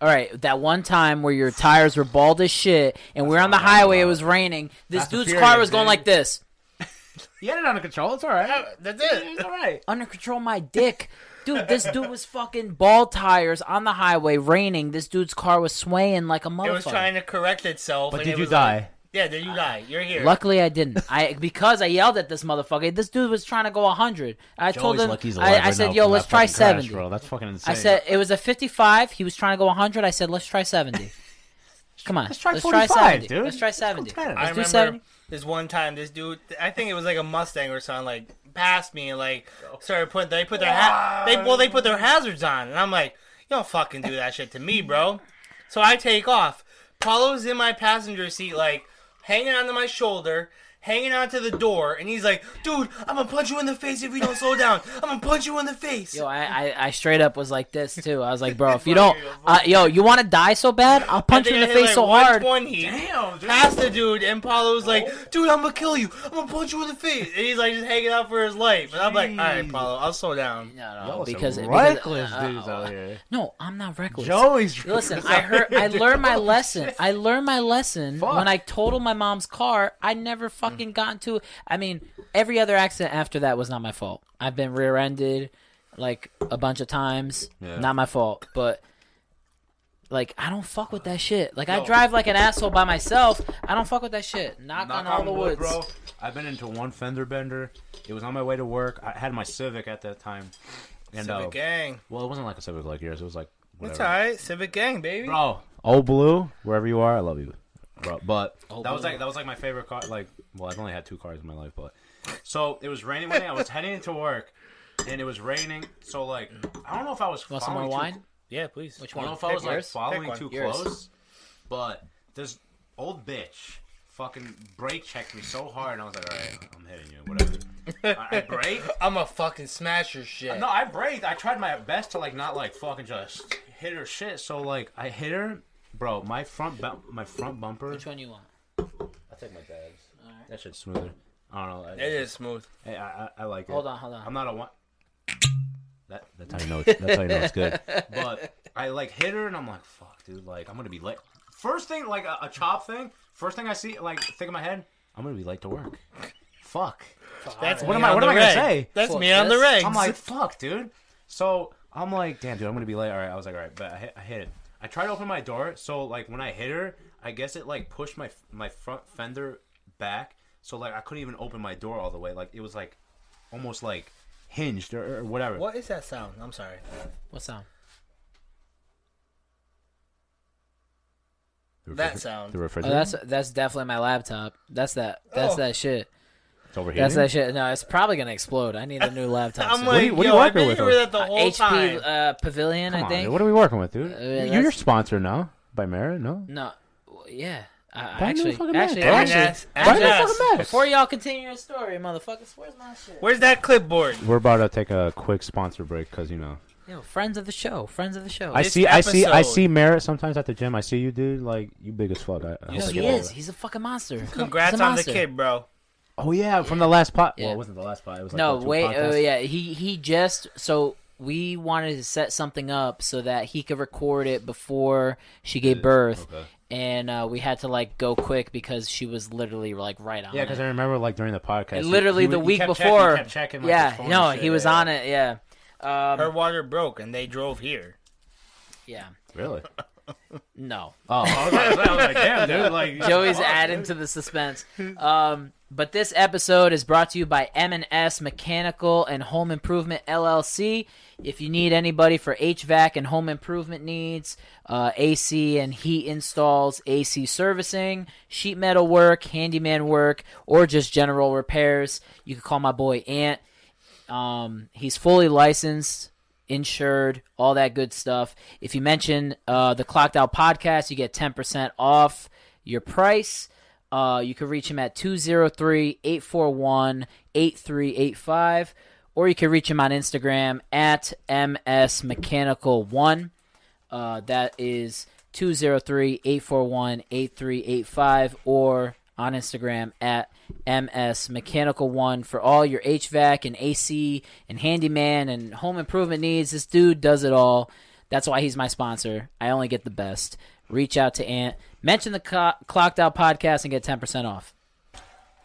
S2: All right, that one time where your tires were bald as shit, and we we're on the highway, it was raining. This
S1: Fast and
S2: dude's
S1: Furious,
S2: car was going
S1: dude.
S2: like this.
S1: You had it under control. It's all right.
S3: That's it.
S1: It's all right.
S2: under control my dick. Dude, this dude was fucking ball tires on the highway, raining. This dude's car was swaying like a motherfucker.
S3: It was trying to correct itself.
S1: But
S3: and
S1: did
S3: it
S1: you
S3: was like-
S1: die?
S3: yeah, did you die? You're here.
S2: Luckily, I didn't. I because I yelled at this motherfucker. This dude was trying to go hundred. I told him. I, I said, "Yo, let's try 70.
S1: That's fucking insane.
S2: I said it was a fifty-five. He was trying to go hundred. I said, "Let's try seventy. Come on,
S1: Let's try 45,
S2: 70.
S1: dude.
S2: Let's try
S1: Let's go
S2: seventy.
S1: 10.
S2: Let's
S1: I
S3: I
S2: do
S3: remember
S2: seventy.
S3: this one time, this dude, I think it was like a Mustang or something, like passed me and like started putting. They put their ha- they well, they put their hazards on, and I'm like, you don't fucking do that shit to me, bro. So I take off. Paulo's in my passenger seat, like hanging onto my shoulder. Hanging onto the door, and he's like, "Dude, I'm gonna punch you in the face if you don't slow down. I'm gonna punch you in the face."
S2: Yo, I, I, I straight up was like this too. I was like, bro, if you
S3: Bro,
S2: don't,
S3: you're a
S2: uh, yo, you want to die so bad? I'll punch you in the face so hard.
S1: Damn,
S3: Damn,
S1: dude.
S3: past the dude, and Paulo's like, "Dude, I'm gonna kill you. I'm gonna punch you in the face." And he's like, just hanging out for his life. And I'm like, "All right, Paulo, I'll slow down."
S2: No, no,
S1: Y'all because
S2: because
S1: some
S2: because-
S1: reckless
S2: uh,
S1: dudes out here.
S2: No, I'm not reckless.
S1: Joey's
S2: Listen,
S1: reckless
S2: I
S1: out
S2: heard,
S1: here,
S2: I
S1: dude.
S2: learned my lesson. I learned my lesson
S1: Fuck. Mm.
S2: when I totaled my mom's car. I never fucking got into. I mean, every other accident after that was not my fault. I've been rear-ended like a bunch of times.
S1: Yeah.
S2: Not my fault, but like I don't fuck with that shit. Like I drive like an asshole by myself. I don't fuck with that shit. Knock,
S1: Knock
S2: on all
S1: on
S2: the
S1: wood,
S2: woods.
S1: bro. I've been into one fender bender. It was on my way to work. I had my Civic at that time, and
S3: Civic
S1: uh,
S3: gang.
S1: well, it wasn't like a Civic like yours. It was like whatever.
S3: It's all right, Civic gang, baby.
S1: bro. Old blue, wherever you are, I love you, bro. But that was
S2: Blue.
S1: like that was like my favorite car. Like, well, I've only had two cars in my life, but so it was raining one day. I was heading into work, and it was raining. So like, I don't know if I was
S2: Want some more
S1: following too-
S2: wine?
S3: Yeah, please.
S2: Which
S1: I
S2: one?
S1: don't know if I was
S2: Pick
S1: like
S2: yours.
S1: following
S3: one.
S1: too
S2: Yours.
S1: close, but this old bitch fucking brake checked me so hard, and I was like, all right, I'm hitting you, whatever. I, I braked.
S3: I'm a fucking smash your shit.
S1: No, I braked. I tried my best to like not like fucking just hit her shit. So like I hit her, bro. My front bu- my front bumper.
S2: Which one you want?
S1: I take my dad's. That shit's smoother. I don't know. I,
S3: It is smooth.
S1: I, I, I like it.
S2: Hold on, hold on.
S1: I'm not a one. That, that's how you know. It's, that's how you know it's good. But I like hit her, and I'm like, "Fuck, dude! Like, I'm gonna be late." First thing, like a, a chop thing. First thing I see, like, think in my head, I'm gonna be late to work. Fuck.
S3: That's
S1: What
S3: me
S1: am I-
S3: on
S1: what
S3: the
S1: am I gonna
S3: reg.
S1: say?
S3: That's
S2: Fuck
S3: me on the
S2: this.
S3: regs.
S1: I'm like, fuck, dude. So I'm like, damn, dude, I'm gonna be late. All right, I was like, all right, but I hit, I hit it. I tried to open my door, so like when I hit her, I guess it like pushed my my front fender back, so like I couldn't even open my door all the way. Like it was like almost like hinged or, or whatever.
S3: what is that sound? I'm sorry.
S2: What sound?
S3: That sound.
S1: The
S2: Oh,
S1: refrigerator.
S2: that's that's definitely my laptop. That's that. That's
S3: Oh.
S2: that shit.
S1: it's over here.
S2: That's that shit. No, it's probably gonna explode. I need a new laptop.
S3: I'm
S2: soon.
S3: like,
S1: you- what are
S3: yo,
S1: you
S3: I
S1: working
S3: been
S1: with
S3: here
S1: on-
S3: with that the whole time.
S2: HP uh, Pavilion, I think.
S1: are we working with, dude?
S2: yeah, You're that's-
S1: sponsored now by Merit, no?
S2: No, well, yeah. I, I
S1: Buy a new
S2: actually,
S1: fucking
S2: actually,
S1: Mac, bro.
S2: actually,
S3: Yes,
S2: actually,
S3: yes.
S2: before y'all continue your story, motherfuckers, where's my shit?
S3: Where's that clipboard?
S1: We're about to take a quick sponsor break because you know
S2: Yo, friends of the show, friends of the show.
S1: I
S3: This
S1: see, I see, I
S3: episode-
S1: see Merit sometimes at the gym. I see you, dude. Like you, big as fuck. I, I
S2: Yo,
S1: hope I
S2: he
S1: get over
S2: is.
S1: it.
S2: He's a fucking monster. He's a
S3: Congrats on the
S2: monster.
S3: kid, bro.
S1: Oh yeah, from the last pot.
S2: Yeah.
S1: Well, it wasn't the last pot. It was like
S2: No,
S1: the two
S2: wait.
S1: podcasts.
S2: Oh yeah, he he just so we wanted to set something up so that he could record it before she gave birth.
S1: okay.
S2: And uh, we had to like go quick because she was literally like right on.
S1: Yeah,
S2: it.
S1: because I remember like during the podcast,
S2: And literally
S1: he- he
S2: the
S1: would- he
S2: week
S1: kept checking-
S2: before.
S1: he kept checking, like, his
S2: yeah,
S1: phone
S2: no,
S1: and
S2: he
S1: shit,
S2: was
S1: yeah.
S2: on it. Yeah, Um,
S3: Her water broke, and they drove here.
S2: yeah.
S1: Really?
S2: No,
S1: Oh, I was like, I was like, damn, dude. Like
S2: Joey's adding to the suspense. Um, but this episode is brought to you by M&S Mechanical and Home Improvement LLC. If you need anybody for HVAC and home improvement needs, uh, AC and heat installs, AC servicing, sheet metal work, handyman work, or just general repairs, you can call my boy Ant. Um, he's fully licensed, insured, all that good stuff. If you mention uh, the Clocked Out podcast, you get 10% off your price. Uh, you can reach him at 203 841 8385, or you can reach him on Instagram at MSMechanical1. Uh, that is 203 841 8385 or on Instagram at MS Mechanical One for all your HVAC and AC and handyman and home improvement needs. This dude does it all. That's why he's my sponsor. I only get the best. Reach out to Ant. Mention the co- Clocked Out podcast and get 10% off.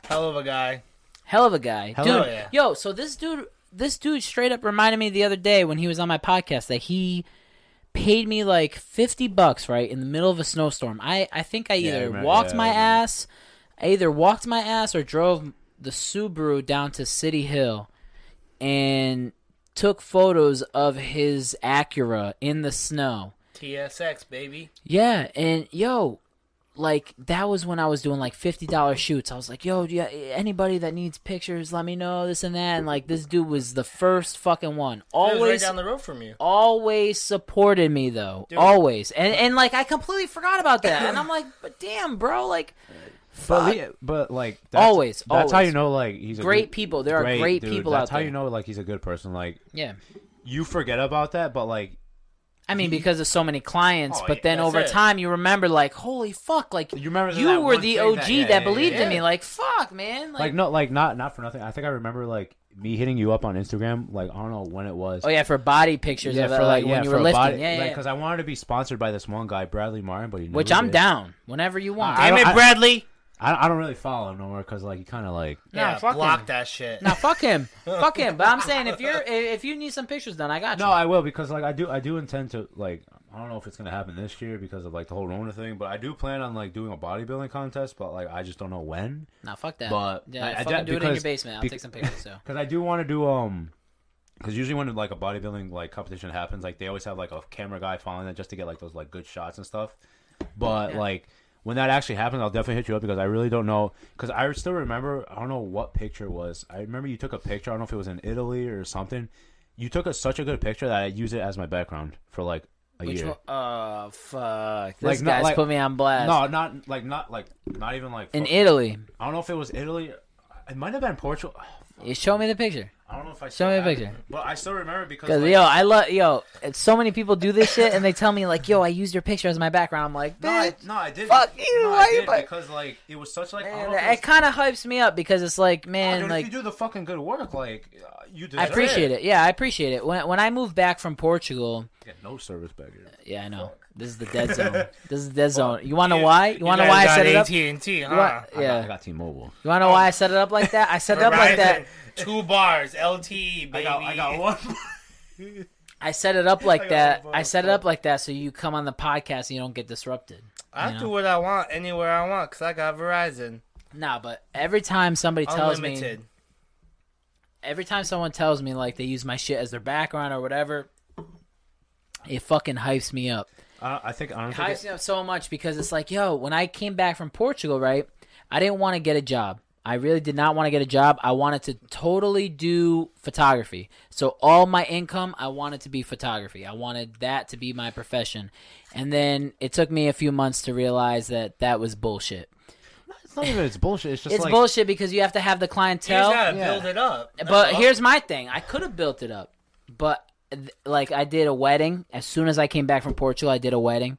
S3: Hell of a guy.
S2: Hell of a guy,
S1: Hell
S2: dude.
S1: of
S3: a- yeah.
S2: Yo, so this dude, this dude straight up reminded me the other day when he was on my podcast that he paid me like fifty bucks right in the middle of a snowstorm. I I think I
S1: Yeah, I
S2: either
S1: remember-
S2: walked
S1: yeah, I
S2: my
S1: remember.
S2: ass, I either walked my ass or drove the Subaru down to City Hill, and took photos of his Acura in the snow.
S3: TSX, baby.
S2: Yeah, and yo, like that was when I was doing like fifty dollar shoots. I was like, yo, yeah, anybody that needs pictures, let me know this and that. And like this dude was the first fucking one.
S3: It was right
S2: Always,
S3: down the road from you.
S2: always supported me though. Always, and and like I completely forgot about that. and I'm like, but damn, bro, like,
S1: But,
S2: fuck.
S1: le- but like that's,
S2: Always,
S1: that's how
S2: always.
S1: you know like he's a
S2: Great
S1: good-
S2: people. There are great
S1: dude.
S2: people
S1: That's
S2: out
S1: how
S2: there.
S1: you know like he's a good person. Like
S2: yeah.
S1: you forget about that, but like
S2: I mean, because of so many clients,
S1: Oh,
S2: but
S1: yeah,
S2: then
S3: that's
S2: over
S3: it.
S2: time you remember, like, holy fuck, like
S1: You remember
S2: you
S1: that
S2: were
S1: one
S2: the
S1: thing
S2: OG
S1: that-
S2: that,
S1: yeah, yeah,
S2: believed
S1: yeah.
S2: in me. Like, fuck, man, like,
S1: like no like not not for nothing. I think I remember like me hitting you up on Instagram. Like I don't know when it was.
S2: Oh yeah, for body pictures of it, like, when you
S1: for
S2: were
S1: a
S2: lifting.
S1: body-
S2: yeah, yeah.
S1: like, 'cause I wanted to be sponsored by this one guy, Bradley Martin, but he never
S2: Which I'm
S1: did.
S2: down whenever you want.
S1: I
S3: Damn
S1: don't-
S3: it,
S1: I-
S3: Bradley.
S1: I, I don't really follow him no more because like he kind of like
S2: Nah,
S3: Yeah,
S2: fuck
S3: block
S2: him.
S3: that shit.
S2: now fuck him, fuck him. But I'm saying if you're if you need some pictures done, I got you.
S1: No, oh, I will because like I do I do intend to like I don't know if it's gonna happen this year because of like the whole Rona thing, but I do plan on like doing a bodybuilding contest, but like I just don't know when
S2: no, fuck that.
S1: But-
S2: yeah,
S1: I- I
S2: fucking
S1: doubt-
S2: do it in your
S1: because-
S2: basement. I'll
S1: bec-
S2: take some pictures. So
S1: because I do want to do um because usually when like a bodybuilding like competition happens, like they always have like a camera guy following it just to get like those like good shots and stuff. But like when that actually happens, I'll definitely hit you up because I really don't know because I still remember I don't know what picture it was. I remember you took a picture. I don't know if it was in Italy or something. You took a, such a good picture that I use it as my background for like a
S2: which
S1: year.
S2: one? Oh fuck, this
S1: Like, no,
S2: guy's
S1: like-
S2: put me on blast.
S1: No, not like not like not even like.
S2: in
S1: fuck-
S2: Italy,
S1: I don't know if it was Italy. It might have been Portugal.
S2: you show me the picture.
S1: I don't know if I
S2: Show me a
S1: have it,
S2: picture.
S1: But I still remember because
S2: Cause
S1: like,
S2: yo, I love yo. it's- So many people do this shit, and they tell me like, "Yo, I used your picture as my background." I'm like,
S1: no, I,
S2: "Bitch,
S1: no, I did.
S2: Fuck you,
S1: No,
S2: why
S1: I
S2: you
S1: did
S2: bu-
S1: because like it was such like. I
S2: man,
S1: don't know if it
S2: it
S1: was-
S2: kind of hypes me up because it's like,
S1: Oh,
S2: man,
S1: dude,
S2: like
S1: if you do the fucking good work, like uh, you deserve
S2: I appreciate it. Yeah, I appreciate it. When when I moved back from Portugal,
S1: Get no service back here.
S2: yeah, I know this is the dead zone. This is the dead zone. You want to know
S3: You-
S2: why? You want to know why I set it up? You
S3: AT&T, huh?
S2: want,
S1: I got, I
S2: yeah,
S1: got T-Mobile.
S2: you want to know why I set it up like that? I set it up like that.
S3: Verizon, Two bars, LTE, baby.
S1: I got, I got one.
S2: I set it up like oh,
S1: got
S2: that.
S1: one
S2: I set it up like that so you come on the podcast and you don't get disrupted.
S3: I do what I want anywhere I want because I got Verizon.
S2: Nah, but every time somebody tells me,
S3: Unlimited.
S2: every time someone tells me like they use my shit as their background or whatever, it fucking hypes me up.
S1: Uh, I think I don't
S2: It
S1: think.
S2: hypes
S1: It,
S2: me up so much because it's like, yo, when I came back from Portugal, right, I didn't want to get a job. I really did not want to get a job. I wanted to totally do photography. So all my income, I wanted to be photography. I wanted that to be my profession. And then it took me a few months to realize that that was bullshit.
S1: it's not even. It's bullshit. It's just
S2: it's
S1: like.
S2: bullshit because you have to have the
S3: You just
S2: clientele.
S3: gotta
S1: Yeah.
S3: build it up. That's
S2: But
S3: all.
S2: here's my thing. I could have built it up, but th- like I did a wedding as soon as I came back from Portugal. I did a wedding,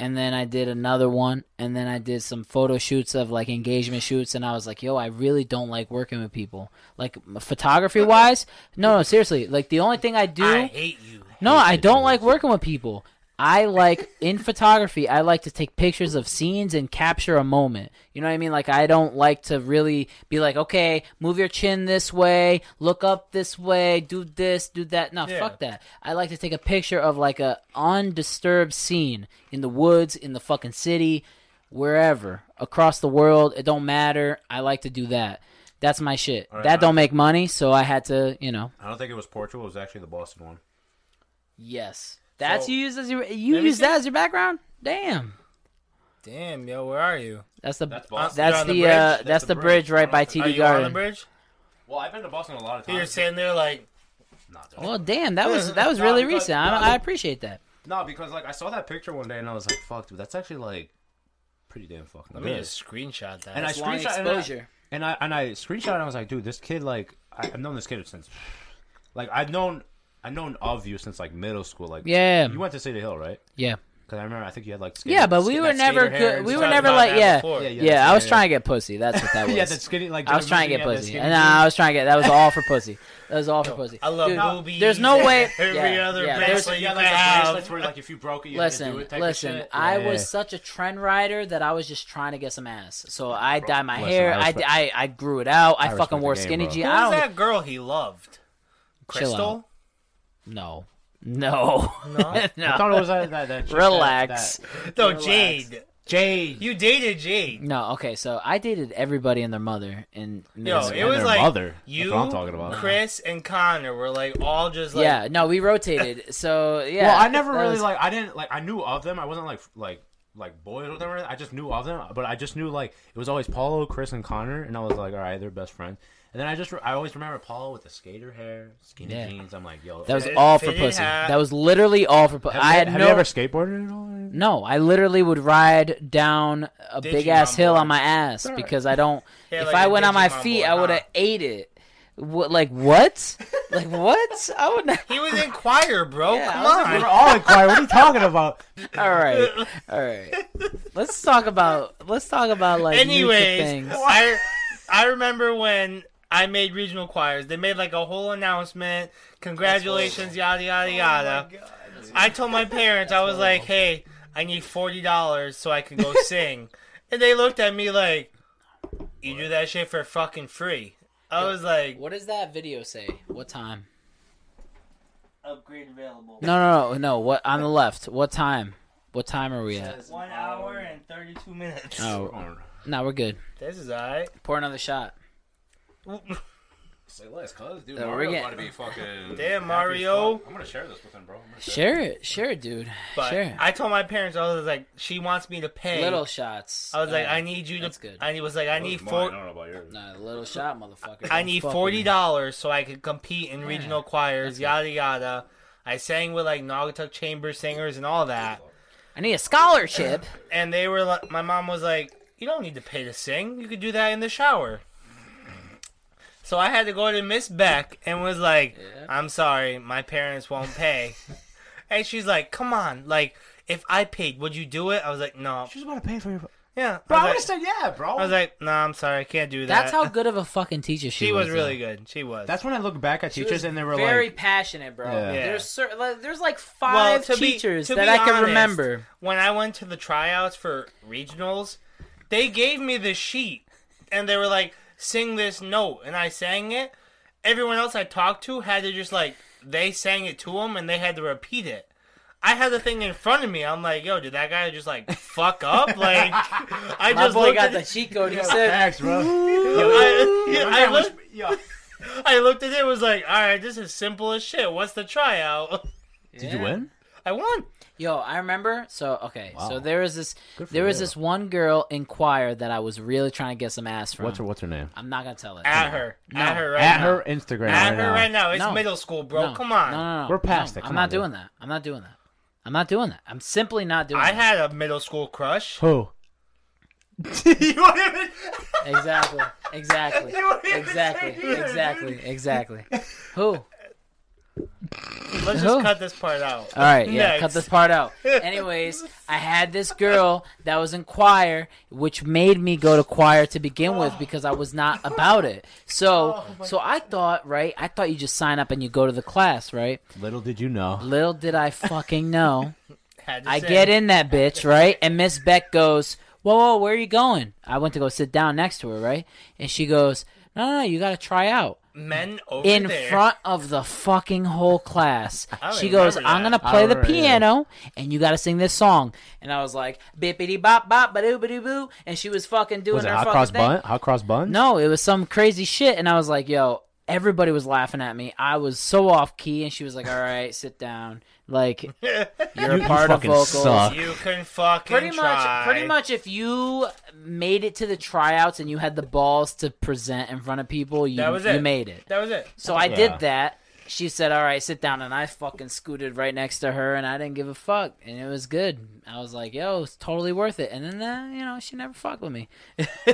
S2: and then I did another one, and then I did some photo shoots of like engagement shoots, and I was like, "Yo, I really don't like working with people. Like photography wise, no, no, seriously. Like the only thing I do,
S3: I hate you.
S2: no, I don't like working with people. I like in photography, I like to take pictures of scenes and capture a moment. You know what I mean? Like I don't like to really be like, okay, move your chin this way, look up this way, do this, do that. No,
S3: Yeah.
S2: fuck that. I like to take a picture of like a undisturbed scene in the woods, in the fucking city, wherever, across the world, it don't matter. I like to do that. That's my shit.
S1: right,
S2: that
S1: I-
S2: don't make money, so I had to, you know.
S1: I don't think it was Portugal. It was actually the Boston one.
S2: Yes. That's
S3: So-
S2: you use as your you
S3: Let me
S2: use
S3: see.
S2: that as your background? Damn.
S3: Damn, yo, where are you?
S2: That's the
S1: That's
S2: that's,
S1: Boston.
S3: You're on
S2: the,
S3: the
S2: uh
S3: bridge?
S2: that's, the, bridge, right by
S3: Are
S2: TD
S3: you on the
S2: Garden.
S3: bridge?
S1: Well, I've been to Boston a lot of times.
S3: You're sitting there like,
S1: Nah, dude.
S2: Well, damn, that was that was really
S1: Nah, because-
S2: recent. I, I appreciate that.
S1: No, because like I saw that picture one day and I was like, "Fuck, dude, that's actually like pretty damn fucking."
S3: let me
S1: good."
S3: just screenshot that.
S1: and I
S2: long
S1: screenshot
S2: exposure.
S1: And I, and I and I screenshot and I was like, dude, this kid like I, I've known this kid since like I've known I've known of you since like middle school. Like
S2: Yeah.
S1: you went to City Hill, right?
S2: Yeah.
S1: Because I remember, I think you had like skater,
S2: Yeah, but we
S1: sk-
S2: were
S1: that skater
S2: never
S1: hair
S2: good-
S1: and
S2: we
S1: stuff.
S2: were never like- yeah.
S1: Yeah,
S2: Yeah,
S1: that's-
S2: I was
S1: yeah,
S2: trying to get pussy. That's what that was.
S1: yeah, that skinny like
S2: I was trying to get
S1: remember you had that
S2: pussy.
S1: skinny
S2: And uh, I was trying to get that was all for pussy. That was all for pussy.
S3: I love
S2: Dude,
S3: boobies.
S2: There's no way.
S3: Every
S2: yeah,
S3: other
S2: yeah,
S1: jeans.
S2: there's-
S3: bracelet
S1: You
S3: you
S1: had,
S3: could
S1: like the bracelets
S3: have.
S1: where like if you broke it, you had to do
S2: Listen,
S1: it type of
S2: listen.
S1: shit.
S2: I
S1: Yeah.
S2: was such a trend rider that I was just trying to get some ass. So I dyed my
S1: Listen,
S2: hair.
S1: I
S2: I,
S1: respect-
S2: I I grew it out. I,
S1: respect
S2: fucking
S1: the
S2: wore
S1: game,
S2: skinny
S1: bro.
S2: jeans.
S3: Who
S2: I
S3: was
S2: don't
S3: that girl he loved?
S2: Chill out.
S3: Crystal.
S2: no, no,
S3: No?
S1: I
S2: no,
S1: thought it was uh, that. that, that chick that-
S2: relax.
S1: that-
S3: No,
S2: Relax.
S3: Jade.
S1: Jade.
S3: You dated Jade.
S2: No, okay. So I dated everybody and their mother in
S3: Yo,
S2: Minnesota.
S3: it was
S1: their
S3: like
S1: mother. That's
S3: you,
S1: what I'm talking about.
S3: Chris, and Connor were like all just like
S2: yeah, no, we rotated. So yeah.
S1: well, I never
S2: that
S1: really
S2: was-
S1: like. I didn't like. I knew of them. I wasn't like like like boys or whatever. I just knew of them, but I just knew like it was always Paulo, Chris, and Connor, and I was like, all right, they're best friends. And then I just I always remember Paulo with the skater hair, skinny
S2: Yeah.
S1: jeans. I'm like, yo,
S2: That was
S3: Fit-
S2: all for
S3: fitted
S2: pussy.
S3: hat.
S2: That was literally all for pussy.
S1: Have,
S2: I
S1: you-
S2: had
S1: have
S2: no.
S1: you ever skateboarded at all?
S2: No, I literally would ride down a
S3: Digimon
S2: big ass hill on
S3: board.
S2: my ass because I don't.
S3: Yeah,
S2: if
S3: like
S2: I
S3: a
S2: went on my
S3: Digimon
S2: feet,
S3: board,
S2: I would have
S3: huh?
S2: ate it. What? Like what? like what? I would not.
S3: He was in choir, bro.
S2: Yeah, I
S3: Come
S2: was in
S1: We
S3: on.
S1: were all in choir. What are you talking about?
S2: All right, all right. Let's talk about. Let's talk about like
S3: Anyways,
S2: Anyways. things.
S3: I I remember when I made regional choirs. They made like a whole announcement. Congratulations, yada yada yada.
S1: Oh
S3: I told my parents, I was like, hey, I need forty dollars so I can go sing. And they looked at me like, You do that shit for fucking free. I was like
S2: What does that video say? What time?
S3: upgrade available.
S2: No, no, no, no. What on the left? What time? What time are we at?
S3: One hour and thirty two minutes.
S2: Oh, no, we're good.
S3: This is alright.
S2: Pour another shot.
S1: Say less, cuz dude.
S2: Uh, we're
S1: Mario
S2: getting-
S1: about to be fucking.
S3: Damn,
S1: happy as
S3: Mario.
S1: fuck. I'm gonna share this with him, bro. I'm gonna share
S2: Share it, share it, dude.
S3: But
S2: share it.
S3: I told my parents, I was like, she wants me to pay.
S2: little shots.
S3: I was like,
S2: Uh,
S3: I need you to.
S2: that's good.
S3: I was like, I
S1: this.
S3: need
S1: Mine,
S3: four.
S1: I don't know about yours.
S2: Nah, little shot, motherfucker.
S3: I
S2: Don't
S3: need
S2: fuck
S3: forty
S2: with me.
S3: dollars so I could compete in regional choirs, yada yada. I sang with like Naugatuck Chamber singers and all that,
S2: I need a scholarship.
S3: and they were like, my mom was like, "You don't need to pay to sing. You could do that in the shower." So I had to go to Miss Beck and was like,
S2: Yeah.
S3: "I'm sorry, my parents won't pay," and she's like, "Come on, like." If I paid, would you do it? I was like, no.
S1: She's about to pay for your.
S3: Yeah.
S1: Bro, I
S3: I
S1: would have
S3: was like,
S1: said yeah, bro.
S3: I was like, no, I'm sorry, I can't do that.
S2: That's how good of a fucking teacher she,
S3: She was
S2: though.
S3: really good. She was.
S1: That's when I look back at
S2: She was
S1: teachers and they were
S2: very
S1: like,
S2: passionate, bro.
S1: Yeah.
S3: Yeah.
S2: There's cer- like, there's like five
S3: to be-
S2: teachers
S3: to
S2: that
S3: be
S2: I can
S3: honest,
S2: remember.
S3: When I went to the tryouts for regionals, they gave me the sheet and they were like, sing this note. And I sang it. Everyone else I talked to had to just like, they sang it to them and they had to repeat it. I had the thing in front of me. I'm like, yo, did that guy just like fuck up? Like, I
S2: My
S3: just
S2: boy
S3: looked
S2: got
S3: at
S2: the cheat code. He said,
S1: "Facts, bro."
S3: I, yeah,
S1: My
S3: I
S1: man was-
S3: looked,
S1: yeah.
S3: I looked at it. Was like, all right, this is simple as shit. What's the tryout?
S1: Did you win?
S3: I won.
S2: Yo, I remember. So okay,
S1: Wow.
S2: so there was this,
S1: Good for
S2: there was
S1: you.
S2: this one girl in choir that I was really trying to get some ass from.
S1: What's her What's her name?
S2: I'm not gonna tell it.
S3: At her.
S2: No.
S3: At her right
S1: At
S3: now.
S1: her Instagram.
S3: At
S1: right
S3: her
S1: now.
S3: right now. It's
S2: No.
S3: middle school, bro.
S2: No.
S3: Come on.
S2: No, no, no.
S1: We're past
S2: No,
S1: it. Come
S2: I'm not
S1: on, dude.
S2: doing that. I'm not doing that. I'm not doing that. I'm simply not doing
S3: I
S2: that.
S3: had a middle school crush.
S1: Who? you won't even.
S2: Exactly. Exactly.
S1: You won't even
S2: exactly.
S1: say either,
S2: Exactly. Exactly. Who?
S3: Let's
S2: Who?
S3: just cut this part out.
S2: All right, yeah,
S3: Next.
S2: cut this part out. Anyways, I had this girl that was in choir, which made me go to choir to begin with because I was not about it. So,
S1: Oh
S2: so I thought, right? I thought you just sign up and you go to the class, right?
S1: Little did you know.
S2: Little did I fucking know.
S3: Had to
S2: I
S3: say.
S2: get in that bitch, right? And Miss Beck goes, whoa, whoa, where are you going? I went to go sit down next to her, right? And she goes, no, no, no you got to try out
S3: Men over
S2: in
S3: there.
S2: front of the fucking whole class.
S3: I
S2: She
S3: remember
S2: goes, "I'm gonna
S3: that.
S1: I
S2: play the
S1: remember, yeah.
S2: piano, and you gotta sing this song." And I was like, "Bippity bop bop, ba doo ba doo boo," and she was fucking doing
S1: Was it
S2: her
S1: hot
S2: fucking
S1: cross
S2: thing.
S1: bun? Hot cross bun?
S2: No, it was some crazy shit, and I was like, "Yo." Everybody was laughing at me. I was so off key, and she was like, "All right, sit down. Like you're
S1: You-
S2: a
S1: you
S2: part of
S1: fucking
S2: vocals."
S1: suck.
S3: You can fucking
S2: Pretty
S3: try.
S2: much, pretty much. If you made it to the tryouts and you had the balls to present in front of people, you
S3: That was
S2: you
S3: it.
S2: made it.
S3: That was it.
S2: So I
S1: Yeah.
S2: did that, she said, "All right, sit down," and I fucking scooted right next to her, and I didn't give a fuck, and it was good. I was like, "Yo, it's totally worth it." And then, uh, you know, she never fucked with me.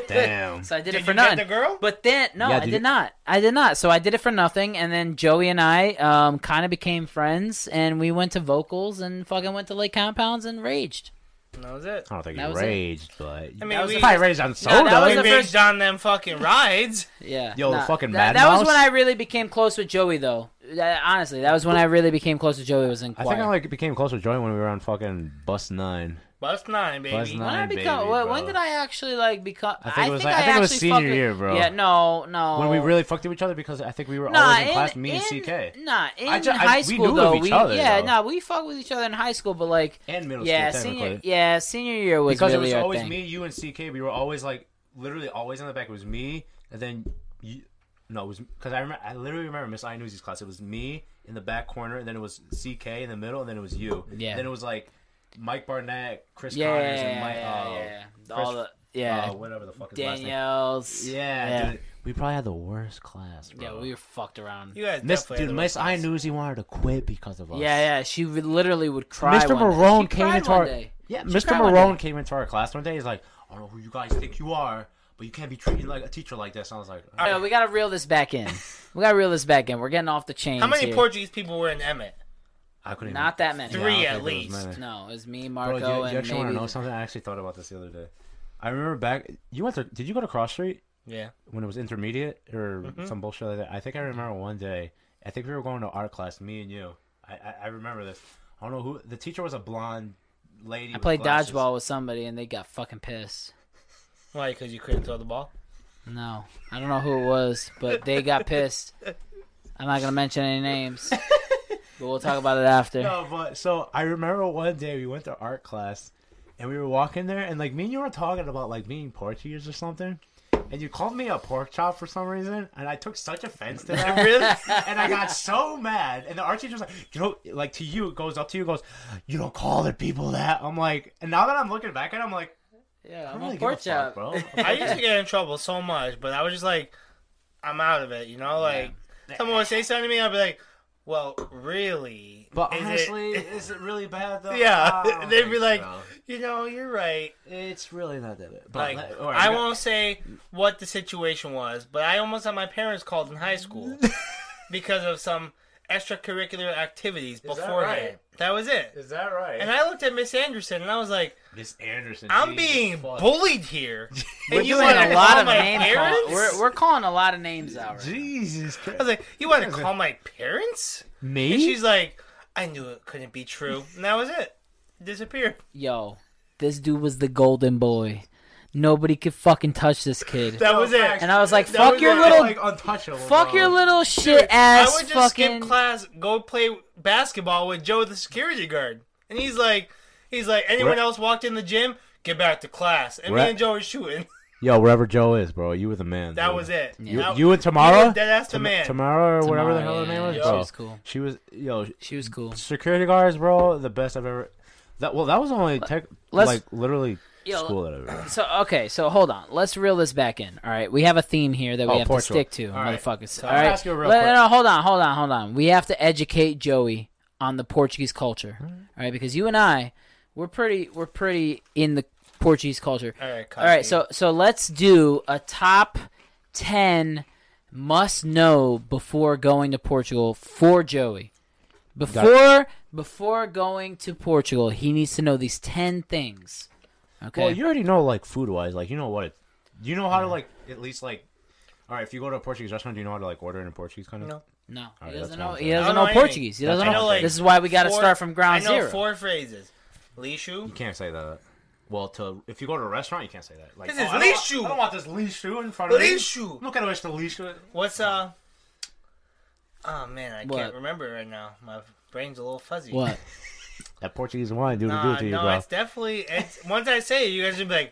S1: Damn.
S2: so I did,
S3: Did
S2: it for
S3: you get
S2: nothing.
S3: the girl?
S2: But then, no,
S1: Yeah,
S2: I
S1: did
S2: did
S1: you-
S2: not. I did not. So I did it for nothing, and then Joey and I um, kind of became friends, and we went to vocals and fucking went to Lake Compounds and raged.
S3: And that was it.
S1: I don't think
S2: That
S1: you
S2: was it.
S1: raged, but I
S3: I
S1: mean,
S3: mean,
S2: That was
S3: we,
S2: the
S1: probably raged on soda.
S2: Oh, that was
S3: we
S2: the first-
S3: raged on them fucking rides.
S2: Yeah.
S1: Yo, the fucking
S2: that,
S1: Mad
S2: that was
S1: Mouse?
S2: when I really became close with Joey, though. That- honestly, that was when I really became close with Joey. Was in
S1: I
S2: choir.
S1: think I like became closer to Joey when we were on fucking bus nine.
S3: Bus nine, baby.
S1: Bus nine.
S2: When I
S1: baby,
S2: become, when, when
S1: bro.
S2: did I actually like become?
S1: I think it was like- I
S2: I
S1: think it was
S2: actually
S1: senior
S2: fucked with-
S1: year, bro.
S2: Yeah, no, no.
S1: When we really fucked with each other because I think we were
S2: Oh. Nah,
S1: always in, class, me and CK.
S2: in- Nah, in
S1: I ju- I-
S2: high
S1: we
S2: school
S1: knew of
S2: though,
S1: each
S2: we
S1: other,
S2: yeah,
S1: though.
S2: nah, we fuck with each other in high school, but like,
S1: And middle
S2: yeah,
S1: school,
S2: senior,
S1: technically.
S2: yeah, senior year was
S1: because
S2: really
S1: it was
S2: our
S1: always
S2: thing.
S1: me, you, and CK. We were always like literally always on the back. It was me, and then you, no, it was because I remember. I literally remember Miss Inuzi's class. It was me in the back corner, and then it was CK in the middle, and then it was you.
S2: Yeah.
S1: And then it was like Mike Barnett, Chris
S2: Yeah,
S1: Connors, and
S2: yeah,
S1: Mike.
S2: yeah,
S1: uh,
S2: yeah, yeah.
S1: Chris-
S2: all the
S1: yeah.
S2: yeah,
S1: whatever the fuck his last
S2: Danielle's,
S1: name. Yeah,
S2: yeah,
S1: dude. We probably had the worst class. Bro.
S2: yeah, we were fucked around.
S3: You guys
S1: Miss,
S3: definitely.
S1: dude, Miss Inuzi wanted to quit because of us.
S2: Yeah, yeah, she re- literally would cry.
S1: Mr.
S2: one day.
S1: Marone
S2: She
S1: came
S2: cried
S1: into
S2: one
S1: our
S2: day.
S1: yeah.
S2: She
S1: Mr.
S2: cried one
S1: Marone
S2: day.
S1: came into our class one day. He's like, I don't know who you guys think you are, but you can't be treating like a teacher like this. And I was like,
S2: All right, we gotta reel this back in. we gotta reel this back in. We're getting off the chain.
S3: How many
S2: here.
S3: Portuguese people were in Emmett?
S1: I couldn't.
S2: Not that many.
S1: even,
S3: Three
S1: I
S3: at
S1: don't think
S3: least.
S1: there was many.
S2: No, it was me,
S1: Eh. Bro,
S2: Marco,
S1: do you, do you
S2: and
S1: actually want to know
S2: maybe.
S1: something? I actually thought about this the other day. I remember back. You went to? Did you go to Cross Street
S3: Yeah.
S1: when it was intermediate or
S2: Mm-hmm.
S1: some bullshit like that? I think I remember one day. I think we were going to art class. Me and you. I I, I remember this. I don't know who the teacher was. A blonde lady.
S2: I
S1: with
S2: played
S1: glasses.
S2: dodgeball with somebody, and they got fucking pissed.
S3: Why? Because you couldn't throw the ball.
S2: No, I don't know who it was, but they got pissed. I'm not gonna mention any names, but we'll talk about it after.
S1: No, but so I remember one day we went to art class and we were walking there and like me and you were talking about like being Portuguese or something. And you called me a pork chop for some reason, and I took such offense to that. and I got so mad. And the art teacher's like, you know, like to you, goes up to you, goes, you don't call the people that. I'm like, and now that I'm looking back at it, I'm like,
S2: Yeah,
S1: I don't
S2: I'm on
S1: really
S2: pork
S1: give a fuck,
S2: chop.
S1: bro.
S3: I used to get in trouble so much, but I was just like, I'm out of it. You know, like someone would say something to me, I'd be like, "Well, really?"
S1: But
S3: Is it-
S1: honestly, is it really bad though?
S3: yeah,
S1: I don't
S3: they'd be
S1: think
S3: like,
S1: so.
S3: "You know, you're right."
S1: it's really not that bad. But
S3: Like,
S1: let- all right,
S3: I
S1: go-
S3: won't say what the situation was, but I almost had my parents called in high school because of some extracurricular activities
S1: that
S3: beforehand. that was it.
S1: Is that right?
S3: And I looked at Miss Anderson and I was like,
S1: Miss Anderson.
S3: "I'm
S1: Jesus
S3: being
S1: fuck.
S3: bullied here."
S2: We're
S3: and you
S2: doing
S3: want
S2: a
S3: to
S2: lot
S3: call
S2: of
S3: my
S2: name
S3: parents?
S2: call- We're we're calling a lot of names out. Right?
S1: Jesus
S3: I was
S1: Christ.
S3: like, "You want to call my parents?"
S1: Me?
S3: And she's like, I knew it couldn't be true. And that was it. Disappeared.
S2: Yo, this dude was the golden boy. Nobody could fucking touch this kid.
S3: That was it.
S2: And I was like,
S3: That
S2: fuck
S3: was
S2: your
S3: it.
S2: little
S1: like untouchable.
S2: Fuck
S1: bro.
S2: your little shit ass
S3: I would just
S2: fucking.
S3: skip class, go play basketball with Joe the security guard. And he's like he's like, anyone
S1: We're-
S3: else walked in the gym? Get back to class. And
S1: We're-
S3: me and Joe were shooting.
S1: Yo, wherever Joe is, bro, you were the man.
S3: That
S1: dude.
S3: was it.
S1: You,
S3: That-
S1: you and Tamara.
S3: were deadass the
S1: Tam-
S3: man.
S1: Tamara or whatever the hell her
S2: Tamara,
S1: name was.
S2: yeah,
S1: bro.
S2: she was cool.
S1: She was yo
S2: she was cool.
S1: security guards, bro. The best I've ever. That well, that was only tech
S2: let's-
S1: like literally
S2: Yo,
S1: school that I've ever.
S2: So okay, so hold on. Let's reel this back in. All right, we have a theme here that we
S1: Oh,
S2: have
S1: Portugal.
S2: to stick to,
S1: All right.
S2: motherfuckers.
S1: So
S2: all
S1: I'll
S2: right,
S1: ask you real
S2: Let-
S1: quick.
S2: no, hold on, hold on, hold on. We have to educate Joey on the Portuguese culture. All right, because you and I, we're pretty, we're pretty in the Portuguese culture.
S3: All right,
S2: all right. So so let's do a top ten must know before going to Portugal for Joey. Before before going to Portugal, he needs to know these ten things. Okay.
S1: Well, you already know like food wise, like you know what, it, you know how to like at least like. All right, if you go to a Portuguese restaurant, do you know how to like order in Portuguese kind of?
S3: No.
S2: No,
S1: right,
S2: he
S1: that's what
S2: doesn't know.
S1: I'm
S2: He
S1: saying.
S2: doesn't
S3: I don't
S2: know
S3: know
S2: Portuguese. He
S1: anything.
S2: doesn't
S1: I
S2: know.
S1: know, like,
S2: this is why we got to
S3: four-
S2: start from ground
S3: I know
S2: zero.
S3: four phrases.
S1: You
S3: Lishu.
S1: can't say that. Well, to if you go to a restaurant, you can't say that. Like, oh,
S3: This is
S1: I don't want-
S3: lixo.
S1: I don't want this lixo in front of me.
S3: Lixo.
S1: Não quero este lixo.
S3: What's uh Oh man, I
S2: What?
S3: can't remember right now. My brain's a little fuzzy.
S2: What?
S1: That Portuguese wine, dude,
S3: Nah,
S1: do it to you,
S3: no,
S1: bro.
S3: it's definitely it's once I say it, you guys are gonna be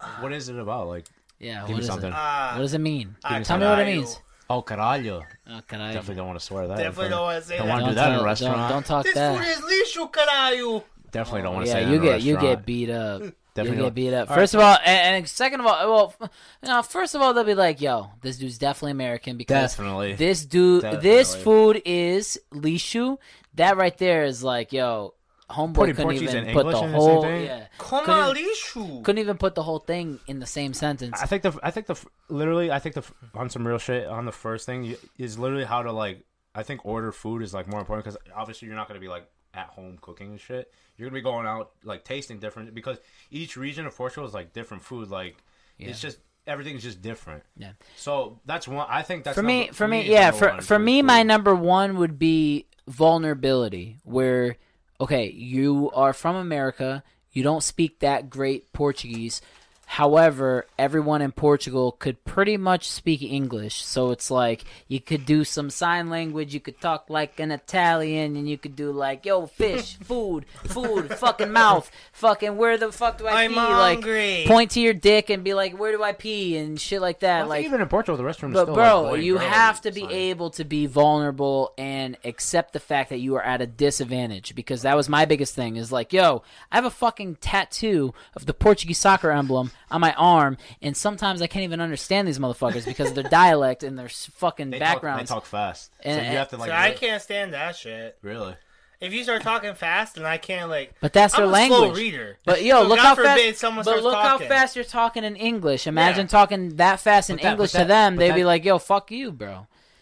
S3: like,
S1: What is it about? Like,
S2: Yeah.
S1: give
S2: what
S1: me
S2: is
S1: something.
S2: it?
S3: ah,
S2: What does it mean?
S3: ah,
S2: Tell me what it
S3: caralho.
S2: means.
S1: oh, caralho.
S2: Oh, can I?
S1: Definitely don't want to swear that. in
S3: Definitely
S1: front
S3: don't
S1: of-
S3: want to say
S1: Don't
S3: that.
S1: wanna
S2: Don't,
S1: do that in a
S2: tell-
S1: restaurant.
S2: Don't, don't talk
S3: This
S2: that.
S3: food is lixo, caralho.
S1: definitely don't want to
S2: yeah,
S1: say that
S2: you
S1: in a
S2: get you
S1: restaurant.
S2: get beat up.
S1: Definitely
S2: you
S1: don't-
S2: get beat up.
S1: All
S2: First of all, and, and second of all, well, f- no, first of all, they'll be like, "Yo, this dude's definitely American because
S1: Definitely.
S2: this dude, this
S1: Definitely.
S2: food is lishu." That right there is like, yo, homeboy
S1: Putting
S2: couldn't
S1: Portuguese
S2: even
S1: and
S2: put
S1: English
S2: the
S1: in the same
S2: whole
S1: thing?
S2: yeah,
S3: Komalishu.
S2: couldn't even put the whole thing in the same sentence.
S1: I think the I think the literally I think the on some real shit on the first thing you- is literally how to like I think order food is like more important because obviously you're not gonna be like at home cooking and shit. You're gonna be going out like tasting different because each region of Portugal is like different food. Like it's just everything's just different.
S2: Yeah.
S1: So that's one. I think that's
S2: for me,
S1: number-
S2: for me,
S1: it's
S2: yeah,
S1: number
S2: for
S1: one
S2: for
S1: is
S2: me,
S1: food.
S2: my number one would be vulnerability. Where okay, you are from America, you don't speak that great Portuguese. However, everyone in Portugal could pretty much speak English, so it's like you could do some sign language. You could talk like an Italian, and you could do like "yo, fish, food, food, fucking mouth, fucking where the fuck do I
S3: I'm
S2: pee?"
S3: hungry.
S2: Like point to your dick and be like "where do I pee?" and shit like that.
S1: I think
S2: like
S1: even in Portugal, the restaurant.
S2: but
S1: still,
S2: bro,
S1: like, boy and
S2: you
S1: girl
S2: have to be
S1: sign.
S2: able to be vulnerable and accept the fact that you are at a disadvantage because that was my biggest thing is like, yo, I have a fucking tattoo of the Portuguese soccer emblem on my arm, and sometimes I can't even understand these motherfuckers because of their dialect and their s- fucking
S1: They
S2: backgrounds.
S1: Talk, they talk fast,
S2: And-
S1: so you have to like.
S3: So I
S1: really-
S3: can't stand that shit.
S1: Really.
S3: If you start talking fast, and I can't like.
S2: But that's
S3: I'm
S2: their
S3: a
S2: language.
S3: slow reader.
S2: But yo,
S3: So
S2: look
S3: God
S2: how
S3: forbid
S2: fast.
S3: someone
S2: But
S3: starts
S2: look
S3: talking.
S2: how fast you're talking in English. Imagine
S3: Yeah.
S2: talking that fast in
S1: But that- but
S2: English to
S1: that-
S2: them,
S1: but
S2: they'd be
S1: that-
S2: like, "Yo, fuck you, bro." You know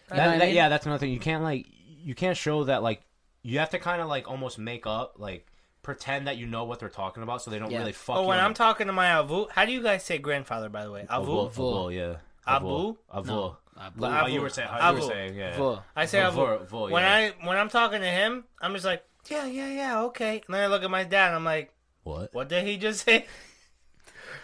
S1: That-
S2: what I
S1: that-
S2: mean?
S1: yeah, that's another thing. You can't like you can't show that like you have to kind of like almost make up like pretend that you know what they're talking about so they don't
S2: Yeah.
S1: really fuck.
S3: Oh,
S1: you
S3: when
S1: on
S3: I'm
S1: the-
S3: talking to my avu, how do you guys say grandfather? By the way,
S1: Avô,
S3: avu.
S1: avô, yeah.
S3: Abu?
S1: Abu.
S2: No.
S1: Like how you were saying, how you
S3: Avô.
S1: were saying, yeah.
S2: Avô.
S3: I say
S1: Avô,
S3: avu.
S1: avô,
S3: When
S1: yeah.
S3: I when I'm talking to him, I'm just like, yeah, yeah, yeah, okay. And then I look at my dad, and I'm like,
S1: what?
S3: what did he just say?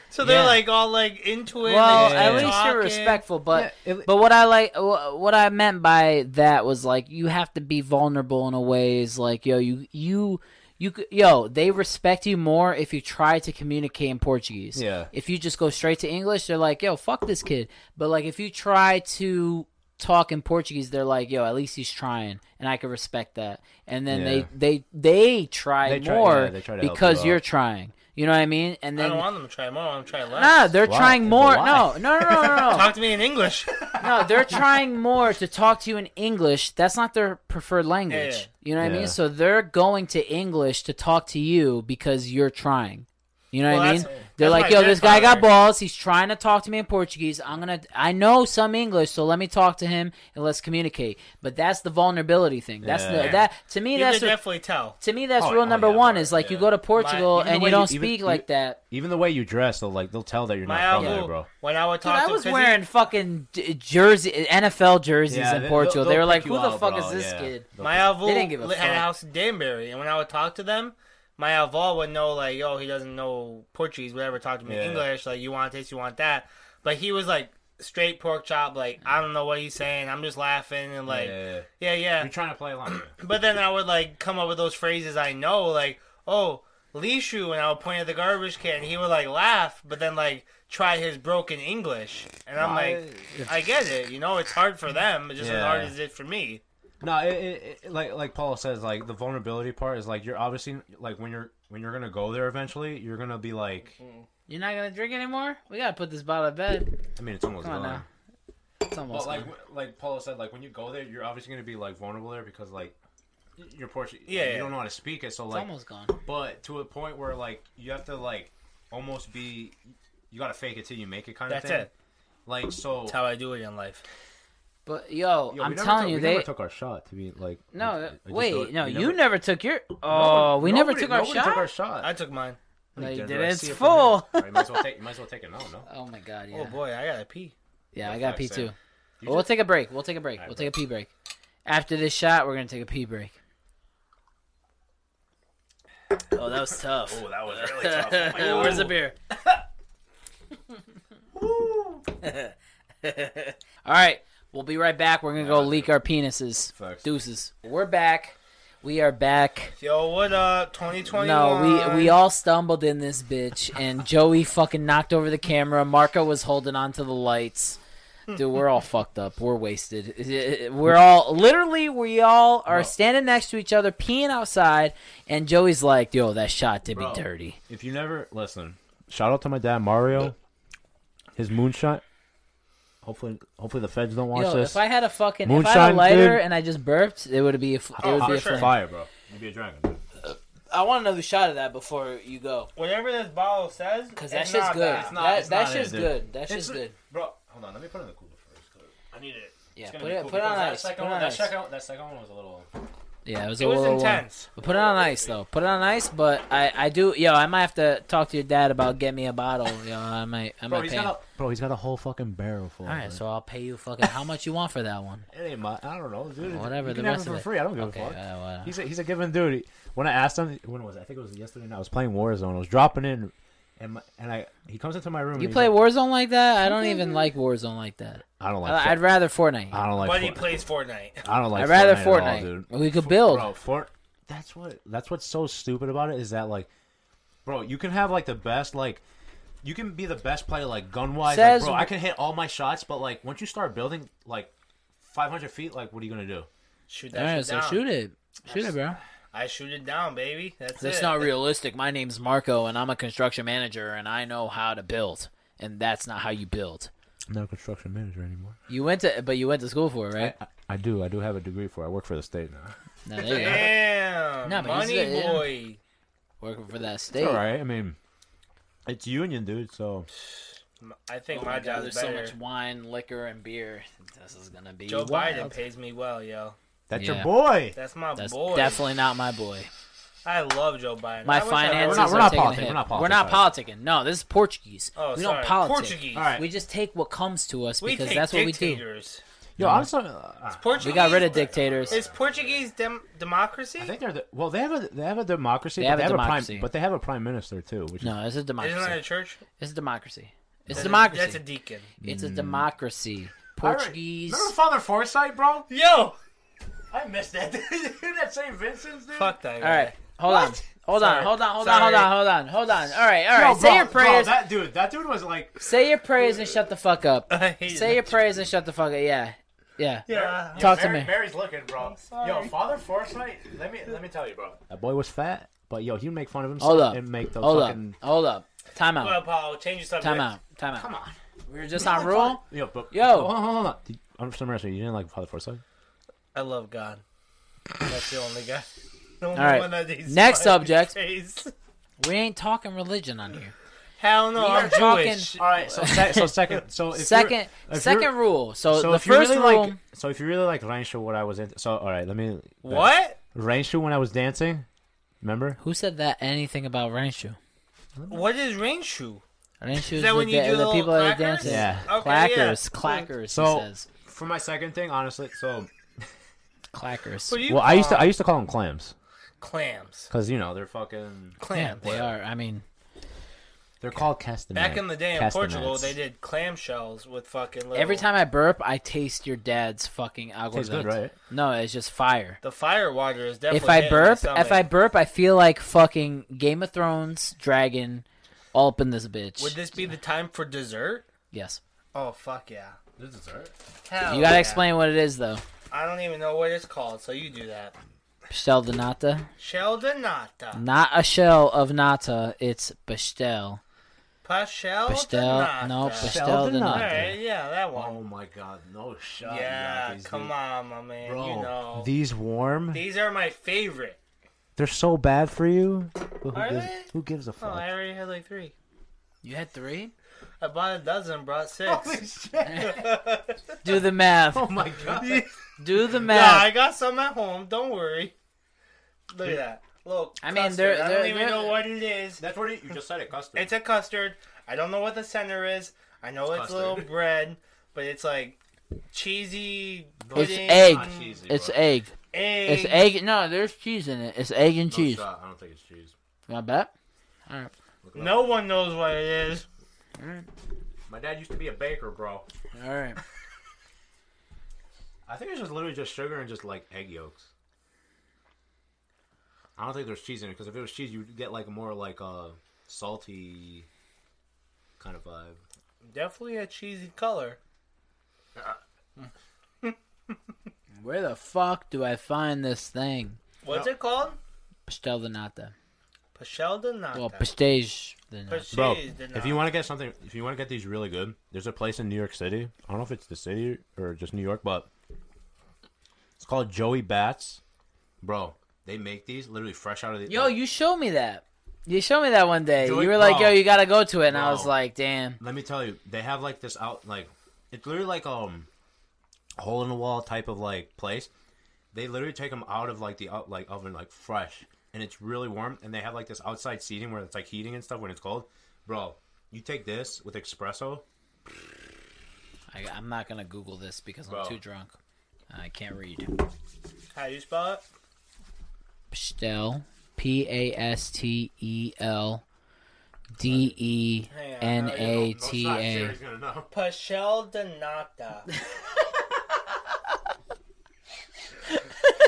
S3: So they're
S2: Yeah.
S3: like all like into it.
S2: Well,
S3: they
S1: Yeah.
S2: at
S3: just
S2: least
S3: talking.
S2: you're respectful, but
S1: Yeah, it-
S2: but what I like, wh- what I meant by that was like you have to be vulnerable in a ways like yo, you you you c- yo, they respect you more if you try to communicate in Portuguese.
S1: Yeah.
S2: If you just go straight to English, they're like yo, fuck this kid. But like if you try to talk in Portuguese, they're like yo, at least he's trying, and I can respect that. And then
S1: Yeah.
S2: they they they try
S1: They try-
S2: more
S1: yeah, they try to help
S2: because
S1: you
S2: you are
S1: out.
S2: trying. You know what I mean? And
S3: I
S2: then
S3: don't want them to try more. I want them to try less.
S2: Nah, they're
S1: Why?
S2: trying more.
S1: Why?
S2: No, no, no, no, no, no.
S3: Talk to me in English.
S2: no. They're trying more to talk to you in English. That's not their preferred language.
S3: Yeah, yeah.
S2: You know what I
S1: Yeah.
S2: mean? So they're going to English to talk to you because you're trying. You know what
S3: Well,
S2: I mean?
S3: that's-
S2: They're
S3: that's
S2: like,
S3: my
S2: yo, this guy got
S3: grandfather.
S2: balls. He's trying to talk to me in Portuguese. I'm gonna, I know some English, so let me talk to him and let's communicate. But that's the vulnerability thing. That's the
S1: Yeah.
S2: that to me
S3: you
S2: that's
S3: can
S2: the,
S3: definitely tell.
S2: to me that's
S1: Oh,
S2: rule
S1: oh,
S2: number
S1: yeah,
S2: one
S1: right,
S2: is like you
S1: yeah.
S2: go to Portugal
S1: even the
S2: and
S1: way
S2: you
S1: you-
S2: don't
S1: even-
S2: speak
S1: you-
S2: like that.
S1: Even the way you dress, they'll like they'll tell that you're
S3: My
S1: not from
S3: avu,
S1: there, bro.
S3: when I would
S2: Dude,
S3: talk
S2: I
S3: to
S2: was
S3: him, 'cause he-
S2: wearing fucking d- jersey NFL jerseys
S1: Yeah,
S2: in
S1: they-
S2: Portugal.
S1: they'll-
S2: They were
S1: they'll
S2: like,
S1: pick
S2: "Who
S1: you
S2: the
S1: out,
S2: fuck
S1: bro,
S2: is this
S1: yeah.
S2: kid?"
S1: They'll
S3: My
S1: pick-
S3: avó
S2: They didn't give a
S3: li- had a
S2: fuck.
S3: house in Danbury, and when I would talk to them, my avó would know like, "Yo, he doesn't know Portuguese. Whatever, talk to me
S1: Yeah.
S3: in English. Like, you want this, you want that." But he was like straight pork chop. Like, I don't know what he's saying. I'm just laughing and like, yeah,
S1: yeah, yeah.
S3: yeah.
S1: You're trying to play along.
S3: But then I would like come up with those phrases I know, like, "Oh, Lishu," and I would point at the garbage can, and he would like laugh, but then like try his broken English, and I'm like, I get it. You know, it's hard for them, it's just as
S1: Yeah.
S3: hard as it for me.
S1: No, it, it, it, like like Paul says, like the vulnerability part is like you're obviously like when you're when you're gonna go there eventually, you're gonna be like,
S2: You're not gonna drink anymore? We gotta put this bottle to bed.
S1: I mean, it's almost
S2: Come on
S1: gone.
S2: now. It's almost
S1: But like
S2: gone.
S1: w- like Paulo said, like when you go there, you're obviously gonna be like vulnerable there because like y- your Portuguese,
S3: Yeah,
S1: you
S3: yeah.
S1: don't know how to speak it. So
S2: It's
S1: like,
S2: almost gone.
S1: but to a point where like you have to like almost be, you gotta fake it till you make it kind
S3: That's
S1: of thing.
S3: it.
S1: Like so,
S3: That's how I do it in life.
S2: But yo,
S1: Yo, we
S2: I'm
S1: never
S2: telling
S1: took-
S2: you,
S1: we
S2: they
S1: never took our shot to be like. I- I
S2: no. uh,
S1: just know-
S2: Wait, no,
S1: we
S2: you never, took your. Oh, we never
S1: nobody-
S2: took our
S1: nobody
S2: shot.
S1: Took our shot.
S3: I took mine.
S2: No, you
S1: didn't.
S2: did.
S1: I
S2: It's
S1: see it from
S2: full.
S1: here. All right, you might as well take. You might as well take it now. No.
S2: Oh my god, yeah,
S3: Oh boy, I gotta pee.
S2: yeah. I
S1: that's
S2: got
S1: what
S2: pee
S1: I'm saying.
S2: too.
S1: You
S2: We'll
S1: just-
S2: take a break. We'll take a break.
S1: Alright,
S2: We'll
S1: bro.
S2: take a pee break. After this shot, we're gonna take a pee break. Oh, that was tough.
S1: Oh, that was really tough. Oh my God.
S2: Where's the beer? All right, we'll be right back. We're gonna go leak our penises.
S1: Facts.
S2: Deuces. We're back. We are back.
S3: Yo, what up? 2021.
S2: No, we we all stumbled in this bitch, and Joey fucking knocked over the camera. Marco was holding on to the lights. Dude, we're all fucked up. We're wasted. We're all literally we all are
S1: Bro.
S2: standing next to each other peeing outside, and Joey's like, "Yo, that shot did
S1: Bro.
S2: me dirty."
S1: If you never listen, shout out to my dad Mario, his moonshot. Hopefully, hopefully the feds don't watch
S2: Yo,
S1: this.
S2: if I had a fucking if I had
S1: Moonshine,
S2: a lighter
S1: dude.
S2: and I just burped, it would be a, f- it would
S3: Oh,
S2: be a
S3: for sure.
S2: flame.
S1: Fire, bro. You'd be a dragon. dude.
S2: I want another shot of that before you go,
S3: Whatever this bottle says,
S2: cause that
S3: it's
S2: shit's
S3: not
S2: good.
S3: bad.
S1: not-
S2: that
S1: it's
S2: that
S1: not it,
S2: shit's
S1: dude.
S2: good. That shit's
S1: It's-
S2: good.
S1: Bro, hold on. Let me put it in the cooler first. 'cause I need it.
S2: Yeah,
S1: It's gonna
S2: put
S1: be
S2: it
S1: cool
S2: put it on
S1: because that
S2: ice. Put it
S1: second
S2: on
S1: one- that
S2: ice.
S1: second one- that second one was a little.
S2: Yeah, it was a
S3: It was
S2: little one.
S3: intense.
S2: But put it on ice though. Put it on ice, but I, I do yo, I might have to talk to your dad about getting me a bottle. Yo, I might I might pay. him.
S1: a bro. He's got a whole fucking barrel full.
S2: All right, so I'll pay you fucking how much you want for that one.
S1: it ain't my. I don't know, dude.
S2: Whatever,
S1: You
S2: the
S1: can have
S2: rest
S1: it for
S2: of it.
S1: free. I don't give
S2: Okay,
S1: a
S2: uh,
S1: fuck.
S2: whatever.
S1: He's a, he's a given dude. When I asked him, when was it? I think it was yesterday night. I was playing Warzone. I was dropping in, and my, and I he comes into my room. and
S2: You
S1: he's
S2: play
S1: Like,
S2: Warzone like that? I don't even like Warzone like that.
S1: I don't like.
S2: I, I'd
S1: Fort-
S2: rather Fortnite.
S1: I don't like.
S3: But he
S1: Fort-
S3: plays Fortnite.
S1: I don't like.
S2: I'd rather
S1: Fortnite, at all,
S2: Fortnite.
S1: dude.
S2: We could build.
S1: Bro, Fort. That's what. That's what's so stupid about it is that like, bro, you can have like the best like. You can be the best player like gun wise, like,
S2: Says-
S1: bro. I can hit all my shots, but like once you start building like 500 feet, like what are you gonna do?
S3: Shoot
S2: All
S3: that
S2: right,
S3: shit
S2: so
S3: down.
S2: shoot it. Shoot it, bro.
S3: I shoot it down, baby. That's
S2: That's
S3: it.
S2: not realistic. My name's Marco, and I'm a construction manager, and I know how to build. And that's not how you build.
S1: I'm not a construction manager anymore.
S2: You went to, but you went to school for it, right?
S1: I, I do. I do have a degree for. it. I work for the state now.
S2: No, there you go.
S3: Damn,
S2: No, but
S3: money
S2: he's good, yeah.
S3: boy.
S2: Working for that
S1: It's
S2: state.
S1: all right. I mean, it's union, dude. So
S3: I think
S2: Oh
S3: my,
S2: my God,
S3: job
S2: there's
S3: is
S2: so
S3: better.
S2: much wine, liquor, and beer. This is gonna be
S3: Joe
S2: wild.
S3: Biden pays me well, yo.
S1: that's
S2: Yeah.
S1: your boy.
S3: That's my
S2: That's
S3: boy.
S2: definitely not my boy.
S3: I love Joe Biden.
S2: My
S3: I wish I
S2: finances
S1: not-
S3: worked-
S1: we're
S2: are
S1: not
S2: taking a
S1: politicking,
S2: hit.
S1: we're not
S2: We're not politicking. No, this is Portuguese.
S3: Oh,
S2: we
S3: sorry.
S2: don't politic.
S3: Portuguese.
S1: All right.
S2: We just take what comes to us
S3: We
S2: because
S3: take
S2: that's what we do.
S3: dictators.
S1: Yo, I'm sorry. uh,
S3: Portuguese.
S2: We got rid of dictators.
S3: Is Portuguese dem- democracy?
S1: I think they're the, well. They have a they have a democracy.
S2: They
S1: but
S2: have a
S1: they have A
S2: democracy.
S1: prime, but they have a prime minister too. Which
S2: No, it's a
S3: Isn't that a
S2: democracy.
S3: church?
S2: It's a democracy. It's
S3: That's
S2: a
S3: a- That's
S2: democracy.
S3: a deacon.
S2: It's a democracy. Portuguese.
S1: Father Forsyth, bro?
S3: Yo,
S1: I missed that. dude, that St. Vincent's dude.
S3: fuck that.
S2: All right, hold on.
S1: What?
S2: Hold
S3: Sorry.
S2: on, hold on, hold on,
S3: Sorry.
S2: hold on, hold on, hold on. All right, all right. Say your prayers.
S1: that dude. That dude was like.
S2: Say your prayers and shut the fuck up.
S3: I hate
S2: Say
S3: it.
S2: your prayers and shut the fuck up. Yeah, yeah.
S3: Yeah.
S2: Talk to me.
S1: Mary's looking, bro.
S3: sorry. Yo,
S1: Father Forsyth. Let me let me tell you, bro. That boy was fat, but yo, he would make fun of himself
S2: Hold up.
S1: and make those
S2: Hold up.
S1: fucking.
S2: Hold up. Time out.
S3: Well, Paul, change the subject.
S2: Time out. Time out.
S1: Come on.
S2: We were just on roll.
S1: Yo, but,
S2: Yo.
S1: hold on, hold on, hold on. Did, I'm from Russia. You didn't like Father Forsyth?
S3: I love God. That's the only guy. The only
S2: All right.
S3: one that he's
S2: Next
S3: my
S2: subject.
S3: face.
S2: We ain't talking religion on here.
S3: Hell no,
S2: We
S3: I'm
S2: are talking-
S3: Jewish.
S1: All right. So, se- so second. So if you're-
S2: second,
S1: if
S2: second
S1: you're-
S2: rule. So,
S1: So
S2: the
S1: if you
S2: first
S1: really
S2: rule.
S1: like, so if you really like Reinshu, what I was into. So all right, let me.
S3: What?
S1: Reinshu when I was dancing. Remember?
S2: who said that anything about Renshu?
S3: What is rain shoe?
S2: Renshu
S3: Is
S2: is
S3: that
S2: the,
S3: when you
S2: da-
S3: do
S2: the
S3: the
S2: people that are
S3: clackers?
S2: dancing.
S1: Yeah.
S3: Okay,
S2: clackers,
S3: yeah.
S2: clackers.
S1: So-
S2: he says
S1: For my second thing, honestly. So
S2: clackers.
S3: What do you
S1: well, I used to
S3: call
S1: I used to call them clams
S3: clams.
S1: because you know they're fucking
S2: yeah,
S3: Clams.
S2: they are. I mean,
S1: they're called castanets.
S3: Back in the day in
S1: Castanets.
S3: Portugal, they did clam shells with fucking. Little,
S2: every time I burp, I taste your dad's fucking agua.
S1: Tastes good, right?
S2: No, it's just fire.
S3: the fire water is definitely.
S2: If I
S3: hitting my
S2: burp,
S3: stomach.
S2: if I burp, I feel like fucking Game of Thrones dragon, all up in this bitch.
S3: would this be the time for dessert?
S2: yes.
S3: Oh fuck yeah!
S1: This is
S2: You
S3: Hell
S2: gotta
S3: Oh, yeah.
S2: explain what it is though.
S3: I don't even know what it's called, so you do that.
S2: Pastel de nata.
S3: Shell de nata.
S2: Not a shell of nata. It's pastel.
S3: Pastel. de
S2: Pastel.
S3: nata.
S2: No,
S1: Pastel
S2: pastel
S1: de
S2: de
S1: nata.
S3: All
S2: nata.
S3: right, yeah, that one.
S1: Oh my god, no shot.
S3: yeah, come on, my man. you know,
S1: These warm.
S3: these are my favorite.
S1: They're so bad for you. But who,
S3: Are
S1: gives,
S3: they?
S1: who gives a
S3: Oh,
S1: fuck?
S3: I already had like three.
S2: You had three.
S3: I bought a dozen, brought six.
S1: shit!
S2: Do the math.
S3: Oh
S1: my god.
S2: Do the
S3: Nah,
S2: math.
S3: I got some at home. Don't worry. Look at that. Look,
S2: I mean,
S3: custard.
S2: they're-
S3: I don't
S2: they're-
S3: even
S2: they're-
S3: know what it is.
S1: That's what you just said. It custard.
S3: It's a custard. I don't know what the center is. I know it's, a little
S1: custard.
S3: bread, but it's like cheesy pudding.
S2: It's egg.
S1: not cheesy,
S2: It's
S1: bro.
S2: egg.
S3: Egg.
S2: It's egg. No, there's cheese in it. It's egg and cheese.
S1: I don't think it's cheese.
S2: You want to bet?
S3: No one knows what it is.
S1: My dad used to be a baker, bro.
S2: All right.
S1: I think it's just literally just sugar and just like egg yolks. I don't think there's cheese in it because if it was cheese, you'd get like more like a salty kind of vibe.
S3: Definitely a cheesy color.
S2: Where the fuck do I find this thing?
S3: What's it called?
S2: Pastel de nata.
S3: Pastel de nata.
S2: Well, pastage de nata.
S3: Pastéis
S1: Bro,
S3: de
S1: if you
S3: nata.
S1: want to get something, if you want to get these really good, there's a place in New York City. I don't know if it's the city or just New York, but it's called Joey Bats. Bro, they make these literally fresh out of the.
S2: Yo,
S1: like,
S2: you showed me that. You showed me that one day.
S1: Joy-
S2: you were like,
S1: bro.
S2: yo, you gotta go to it. And I was
S1: Bro.
S2: like, damn.
S1: let me tell you, they have like this out like it's literally like um hole in the wall type of like place. They literally take them out of like the out, like oven like fresh, and it's really warm. And they have like this outside seating where it's like heating and stuff when it's cold. Bro, you take this with espresso.
S2: I, I'm not gonna Google this because I'm
S1: Bro.
S2: too drunk. I can't read.
S3: How do you spell it?
S2: Pastel. P A S T E L D E N A T A.
S3: Pastel de nata.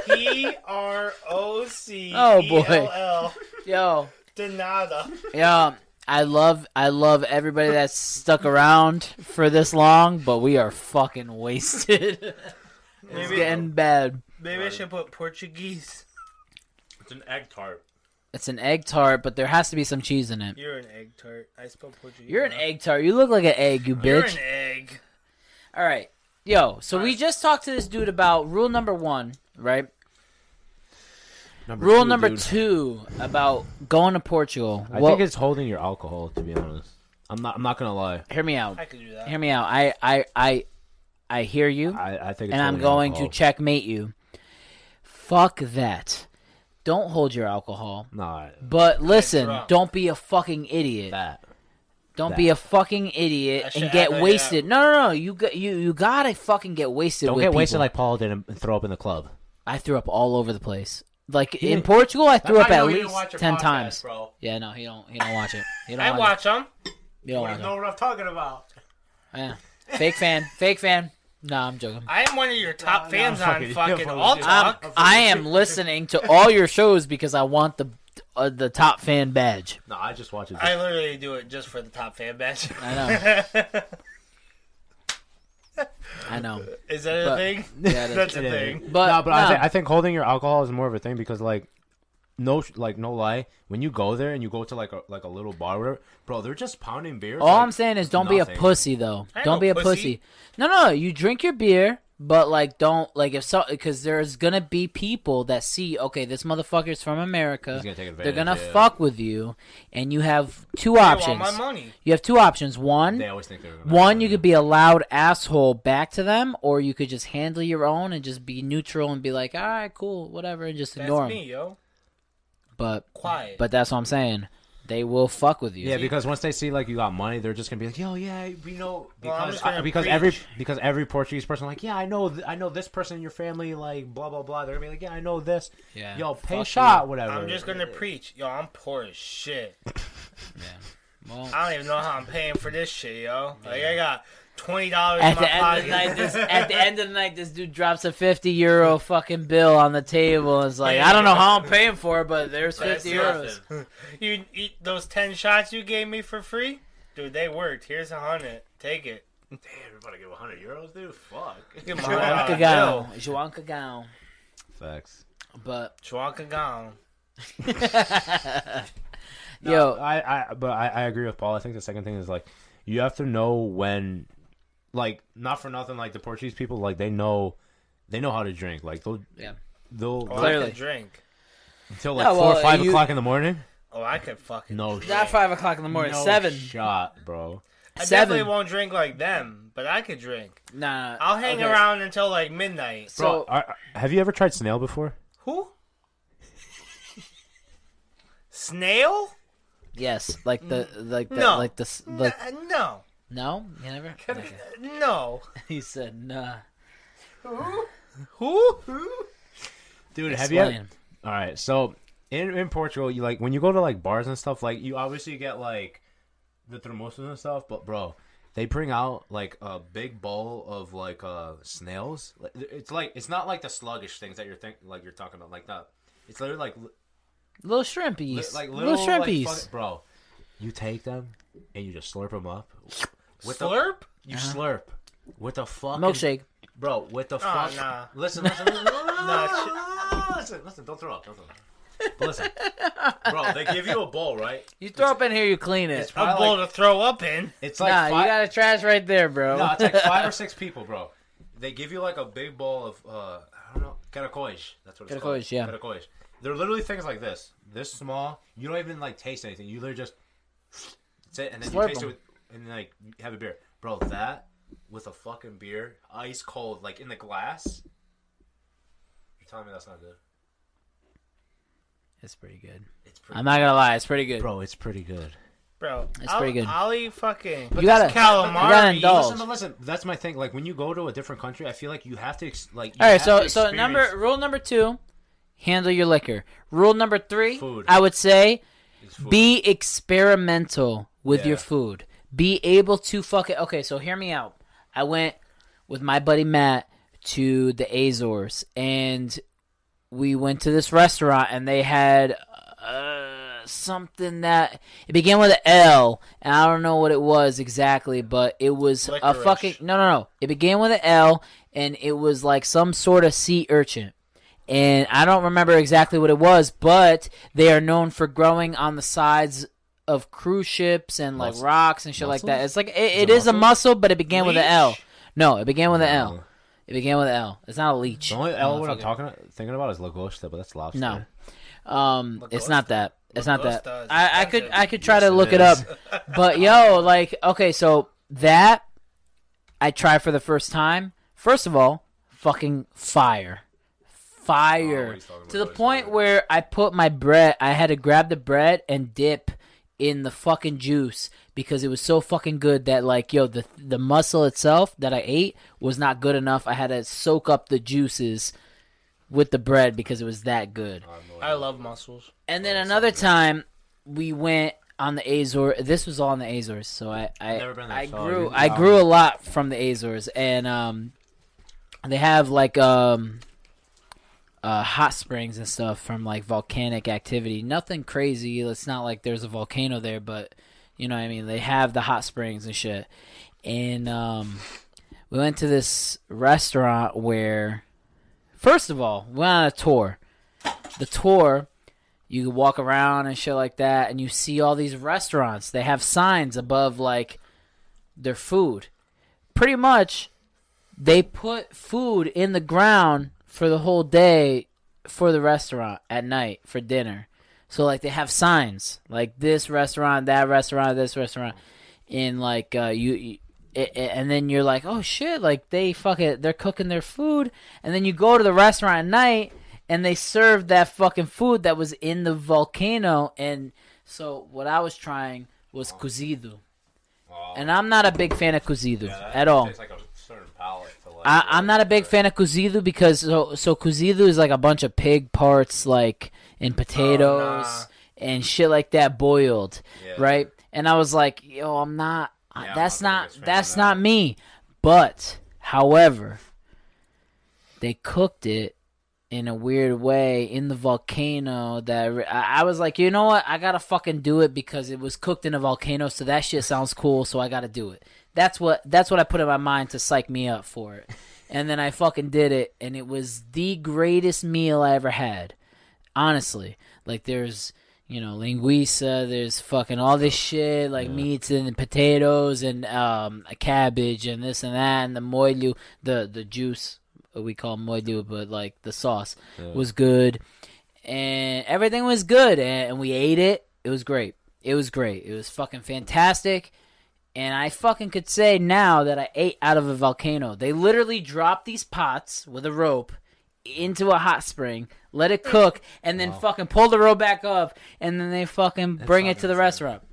S3: P R O C E
S2: Oh, boy.
S3: L L
S2: Yo.
S3: de nata.
S2: Yeah. I love I love everybody that's stuck around for this long, but we are fucking wasted. it's
S3: Maybe,
S2: getting bad.
S3: maybe I should put Portuguese.
S1: It's an egg tart.
S2: It's an egg tart, but there has to be some cheese in it.
S3: You're an egg tart. I spelled Portuguese.
S2: You're an
S3: wrong.
S2: egg tart. You look like an egg, you
S3: You're
S2: bitch.
S3: an egg.
S2: All right. Yo, so we just talked to this dude about rule number one, right? Rule number two about going to Portugal.
S1: I
S2: Well,
S1: think it's holding your alcohol. To be honest, I'm not. I'm not gonna lie.
S2: hear me out.
S3: I could do that.
S2: Hear me out. I, I, I, I hear you,
S1: I, I think. It's
S2: and I'm
S1: holding
S2: going
S1: alcohol.
S2: to checkmate you. Fuck that. Don't hold your alcohol.
S1: Nah,
S2: But listen,
S3: drunk.
S2: don't be a fucking idiot.
S1: that.
S2: Don't be a fucking idiot and
S3: should add
S2: get
S3: that,
S2: wasted. No, no, no. You got you you gotta fucking get wasted.
S1: Don't
S2: with
S1: get wasted
S2: people.
S1: like Paul did and throw up in the club.
S2: I threw up all over the place. Like in
S1: didn't-
S2: Portugal, I threw up
S1: how you
S2: at
S1: know you didn't
S2: least
S1: watch your
S2: ten
S1: podcast,
S2: times.
S1: bro.
S2: Yeah, no, he don't. He don't watch it. He don't
S3: I
S2: watch.
S3: watch them.
S2: It. He don't watch
S1: what I'm talking about.
S2: it. Yeah. Fake fan. Fake fan. No, I'm joking.
S3: I am one of your top fans
S1: fuck it.
S3: on
S1: Yeah,
S3: fucking
S1: fuck
S3: All
S1: it.
S2: I'm,
S3: Talk.
S2: I am listening to all your shows because I want the uh, the top fan badge.
S1: No, I just watch it.
S3: I literally do it just for the top fan badge.
S2: I know. I know.
S3: Is that a
S2: But-
S3: thing?
S2: Yeah, it
S3: That's
S2: is.
S3: a thing.
S2: But,
S1: no, but I,
S2: no.
S1: thi- I think holding your alcohol is more of a thing because like no sh- like no lie when you go there and you go to like a like a little bar or whatever, bro they're just pounding beer
S2: all I'm saying is don't be a
S1: nothing.
S2: pussy though.
S3: I ain't
S2: Don't
S3: no
S2: be a pussy.
S3: pussy.
S2: No, no, you drink your beer, but like don't like if so because there's gonna be people that see okay this motherfucker's from America.
S1: He's gonna take
S2: They're gonna
S1: advantage, yeah.
S2: fuck with you, and you have two
S3: I want
S2: options.
S3: my money.
S2: You have two options. One,
S1: they always think they're gonna
S2: one you could be a loud asshole back to them, or you could just handle your own and just be neutral and be like, all right, cool, whatever, and just
S3: That's
S2: ignore
S3: me,
S2: them.
S3: yo.
S2: But
S3: Quiet.
S2: but that's what I'm saying. They will fuck with you.
S1: yeah because once they see like you got money they're just gonna be like yo yeah we know
S3: Well, I'm
S1: because
S3: just gonna
S1: I- because every
S3: preach.
S1: because every Portuguese person like yeah I know th- I know this person in your family like blah blah blah they're gonna be like yeah I know this
S2: Yeah.
S1: yo pay
S2: Fuck
S1: a shot whatever
S3: I'm just gonna preach. Yo, I'm poor as shit.
S2: Well,
S3: I don't even know how I'm paying for this shit, yo. Like I got twenty dollars in
S2: At
S3: my
S2: the end
S3: pocket.
S2: of the night, this at the end of the night, this dude drops a fifty euro fucking bill on the table and is like, I don't know how I'm paying for it, but there's
S3: That's
S2: fifty euros.
S3: nothing. You eat those ten shots you gave me for free, dude. They worked. Here's a hundred. Take it.
S1: everybody give 100 euros dude fuck
S3: Give him a
S2: Joan
S3: hundred
S2: Cagao.
S3: dollar
S2: Joan Cagao.
S1: facts
S2: But
S3: bill. Joan Cagao.
S2: yo,
S1: I, I but I, I agree with Paul. I think the second thing is like you have to know when like not for nothing like the Portuguese people like they know they know how to drink. Like they'll
S2: yeah.
S1: they'll
S3: Oh, I
S2: Clearly.
S3: could drink.
S1: until like
S2: No,
S1: four
S2: well,
S1: or five
S2: you-
S1: o'clock in the morning.
S3: Oh, I could fucking.
S1: No
S3: drink.
S1: shit.
S2: Not five o'clock in the morning.
S1: No
S2: seven.
S1: shot, bro.
S3: I
S2: Seven.
S3: definitely won't drink like them, but I could drink.
S2: Nah.
S3: I'll hang
S2: okay.
S3: around until like midnight.
S1: Bro,
S2: So
S1: are, have you ever tried snail before?
S3: Who? Snail?
S2: yes, like the like the
S3: No.
S2: like the s- like
S3: Uh, no.
S2: no, you never. Okay.
S3: No.
S2: He said nah.
S3: Who?
S1: Dude, have
S2: Explain.
S1: you? All right, so in in Portugal, you like when you go to like bars and stuff, like you obviously get like the thermos and stuff, but bro, they bring out like a big bowl of like uh snails. Like, It's like it's not like the sluggish things that you're think like you're talking about like that. It's literally like li-
S2: Little shrimpies.
S1: like
S2: little,
S1: little,
S2: shrimpies.
S1: like, fuck- bro. You take them and you just slurp them up. With
S3: Slurp?
S1: The, you slurp. with the fucking
S2: Milkshake.
S1: bro. With the
S3: Oh,
S1: fuck.
S3: nah.
S1: Listen, listen, listen,
S3: Nah,
S1: listen, listen, listen. Don't throw up. Don't throw up. But listen, bro. They give you a bowl, right?
S2: You throw up in here, you clean it.
S1: It's
S3: A
S1: probably
S3: bowl
S1: like,
S3: to throw up in.
S1: it's like
S2: nah,
S1: five,
S2: you got to trash right there, bro.
S1: No, it's like five or six people, bro. They give you like a big bowl of uh, I don't know, caracoles. That's what it's called.
S2: Caracoles, yeah.
S1: Caracoles. They're literally things like this. This small. You don't even like taste anything. You literally just sit and then
S2: Slurp
S1: you taste
S2: 'em.
S1: it with, and like you have a beer, bro. That with a fucking beer, ice cold, like in the glass. You're telling me that's not good?
S2: it's pretty good.
S1: It's pretty.
S2: I'm not gonna lie, it's pretty good.
S1: bro, it's pretty good.
S3: Bro,
S2: That's pretty good.
S3: I'll eat fucking
S2: you gotta,
S3: calamari.
S2: you gotta indulge.
S1: Listen, but listen, that's my thing. Like when you go to a different country, I feel like you have to ex- like.
S2: All right, so so number rule number two, handle your liquor. Rule number three,
S1: Food.
S2: I would say
S1: B.
S2: be experimental with
S1: Yeah.
S2: your food. Be able to fuck it. Okay, so hear me out. I went with my buddy Matt to the Azores, and we went to this restaurant, and they had uh, something that it began with an L, and I don't know what it was exactly, but it was a
S3: Licorice.
S2: fucking no, no, no. It began with an L, and it was like some sort of sea urchin and I don't remember exactly what it was, but they are known for growing on the sides of cruise ships and like
S1: Mussels?
S2: rocks and shit like that.
S1: Mussels?
S2: It's like it, it
S1: it
S2: is a
S1: mussels?
S2: mussel, but it began with an L.
S3: Leech?
S2: No, it began with an
S1: No.
S2: L. It began with an L. It's not a leech.
S1: The only L word I'm
S2: Motherfucker.
S1: talking thinking about is Lagosta, but that's lobster.
S2: No, um, it's not that. It's not that.
S3: Lagosta is
S2: I, I could
S3: expensive.
S2: I could try to
S1: Yes, it
S2: look it, up,
S1: is.
S2: but yo, like okay, so that I tried for the first time. First of all, fucking fire,
S1: Oh,
S2: fire
S1: he's talking about
S2: to the
S1: those,
S2: point
S1: yeah.
S2: where I put my bread. I had to grab the bread and dip in the fucking juice because it was so fucking good that like yo the the muscle itself that I ate was not good enough. I had to soak up the juices with the bread because it was that good.
S1: Uh,
S3: I love mussels.
S2: And
S1: Oh,
S2: then another time, we went on the Azores. This was all on the Azores, so I I,
S1: Never been there,
S2: I
S1: so I
S2: grew
S1: didn't
S2: I
S1: know.
S2: grew a lot from the Azores, and um, they have like um, uh, hot springs and stuff from like volcanic activity. Nothing crazy. It's not like there's a volcano there, but you know what I mean. They have the hot springs and shit, and um, we went to this restaurant where, first of all, we went on a tour. The tour you could walk around and shit like that and you see all these restaurants they have signs above like their food pretty much they put food in the ground for the whole day for the restaurant at night for dinner so like they have signs like this restaurant that restaurant this restaurant in like uh you, you it, it- and then you're like oh shit like they fuck it they're cooking their food and then you go to the restaurant at night and they served that fucking food that was in the volcano and so what i was trying was cozido and i'm not a big fan of cozido at all
S1: Like a certain palate to like,
S2: I, I'm not a big fan of kuzidu because so so kuzidu is like a bunch of pig parts like and potatoes and shit like that boiled,
S1: Yeah.
S2: right? And I was like, yo, I'm not. I-
S1: I'm not
S2: that's
S1: the
S2: not.
S1: biggest fan of
S2: That's
S1: that.
S2: not me. But however, they cooked it in a weird way in the volcano. That re- I, I was like, you know what? I gotta fucking do it because it was cooked in a volcano. So that shit sounds cool. So I gotta do it. That's what. That's what I put in my mind to psych me up for it. And then I fucking did it, and it was the greatest meal I ever had honestly. Like there's you know linguiça, there's fucking all this shit like meats and potatoes and um a cabbage and this and that and the moilu, the the juice we call moilu, but like the sauce was good and everything was good and, and we ate it. It was great. It was great. It was fucking fantastic. And I fucking could say now that I ate out of a volcano. They literally dropped these pots with a rope into a hot spring, let it cook, and then fucking pull the rope back up, and then they fucking bring it to the restaurant.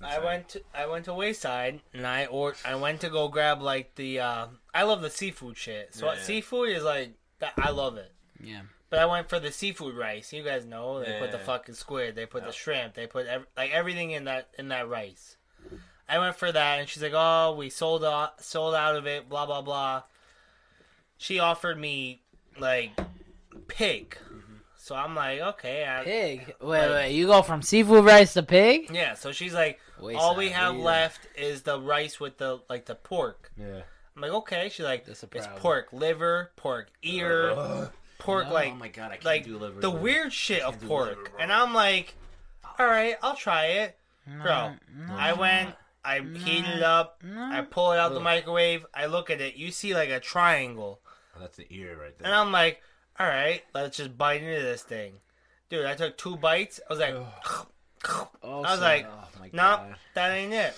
S3: I went to, I went to Wayside and I or I went to go grab like the uh, I love the seafood shit. So
S1: Yeah, yeah.
S3: seafood is like that, I love it.
S2: Yeah.
S3: But I went for the seafood rice. You guys know they put the
S1: Yeah.
S3: fucking squid, they put the shrimp, they put ev- like everything in that in that rice. I went for that, and she's like, "Oh, we sold out, sold out of it." Blah blah blah. She offered me like pig,
S1: Mm-hmm.
S3: so I'm like, "Okay, I,
S2: Pig. Wait, wait. You go from seafood rice to pig?
S3: yeah." So she's like,
S2: Waste
S3: "All we
S2: that
S3: have
S2: weed.
S3: left is the rice with the like the pork."
S1: Yeah.
S3: I'm like, okay. She's like,
S2: That's
S3: it's
S2: a problem.
S3: pork liver, pork ear, pork like,
S4: oh my god, I can't
S3: like
S4: do liver.
S3: the
S4: bro.
S3: weird shit
S4: can't
S3: of
S4: do
S3: pork.
S4: liver, bro.
S3: and I'm like, all right, I'll try it, bro.
S2: no,
S3: I went, I heat it up, I pull it out the
S4: Ugh.
S3: microwave, I look at it, you see like a triangle,
S1: Oh, that's the ear right there.
S3: and I'm like, all right, let's just bite into this thing, dude. I took two bites. I was like.
S4: Oh,
S3: I was
S4: so-
S3: like,
S4: oh my
S3: Nope,
S4: God.
S3: that ain't it.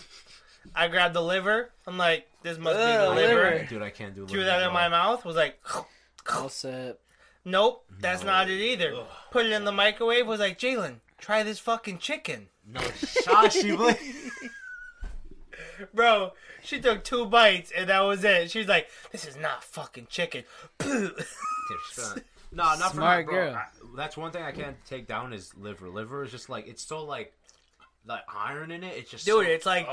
S3: I grabbed the liver. I'm like, this must be the
S2: Ugh,
S3: liver.
S2: liver.
S1: Dude, I can't do.
S3: Threw
S1: liver,
S3: that in
S1: bro.
S3: my mouth. Was like,
S2: All set.
S3: nope, that's
S1: No.
S3: not it either.
S1: Ugh.
S3: Put it in the microwave. Was like, Jalen, try this fucking chicken,
S4: No, Shashi, boy.
S3: bro. She took two bites and that was it. She's like, this is not fucking chicken.
S1: No, not for
S2: Smart
S1: that, bro.
S2: girl.
S1: I, that's one thing I can't take down is liver. Liver is just like it's so like like iron in it. It's just so,
S3: Dude, it's like,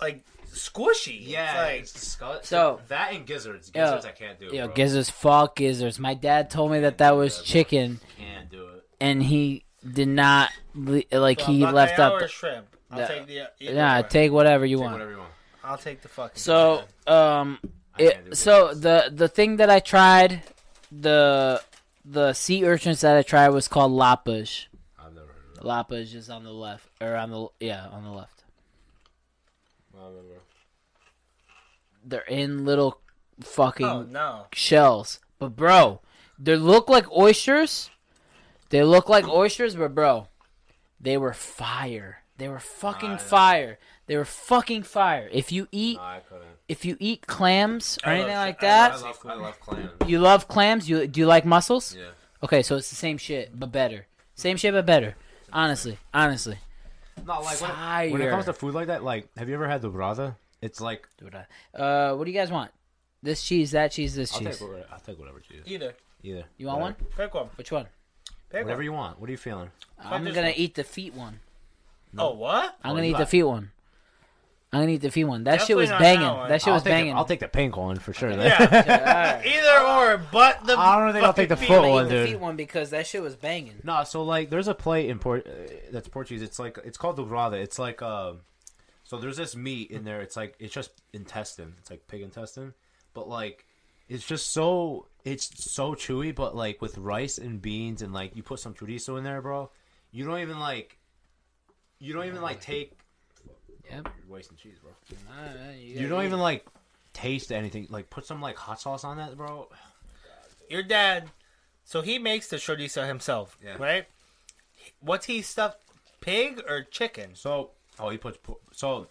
S3: like squishy.
S1: yeah,
S3: it's
S1: it's disgusting.
S2: So-
S1: that and gizzards,
S2: Yo.
S1: gizzards I can't do.
S2: Yo,
S1: bro.
S2: gizzards, fuck gizzards. My dad told me that that was chicken,
S1: can't do it.
S2: and he did not li- like
S3: like
S2: he
S3: buckeye
S2: left
S3: or
S2: up.
S3: shrimp. I'll
S2: Nah.
S3: take the. uh, either
S2: Nah,
S3: one.
S2: take whatever you
S1: Take
S2: want.
S1: whatever you want.
S3: I'll take the fucking.
S2: So, um,
S1: I can't do
S2: it, so
S1: gizzards.
S2: the the thing that I tried, the the sea urchins that I tried was called lapas.
S1: I've never heard of it.
S2: Lapas is on the left, or on the yeah, on the left.
S1: I don't remember.
S2: They're in little fucking
S3: oh no.
S2: shells, but bro, they look like oysters. They look like oysters, but bro, they were fire. They were fucking
S1: I know.
S2: fire. They were fucking fire. If you eat
S1: No, I couldn't.
S2: if you eat clams or
S3: I
S2: anything
S3: love-
S2: like
S3: I love
S2: that,
S1: I love, I love clam.
S2: You love clams? You do you like mussels?
S1: Yeah.
S2: Okay, so it's the same shit but better. Same shit but better. Honestly, honestly.
S1: Not like when,
S2: Fire.
S1: when it comes to food like that. Like, have you ever had the brada? It's like
S2: Dude, I- uh, what do you guys want? This cheese, that cheese, this
S1: I'll
S2: cheese.
S1: take, whatever, I'll take whatever cheese.
S3: Either
S1: Either
S2: You want one?
S1: Whatever.
S3: pick one.
S2: Which one?
S3: Pick
S1: Whatever
S3: one.
S1: you want. What are you feeling?
S2: I'm
S3: this
S2: gonna
S3: one.
S2: eat the feet one.
S3: Oh what?
S2: I'm
S1: Oh,
S2: gonna
S1: you
S2: eat the
S1: like-
S2: feet one. I'm gonna eat the feet one. That shit
S3: Definitely
S2: was
S3: not
S2: banging.
S3: that one.
S2: That, shit
S1: I'll
S2: was
S1: take the-
S2: banging.
S1: I'll take the pink one for sure. then.
S3: Yeah.
S2: Alright.
S3: Either or, but the.
S1: I don't think I'll take the
S3: fucking
S1: foot
S2: I'm gonna
S1: one,
S2: eat the
S1: dude.
S2: feet one because that shit was banging.
S1: No, so like there's a plate in Port uh, that's Portuguese. It's like it's called dobrada. It's like um, so there's this meat in there. It's like it's just intestine. It's like pig intestine, but like it's just so it's so chewy. But like with rice and beans and like you put some chorizo in there, bro. You don't even like you don't even like take
S2: Yep.
S1: you're wasting cheese, bro.
S2: Alright,
S1: You don't even like taste anything. Like put some like hot sauce on that, bro.
S3: Your dad. So he makes the chorizo himself,
S1: Yeah.
S3: right? What's he stuffed? Pig or chicken?
S1: So oh, he puts po- so.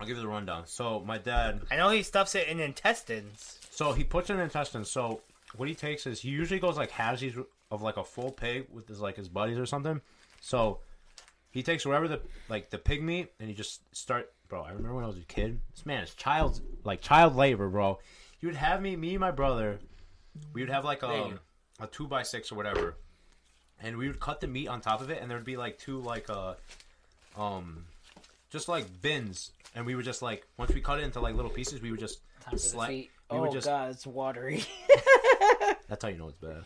S1: I'll give you the rundown. So my dad.
S3: I know he stuffs it in intestines.
S1: So he puts it in intestines. So what he takes is he usually goes like halvesies of like a full pig with his like his buddies or something. So he takes wherever the like the pig meat and he just start. Bro, I remember when I was a kid. This man is child like child labor, bro. He would have me, me and my brother. We would have like
S3: Thank
S1: a
S3: you.
S1: a two by six or whatever, and we would cut the meat on top of it, and there'd be like two like uh um just like bins, and we would just like once we cut it into like little pieces, we would just sli- we
S2: Oh
S1: would just
S2: god, it's watery.
S1: that's how you know it's bad.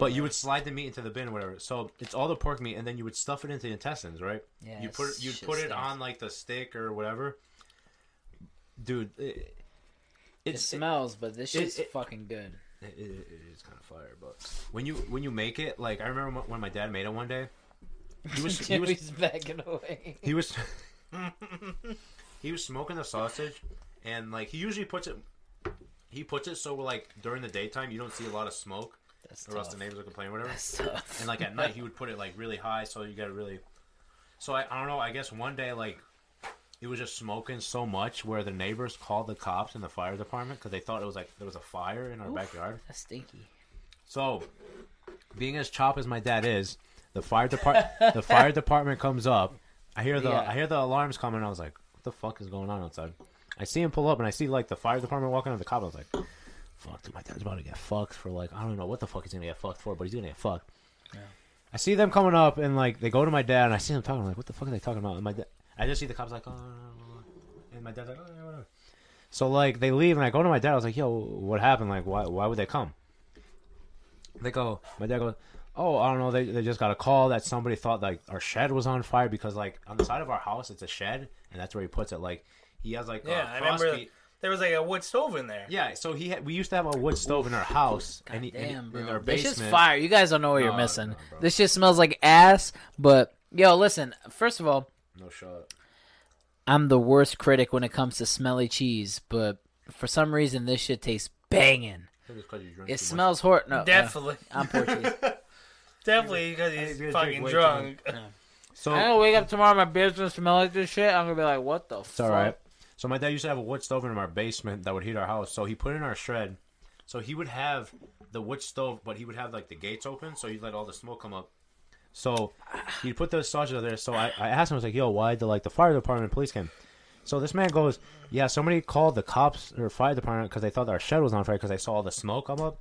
S1: but you would slide the meat into the bin or whatever. So it's all the pork meat, and then you would stuff it into the intestines, right?
S2: Yeah,
S1: You put
S2: it's-
S1: you
S2: shit
S1: put it
S2: stinks.
S1: on like the stick or whatever. Dude, it, it,
S2: It
S1: it-
S2: smells, but this
S1: it-
S2: shit's
S1: it-
S2: fucking good.
S1: it- it- it's kind of fire. But when you when you make it, like I remember when my dad made it one day. He was he was
S2: Jimmy's backing away.
S1: he was he was smoking the sausage and like he usually puts it he puts it so like during the daytime you don't see a lot of smoke
S2: That's
S1: or else
S2: tough.
S1: the neighbors will complain or whatever
S2: That's tough.
S1: and like at night he would put it like really high so you gotta really so I, I don't know i guess one day like it was just smoking so much where the neighbors called the cops and the fire department because they thought it was like there was a fire in our backyard
S2: That's stinky.
S1: so being as chop as my dad is the fire department the fire department comes up i hear the
S2: Yeah.
S1: i hear the alarms coming i was like what the fuck is going on outside i see him pull up and i see like the fire department walking on the cop i was like fuck dude my dad's about to get fucked for like i don't know what the fuck he's gonna get fucked for but he's gonna get fucked I see them coming up and like they go to my dad and I see them talking. I'm like, what the fuck are they talking about? And my dad, I just see the cops like, oh, no, no, no." and my dad's like, oh, yeah, whatever. So like they leave and I go to my dad. I was like, yo, what happened? Like, why why would they come? They go. My dad goes, oh, I don't know. They they just got a call that somebody thought like our shed was on fire because like on the side of our house it's a shed and that's where he puts it. Like he has like
S3: Yeah,
S1: a
S3: I
S1: cross
S3: remember-
S1: beat-
S3: there was like a wood stove in there.
S1: Yeah, so he had, we used to have a wood stove in our house, and, he, and he-
S2: Damn, bro.
S1: in our
S2: this
S1: basement.
S2: shit's fire. You guys don't know what you're
S1: No,
S2: missing.
S1: no, bro.
S2: this shit smells like ass. But yo, listen. First of all,
S1: No shot.
S2: I'm the worst critic when it comes to smelly cheese. But for some reason, this shit tastes banging.
S1: I think it's 'cause you drink too
S2: It
S1: much.
S2: smells hor. No, uh,
S3: Definitely,
S2: I'm Portuguese.
S3: definitely because he's
S4: drink
S3: fucking
S4: way too
S3: drunk.
S1: So
S2: I'm gonna wake up tomorrow. My beard's gonna smell like this shit. I'm gonna be like, what the
S1: It's all right. So my dad used to have a wood stove in our basement that would heat our house. So he put in our shred. So he would have the wood stove, but he would have like the gates open, so he'd let all the smoke come up. So he'd put the sausage out there. So I, I asked him, I was like, "Yo, why the like the fire department and police came?" So this man goes, "Yeah, somebody called the cops or fire department because they thought our shed was on fire because they saw all the smoke come up."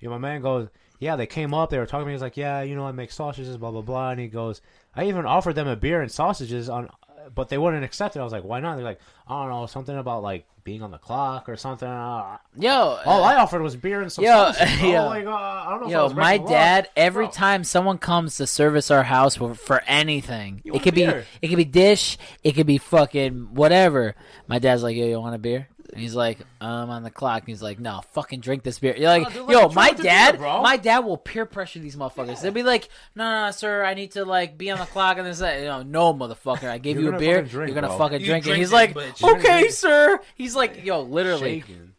S1: You know, my man goes, "Yeah, they came up. They were talking to me. He's like, "Yeah, you know, I make sausages, blah blah blah." And he goes, "I even offered them a beer and sausages on, but they wouldn't accept it." I was like, "Why not?" They're like, "I don't know, something about like being on the clock or something." Uh,
S2: Yo,
S1: all I offered was beer and some
S2: Yo,
S1: sausages. bro.
S2: yo.
S1: like, uh, I don't know. if I
S2: Yo,
S1: was
S2: my
S1: breaking the law.
S2: dad. Every
S1: Bro.
S2: time someone comes to service our house for, for anything,
S1: You
S2: it
S1: want
S2: could
S1: a
S2: be
S1: beer?
S2: it could be dish, it could be fucking whatever. My dad's like, "Yo, you want a beer?" He's like, "I'm on the clock." He's like, "No, fucking drink this beer." You're like,
S1: dude, let me
S2: "Yo,
S1: try
S2: my
S1: the beer,
S2: dad,
S1: bro."
S2: my dad will peer pressure these motherfuckers. They'll be like, no, "No, no, sir, I need to like be on the clock and this, that." You know, no, motherfucker, I gave
S1: You're
S2: you a
S1: gonna
S2: beer,
S1: fucking drink,
S2: you're gonna
S1: bro.
S2: fucking
S3: You
S2: drink it.
S3: drink
S2: He's
S3: this
S2: like,
S3: bitch. You're
S1: gonna
S2: "Okay,
S1: drink-
S2: sir." He's like, "Yo, literally."
S1: Shaking.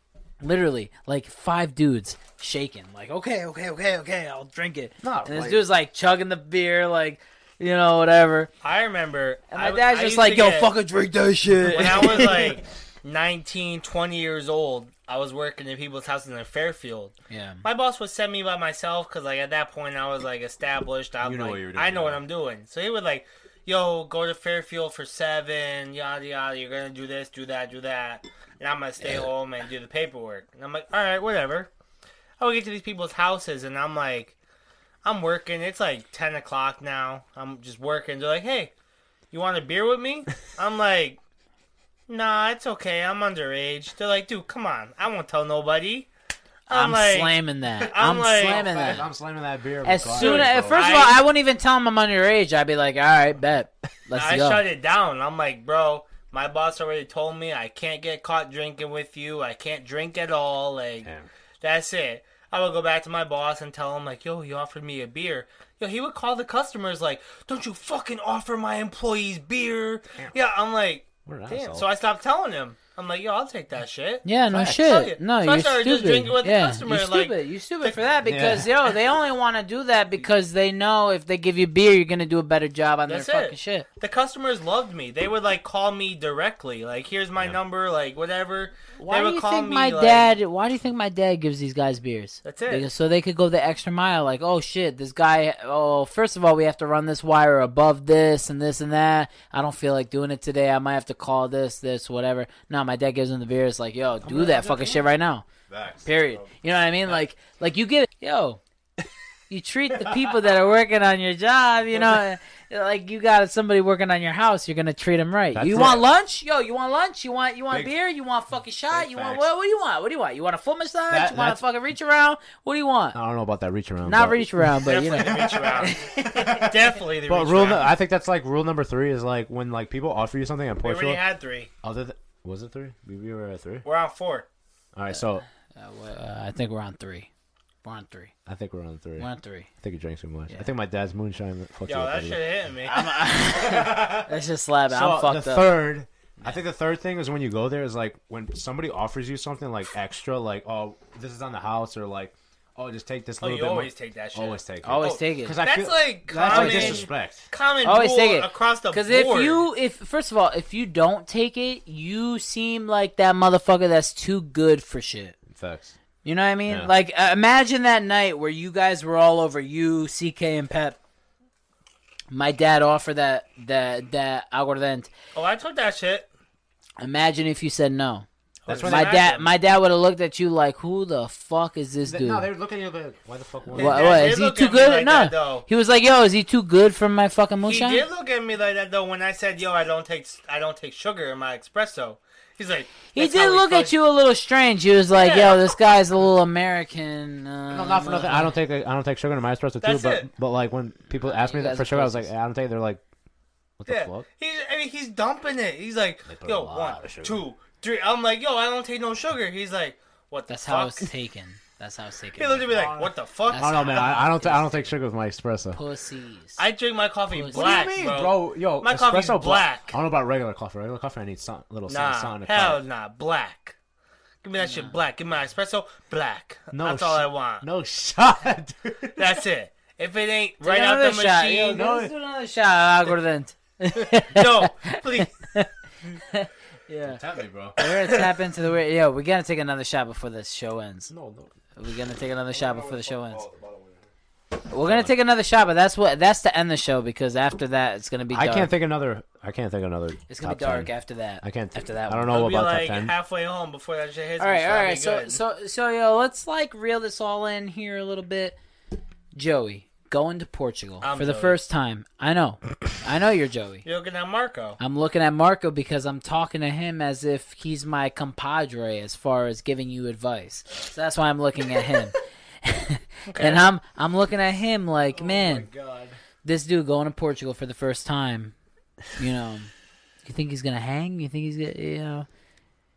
S2: literally like five dudes shaking like okay okay okay okay i'll drink it
S1: Not
S2: and this
S1: like-
S2: dude's like chugging the beer like you know whatever
S3: I remember.
S2: and my
S3: I-
S2: dad's
S3: I used
S2: just
S3: to
S2: like yo
S3: get-
S2: fucking drink that shit
S3: When I was like 19, 20 years old, I was working in people's houses in Fairfield.
S2: yeah
S3: My boss would send me by myself because, like, at that point, I was like established. I'm
S1: You know
S3: like,
S1: what you're
S3: I
S1: doing,
S3: know what
S1: yeah.
S3: I'm doing. So he would like, yo, go to Fairfield for seven, yada yada. You're gonna do this, do that, do that, and I'm gonna stay home and do the paperwork. And I'm like, all right, whatever. I would get to these people's houses, and I'm like, I'm working. It's like ten o'clock now. I'm just working. They're like, hey, you want a beer with me? I'm like. Nah, it's okay. I'm underage. They're like, dude, come on. I won't tell nobody.
S2: i'm,
S3: like-
S2: slamming that i'm,
S3: I'm like-
S2: slamming
S1: Like,
S2: that
S1: I'm slamming that beer.
S2: as
S1: regardless,
S2: soon as
S1: bro.
S2: first of
S3: I-
S2: all i wouldn't even tell him i'm underage i'd be like all right bet let's
S3: I
S2: go
S3: shut it down. I'm like, bro, my boss already told me I can't get caught drinking with you. I can't drink at all. Like,
S1: Damn.
S3: that's it. I would go back to my boss and tell him, like, yo, he offered me a beer. Yo, he would call the customers, like, don't you fucking offer my employees beer. Yeah, I'm like,
S1: What an
S3: damn.
S1: asshole.
S3: So I stopped telling him. I'm like, yo, I'll take that shit.
S2: yeah, no
S1: Facts.
S3: Fuck
S2: shit.
S3: it.
S2: No,
S3: So I
S2: you're
S3: started
S2: stupid.
S3: just drinking with the
S2: yeah,
S3: customer,
S2: you're
S3: like-
S2: stupid. you're stupid for that because yo, they only want to do that because they know if they give you beer, you're gonna do a better job on
S3: That's
S2: their
S3: it.
S2: fucking shit.
S3: The customers loved me. They would, like, call me directly. Like, here's my number, like, whatever.
S2: Why
S3: they
S2: do
S3: would
S2: you
S3: call
S2: think
S3: me,
S2: my
S3: like-
S2: dad? Why do you think my dad gives these guys beers?
S3: That's it.
S2: Because- so they could go the extra mile. Like, oh shit, this guy. Oh, first of all, we have to run this wire above this and this and that. I don't feel like doing it today. I might have to call this, this, whatever. No, my dad gives them the beers. Like, yo, do that fucking shit right now.
S1: Facts.
S2: Period. You know what I mean? Like, like you get yo. You treat the people that are working on your job, you know, like you got somebody working on your house. You're gonna treat them right.
S1: That's
S2: you
S1: it.
S2: want lunch? Yo, you want lunch? You want you want
S1: Big-
S2: beer? You want fucking shot?
S1: big
S2: You want
S1: facts.
S2: what? What do you want? What do you want? You want a foot massage?
S1: That-
S2: you want
S1: that's-
S2: to fucking reach around? What do you want?
S1: I don't know about that reach around.
S2: Not
S1: but-
S2: reach around, but you know.
S3: Definitely the reach around. Definitely the
S1: But
S3: reach
S1: rule,
S3: around.
S1: no, I think that's like rule number three is like when like people offer you something in
S3: we already
S1: Portugal.
S3: had three.
S1: other th- was it three? We, we were at three.
S3: We're on four.
S1: All right, so
S2: Uh, well, uh, I think we're on three. We're on three.
S1: I think we're on three.
S2: We're
S1: I
S2: on three.
S1: think you drank too much.
S2: Yeah.
S1: I think my dad's moonshine fucked you
S3: Yo,
S1: up.
S3: that
S1: a
S3: shit
S1: little.
S3: hitting me.
S2: That's just slab.
S1: So
S2: I'm fucked
S1: the
S2: up.
S1: third, I think the third thing is when you go there is like when somebody offers you something like extra, like oh this is on the house or like oh just take this
S3: oh,
S1: little
S3: you
S1: bit.
S3: always
S1: more.
S3: take that shit.
S1: always take.
S2: Always
S3: Oh,
S2: take it.
S1: Because I
S3: That's
S1: feel
S3: like
S1: that's
S3: common,
S1: like disrespect.
S3: common
S2: Always
S3: rule
S2: take it.
S3: across the board.
S2: Because if you, if first of all, if you don't take it, you seem like that motherfucker that's too good for shit.
S1: Facts.
S2: You know what I mean?
S1: Yeah.
S2: Like, uh, imagine that night where you guys were all over you, CK, and Pep. My dad offered that that that aguardente.
S3: oh, I took that shit.
S2: Imagine if you said no.
S1: That's
S3: Oh,
S1: when
S2: My
S3: imagine.
S2: dad, my dad would have looked at you like, "Who the fuck is this
S1: Th-
S2: dude?
S1: No, they were looking at you like, why the fuck? won't
S2: What-
S1: you-
S3: Yeah,
S2: what,
S3: they
S2: is he
S3: look
S2: too
S3: at me
S2: good?
S3: like
S2: no,
S3: that, though.
S2: he was like, "Yo, is he too good for my fucking
S3: He
S2: moonshine?"
S3: did look at me like that though when I said, "Yo, I don't take I don't take sugar in my espresso." He's like,
S2: He
S3: that's
S2: did
S3: how
S2: look at
S3: fucking-
S2: you a little strange. He was like,
S3: Yeah.
S2: "Yo, this guy's a little American." Uh,
S1: No, not for nothing. I don't take I don't take sugar in my espresso too.
S3: That's
S1: but
S3: it.
S1: but like when people ask me
S2: You
S1: that
S2: guys
S1: for
S2: are
S1: sugar, I was like,
S2: pussies.
S1: I don't take. it. They're like, what the
S3: Yeah,
S1: fuck?
S3: he's I mean he's dumping it. He's like,
S1: put a
S3: "Yo,
S1: lot
S3: one,
S1: of sugar.
S3: two, three. I'm like, yo, I don't take no sugar. He's like, what the
S2: That's
S3: fuck?
S2: how it's taken. That's how it's taken.
S3: he looked at me like, what the fuck?
S2: That's
S1: I don't know, man. I, I don't. I don't take sugar with my espresso.
S2: Pussies.
S3: I drink my coffee
S2: What do you
S3: black,
S1: what do you mean,
S3: bro.
S1: bro? Yo,
S3: My coffee's
S1: espresso
S3: black.
S1: I don't know about regular coffee. Regular coffee, I need some little
S3: Nah,
S1: something, something to cut
S3: hell
S1: it.
S3: nah, black. Give me that shit black. Give me my espresso black.
S1: No
S3: That's all
S1: sh-
S3: I want.
S1: No shot, dude.
S3: That's it. If it ain't
S2: Take
S3: right out
S2: another
S3: the
S2: shot.
S3: machine,
S2: Yo,
S1: no.
S2: let's do another shot. I'll go to the end.
S3: no, please.
S2: Yeah.
S5: Tap me, bro.
S2: We're gonna tap into the weird. Yo, we gotta take another shot before this show ends.
S1: No, no.
S2: We're gonna take another shot before the show ends. We're gonna take another shot, but that's what that's to end the show because after that it's gonna be.
S1: I
S2: Dark.
S1: can't think another. I can't think another.
S2: It's gonna be
S1: top
S2: dark
S1: 10.
S2: after that.
S1: I can't. Th-
S2: after that.
S1: I don't
S2: one.
S1: know
S3: I'll be
S1: about
S3: like
S1: top ten.
S3: halfway home before that shit hits.
S2: All right,
S3: me, so
S2: all
S3: I'll be
S2: right. So,
S3: good.
S2: so, so, yo, let's like reel this all in here a little bit. Joey going to Portugal
S3: I'm
S2: for the
S3: Joey.
S2: first time. I know, I know you're Joey.
S3: you're looking at Marco.
S2: I'm looking at Marco because I'm talking to him as if he's my compadre as far as giving you advice. So that's why I'm looking at him. And I'm I'm looking at him
S3: Oh
S2: like, man, this dude going to Portugal for the first time. You know, you think he's gonna hang? You think he's gonna, you know?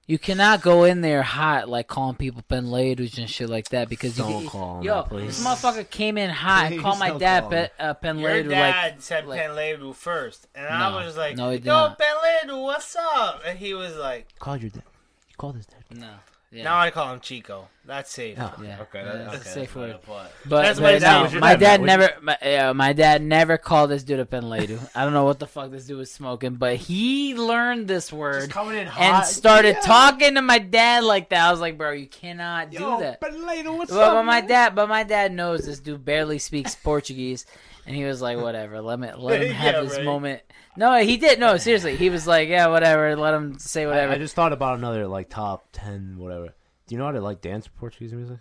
S2: You cannot go in there hot like calling people penleiros and shit like that because you
S1: Don't
S2: get-
S1: call him
S2: yo,
S1: that, please.
S2: this motherfucker came in hot and
S1: Please
S2: called my
S1: don't
S2: dad
S1: call
S2: pe-
S1: him.
S2: uh,
S3: Your
S2: penleiro like
S3: dad said
S2: like-
S3: Penledu first, and I
S2: No,
S3: was like,
S2: no, he did
S3: "Yo,
S2: not.
S3: Penledu, what's up?" And he was like,
S1: Call your dad. You called his dad.
S2: no, yeah,
S3: "Now I call him Chico. That's safe."
S1: No.
S2: yeah,
S5: Okay,
S2: yeah,
S5: that,
S2: that's
S5: okay.
S2: a safe word.
S5: But
S2: But,
S3: That's
S2: but
S3: my dad.
S2: no,
S3: Was your
S2: my
S1: dad
S2: dad
S1: mad?
S2: never, my, yeah, my dad never called this dude a penledu. I don't know what the fuck this dude was smoking, but he learned this word
S1: coming in hot
S2: and started talking to my dad like that. I was like, bro, you cannot do that.
S1: But later, what's
S2: Well, but my dad, but my dad knows this dude barely speaks Portuguese, and he was like, "Whatever, let me let him
S3: Yeah,
S2: have this
S3: right.
S2: moment." No, he did. No, seriously, he was like, "Yeah, whatever, let him say
S1: I,
S2: whatever."
S1: I just thought about another like top ten, whatever. Do you know how to like dance Portuguese music?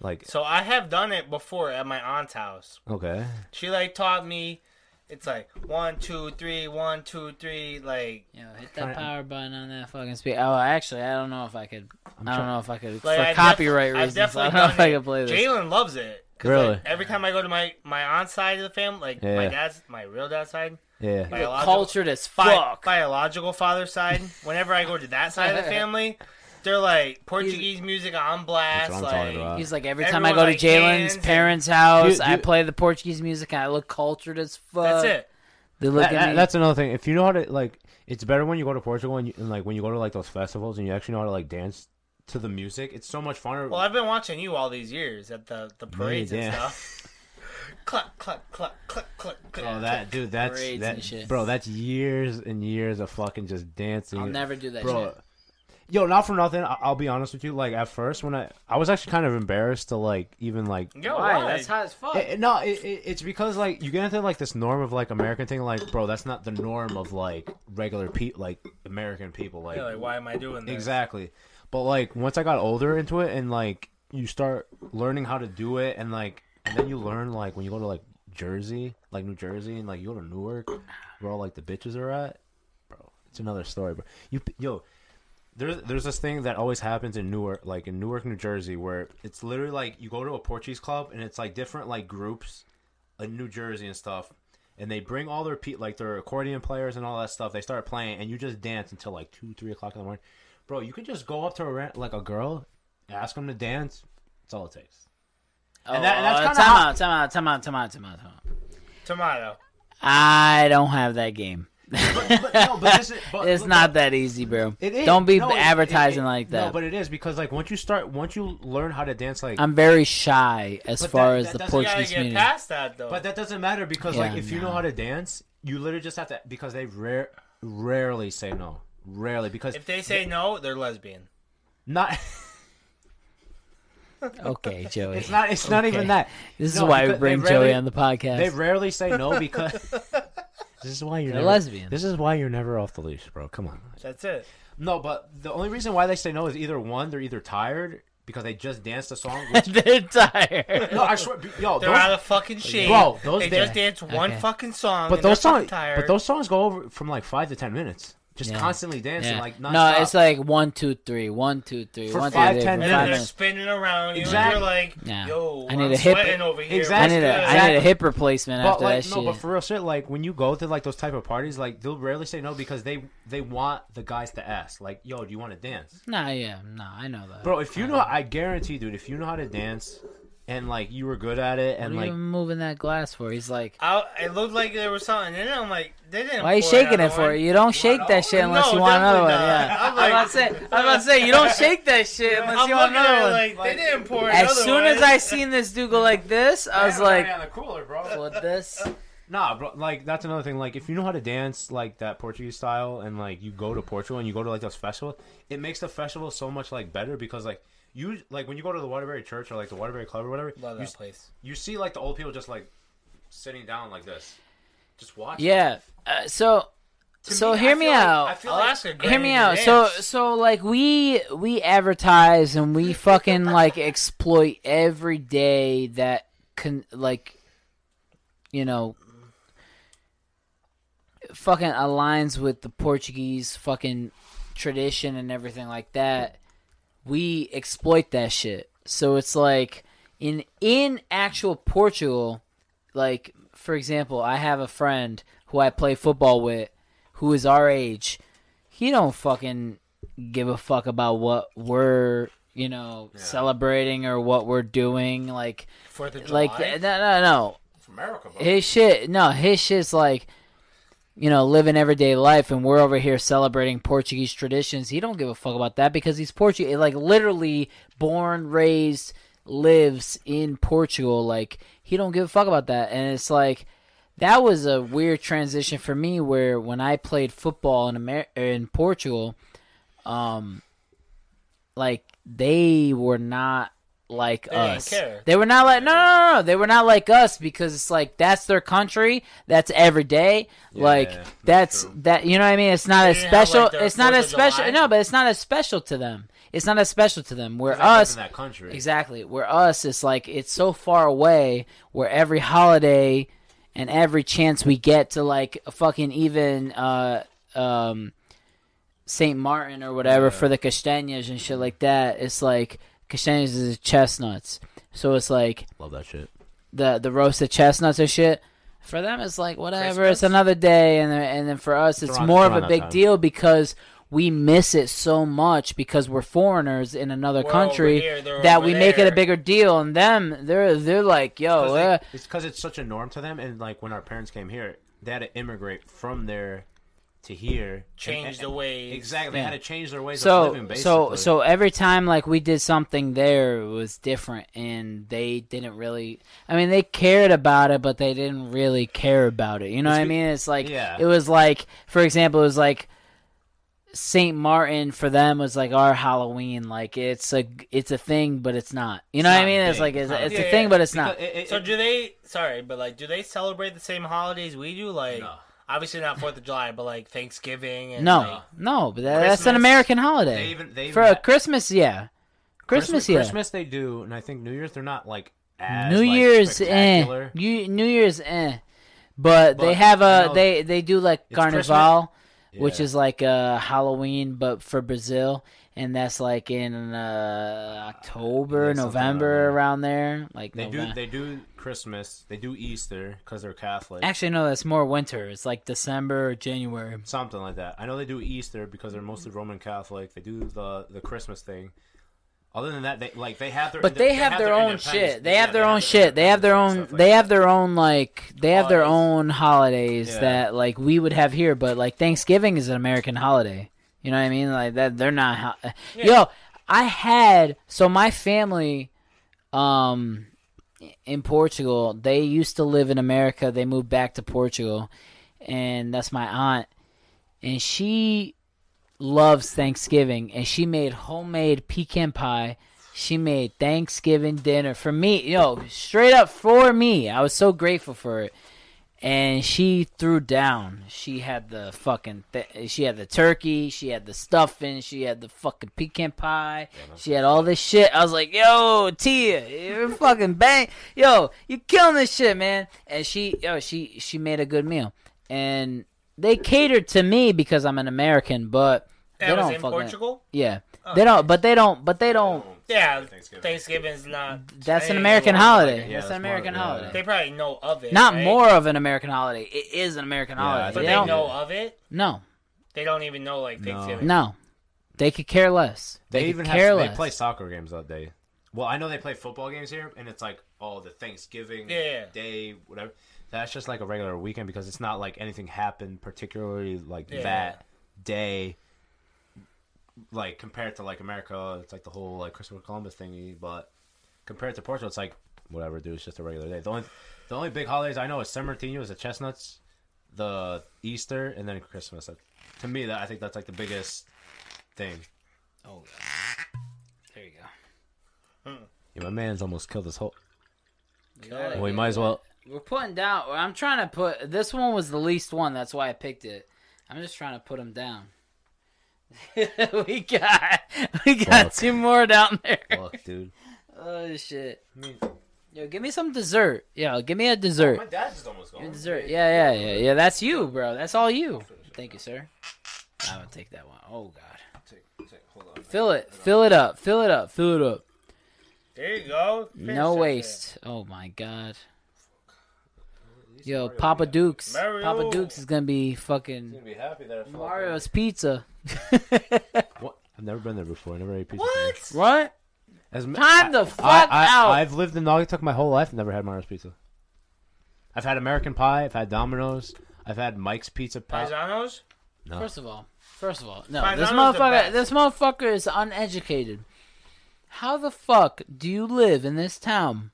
S1: Like
S3: So I have done it before at my aunt's house.
S1: okay,
S3: She like taught me. It's like one, two, three, one, two, three. Like,
S2: Yo, hit
S1: Try
S2: that
S1: it.
S2: power button on that fucking speaker. Oh, actually, I don't know if I could. I'm I do not
S1: try-
S2: know if I could
S3: like
S2: for
S3: I def-
S2: copyright
S3: I've
S2: reasons. I
S3: definitely
S2: don't know
S3: done
S2: if I
S3: it.
S2: could play this.
S3: Jalen loves it. 'Cause,
S1: Really?
S3: like, every time I go to my my aunt's side of the family, like my
S1: Yeah.
S3: dad's my real dad's side,
S1: yeah.
S3: Like- biological-
S2: Cultured as
S3: bi-
S2: fuck.
S3: biological father's side. Whenever I go to that side of the family, they're like Portuguese music on blast.
S1: That's what I'm
S3: like,
S1: talking about.
S2: He's like every time I go
S3: Everyone,
S2: to
S3: like, hands
S2: Jalen's
S3: and-
S2: parents' house,
S1: Do-
S2: I
S1: do-
S2: play the Portuguese music and I look cultured as fuck.
S3: that's it.
S2: They look
S1: That-
S2: at
S1: that-
S2: me.
S1: that's another thing. If you know how to like, it's better when you go to Portugal and, you, and like when you go to like those festivals and you actually know how to like dance to the music. It's so much funner.
S3: Well, I've been watching you all these years at the the parades and
S1: yeah.
S3: stuff. cluck, cluck, cluck, cluck, cluck, cluck.
S1: oh, that dude, that's
S2: Parades and
S1: that,
S2: shit.
S1: bro. That's years and years of fucking just dancing.
S2: I'll never do that
S1: bro.
S2: shit.
S1: Yo, not for nothing. I- I'll be honest with you. Like at first, when I I was actually kind of embarrassed to like even like
S3: Yo,
S2: Why?
S3: why?
S2: That's hot as fuck.
S1: It- it- no, it, it, it's because like you get into like this norm of like American thing, like bro, that's not the norm of like regular people, like American people, like,
S3: You're like, why am I doing this?
S1: exactly. But like once I got older into it, and like you start learning how to do it, and like and then you learn like when you go to like Jersey, like New Jersey, and like you go to Newark, where all like the bitches are at, bro. It's another story, bro. You yo, there's there's this thing that always happens in Newark, like in Newark, New Jersey, where it's literally like you go to a Portuguese club and it's like different like groups in New Jersey and stuff, and they bring all their pe- like their accordion players and all that stuff. They start playing and you just dance until like two, three o'clock in the morning, bro. You can just go up to a ra- like a girl, ask them to dance. That's all it takes.
S2: Oh,
S1: and that- and that's
S2: oh,
S1: kinda
S2: time
S1: hot.
S2: out, time out, time out, time out, time out, time out.
S3: Tomato.
S2: I don't have that game.
S1: But, but, no, but this is, but,
S2: It's
S1: but-
S2: not that easy, bro.
S1: It is.
S2: Don't be
S1: No, it-
S2: advertising
S1: it- it-
S2: like
S1: No,
S2: that.
S1: but it is because like once you start, once you learn how to dance, like
S2: I'm very shy as
S1: But
S2: far
S1: that-
S2: as
S1: that
S2: the
S1: doesn't-
S3: You gotta
S2: Portuguese
S3: get
S2: community.
S3: past that though.
S1: But that doesn't matter because like
S2: Yeah,
S1: if you know
S2: no.
S1: how to dance, you literally just have to because they rare rarely say no. Rarely because
S3: if they say no, they're lesbian.
S1: not
S2: Okay, Joey.
S1: it's not it's not even
S2: Okay.
S1: that.
S2: this is
S1: No,
S2: why we
S1: because they
S2: bring
S1: rarely-
S2: Joey on the podcast.
S1: They rarely say no because This is why you're
S2: They're
S1: never,
S2: lesbian.
S1: This is why you're never off the leash, bro. Come on.
S3: That's it.
S1: No, but the only reason why they say no is either one, they're either tired because they just danced a song. Which,
S2: They're tired.
S1: no, I swear, be- yo,
S3: They're
S1: those-
S3: out of fucking shape.
S1: Bro, those
S3: they
S1: da-
S3: just dance one
S2: Okay.
S3: fucking song.
S1: but
S3: and they're
S1: those songs,
S3: fucking tired.
S1: but those songs go over from like five to ten minutes. just
S2: Yeah.
S1: constantly dancing,
S2: Yeah.
S1: like
S2: no,
S1: nonstop.
S2: it's like one, two, three, one, two, three,
S1: For
S2: one, two,
S1: five,
S2: three,
S1: ten
S2: for
S3: And
S2: five
S3: then
S1: minutes.
S3: they're
S2: minutes.
S3: spinning around you,
S1: Exactly.
S3: and you're like,
S2: Yeah.
S3: "Yo,
S2: I need
S3: I'm
S2: a hip-
S3: sweating over here."
S1: Exactly.
S2: I need a, I need a
S1: Exactly.
S2: hip replacement
S1: But
S2: after
S1: like
S2: that
S1: no,
S2: shit.
S1: but for real shit, like when you go to like those type of parties, like they'll rarely say no because they they want the guys to ask, like, yo, do you want to dance,
S2: nah, yeah, nah, I know that.
S1: bro? If you know, I guarantee, dude, if you know how to dance, and like you were good at it,
S2: what
S1: and
S2: are
S1: like
S2: you moving that glass for? He's like,
S3: I, it looked like there was something in it. I'm like, they didn't.
S2: why are you
S3: pour
S2: shaking it
S3: another
S2: for?
S3: one.
S2: You don't shake that shit unless
S3: No,
S2: you want another one.
S3: definitely not.
S2: Yeah,
S3: I'm like-
S2: about to say, I'm about to say, you don't shake that shit unless
S3: I'm
S2: you want
S3: looking at
S2: another one.
S3: it like, they didn't pour
S2: as
S3: another
S2: soon
S3: one.
S2: as I seen this dude go like this, I was like,
S1: on the cooler, bro.
S2: what this?
S1: Nah, bro. Like that's another thing. Like if you know how to dance like that Portuguese style, and like you go to Portugal and you go to like those festivals, it makes the festival so much like better because like you like when you go to the Waterbury Church or like the Waterbury Club or whatever,
S3: love
S1: you,
S3: that place.
S1: you see like the old people just like sitting down like this, just watching.
S2: Yeah. Uh, so,
S1: To
S2: so
S1: I
S2: hear me
S1: feel like-
S2: out.
S1: I feel like
S3: Alaska,
S2: hear me out. So, so like we we advertise and we fucking like exploit every day that can like, you know. Fucking aligns with the Portuguese fucking tradition and everything like that. We exploit that shit. So it's like in in actual Portugal, like for example, I have a friend who I play football with who is our age. He don't fucking give a fuck about what we're, you know, celebrating or what we're doing like
S3: Fourth of July.
S2: like uh, no no no.
S1: America, bro.
S2: His shit no, his shit's like you know, living everyday life and we're over here celebrating Portuguese traditions. He don't give a fuck about that because he's Portuguese like literally born, raised, lives in Portugal. Like he don't give a fuck about that. And it's like that was a weird transition for me where when I played football in Amer- er, in Portugal, um like they were not like
S3: They didn't
S2: us.
S3: care.
S2: They were not like no, no no no they were not like us because it's like that's their country, that's every day. like
S1: that's
S2: that's that you know what I mean? It's not as
S3: didn't have, like,
S2: special
S3: their
S2: it's not
S3: Fourth
S2: as
S3: of
S2: special
S3: July?
S2: no, but it's not as special to them. It's not as special to them. Where
S1: They live
S2: us
S1: in that country.
S2: Exactly. Where us, it's like it's so far away. Where every holiday and every chance we get to like fucking even uh um Saint Martin or whatever for the castañas and shit like that. It's like castañas is chestnuts. So it's like
S1: Love that shit.
S2: the the roasted chestnuts and shit. For them, it's like whatever. It's
S3: Christmas?
S2: another day, and then- and then for us, it's
S1: Toronto-
S2: more of a
S1: Toronto
S2: big
S1: time.
S2: deal because we miss it so much because we're foreigners in another
S3: We're
S2: country
S3: over here, they're
S2: that
S3: over
S2: we make it a
S3: there.
S2: bigger deal. And them, they're they're like, yo, uh,
S1: it's because it's such a norm to them, and like when our parents came here, they had to immigrate from there to here,
S3: Change the ways.
S1: Exactly,
S2: Yeah.
S1: they had to change their ways of
S2: so
S1: living.
S2: so
S1: Basically.
S2: so every time like we did something there it was different, and they didn't really. I mean, they cared about it, but they didn't really care about it. You know what I
S1: be-
S2: mean? It's like
S1: Yeah.
S2: it was like, for example, it was like Saint Martin for them was like our Halloween. Like it's a it's a thing, but it's not. You know
S1: It's
S2: what I
S1: not
S2: mean?
S1: a
S2: It's
S1: thing.
S2: like it's,
S1: It's not a
S2: it's
S3: thing.
S2: a
S3: Yeah,
S2: thing,
S3: yeah,
S2: but it's not.
S1: Because it- it-
S3: So
S1: it-
S3: do they? Sorry, but like, do they celebrate the same holidays we do? Like,
S1: No.
S3: obviously not Fourth of July, but like Thanksgiving and
S2: No,
S3: like,
S2: no, but that, that's an
S3: Christmas.
S2: American holiday.
S1: uh, They even- they even
S2: for a
S1: had-
S2: Christmas, yeah, Christmas,
S1: Christmas,
S2: yeah.
S1: Christmas they do, and I think New Year's they're not like as,
S2: New
S1: like,
S2: Year's, eh.
S1: spectacular.
S2: You, New Year's, eh. But, they
S1: But,
S2: have
S1: you
S2: a
S1: know,
S2: they they do like
S1: it's Christmas-
S2: Carnival, which
S1: Yeah.
S2: is like uh Halloween, but for Brazil, and that's like in uh October,
S1: There's something
S2: November
S1: around
S2: around there. Like
S1: They do
S2: November.
S1: they do Christmas, they do Easter because they're Catholic,
S2: Actually, no, that's more winter. It's like December, or January.
S1: something like that. I know they do Easter because they're mostly Roman Catholic. They do the the Christmas thing. Other than that, they like they have their
S2: But
S1: inde-
S2: they have their own
S1: independence-
S2: shit. They
S1: yeah,
S2: have their own shit. They have their own.
S1: independence and stuff like
S2: They
S1: that.
S2: have their own like. They have their
S3: Holidays.
S2: own holidays
S1: Yeah.
S2: that like we would have here, but like Thanksgiving is an American holiday. You know what I mean? Like that. They're not. ho- eh. Yo, I had so my family, um, in Portugal. They used to live in America. They moved back to Portugal, and that's my aunt, and she loves Thanksgiving, and she made homemade pecan pie. She made Thanksgiving dinner for me, yo, straight up for me. I was so grateful for it. And she threw down. She had the fucking, th- she had the turkey, she had the stuffing, she had the fucking pecan pie, she had all this shit. I was like, yo, Tia, you're fucking bang, yo, you killing this shit, man. And she, yo, she, she made a good meal, and they cater to me because I'm an American, but they
S3: That
S2: don't
S3: was in
S2: fucking-
S3: Portugal. Oh,
S2: Yeah, they don't. But they don't. But they don't.
S3: Yeah,
S6: Thanksgiving.
S3: Thanksgiving's not.
S2: That's an
S3: Hey,
S2: American
S3: well,
S2: holiday.
S6: yeah,
S2: that's
S6: that's
S2: an
S6: more-
S2: American
S6: yeah.
S2: holiday.
S3: They probably know of it.
S2: Not
S3: right?
S2: more of an American holiday. It is an American
S1: Yeah,
S2: holiday.
S1: I
S3: But
S2: They
S3: they
S2: don't-
S3: know of it.
S2: No,
S3: They don't even know like
S1: No.
S3: Thanksgiving.
S2: no, they could care less. They,
S1: They,
S2: could
S1: even
S2: care
S1: have,
S2: less.
S1: they play soccer games that day. Well, I know they play football games here, and it's like oh the Thanksgiving
S3: Yeah.
S1: day, whatever. That's just like a regular weekend because it's not like anything happened particularly like
S3: Yeah.
S1: that day. Like compared to like America, it's like the whole like Christopher Columbus thingy, but compared to Portugal, it's like whatever, dude. It's just a regular day. The only the only big holidays I know is San Martino, is the chestnuts, the Easter, and then Christmas. Like, to me, that I think that's like the biggest thing.
S2: Oh, there you go.
S1: Yeah, my man's almost killed his whole.
S3: Got it.
S1: Well, we might as well.
S2: We're putting down. I'm trying to put. This one was the least one. That's why I picked it. I'm just trying to put them down. we got we got
S1: Fuck.
S2: two more down there.
S1: Fuck, dude.
S2: Oh shit! Yo, give me some dessert. Yo, give me a dessert.
S1: dad's just almost gone.
S2: Dessert. Yeah, yeah, yeah, yeah. That's you, bro. That's all you. Thank you, sir. I would take that one. Oh god. Fill it. Fill it up. Fill it up. Fill it up.
S3: There you go. Finish
S2: No
S3: that
S2: waste. Oh my god. Yo, Papa Dukes.
S3: Mario.
S2: Papa Dukes is gonna be fucking
S1: be happy there.
S2: Mario's pizza.
S1: What? I've never been there before. I never ate pizza.
S3: What?
S2: what?
S1: As ma-
S2: Time the
S1: I,
S2: fuck
S1: I,
S2: out.
S1: I've lived in Naugatuck my whole life and never had Mario's Pizza. I've had American Pie. I've had Domino's. I've had Mike's Pizza Pie.
S3: Paisanos?
S2: First of all, first of all, no,
S3: Fine,
S2: this
S3: that was the
S2: motherfucker,
S3: best.
S2: this motherfucker is uneducated. How the fuck do you live in this town?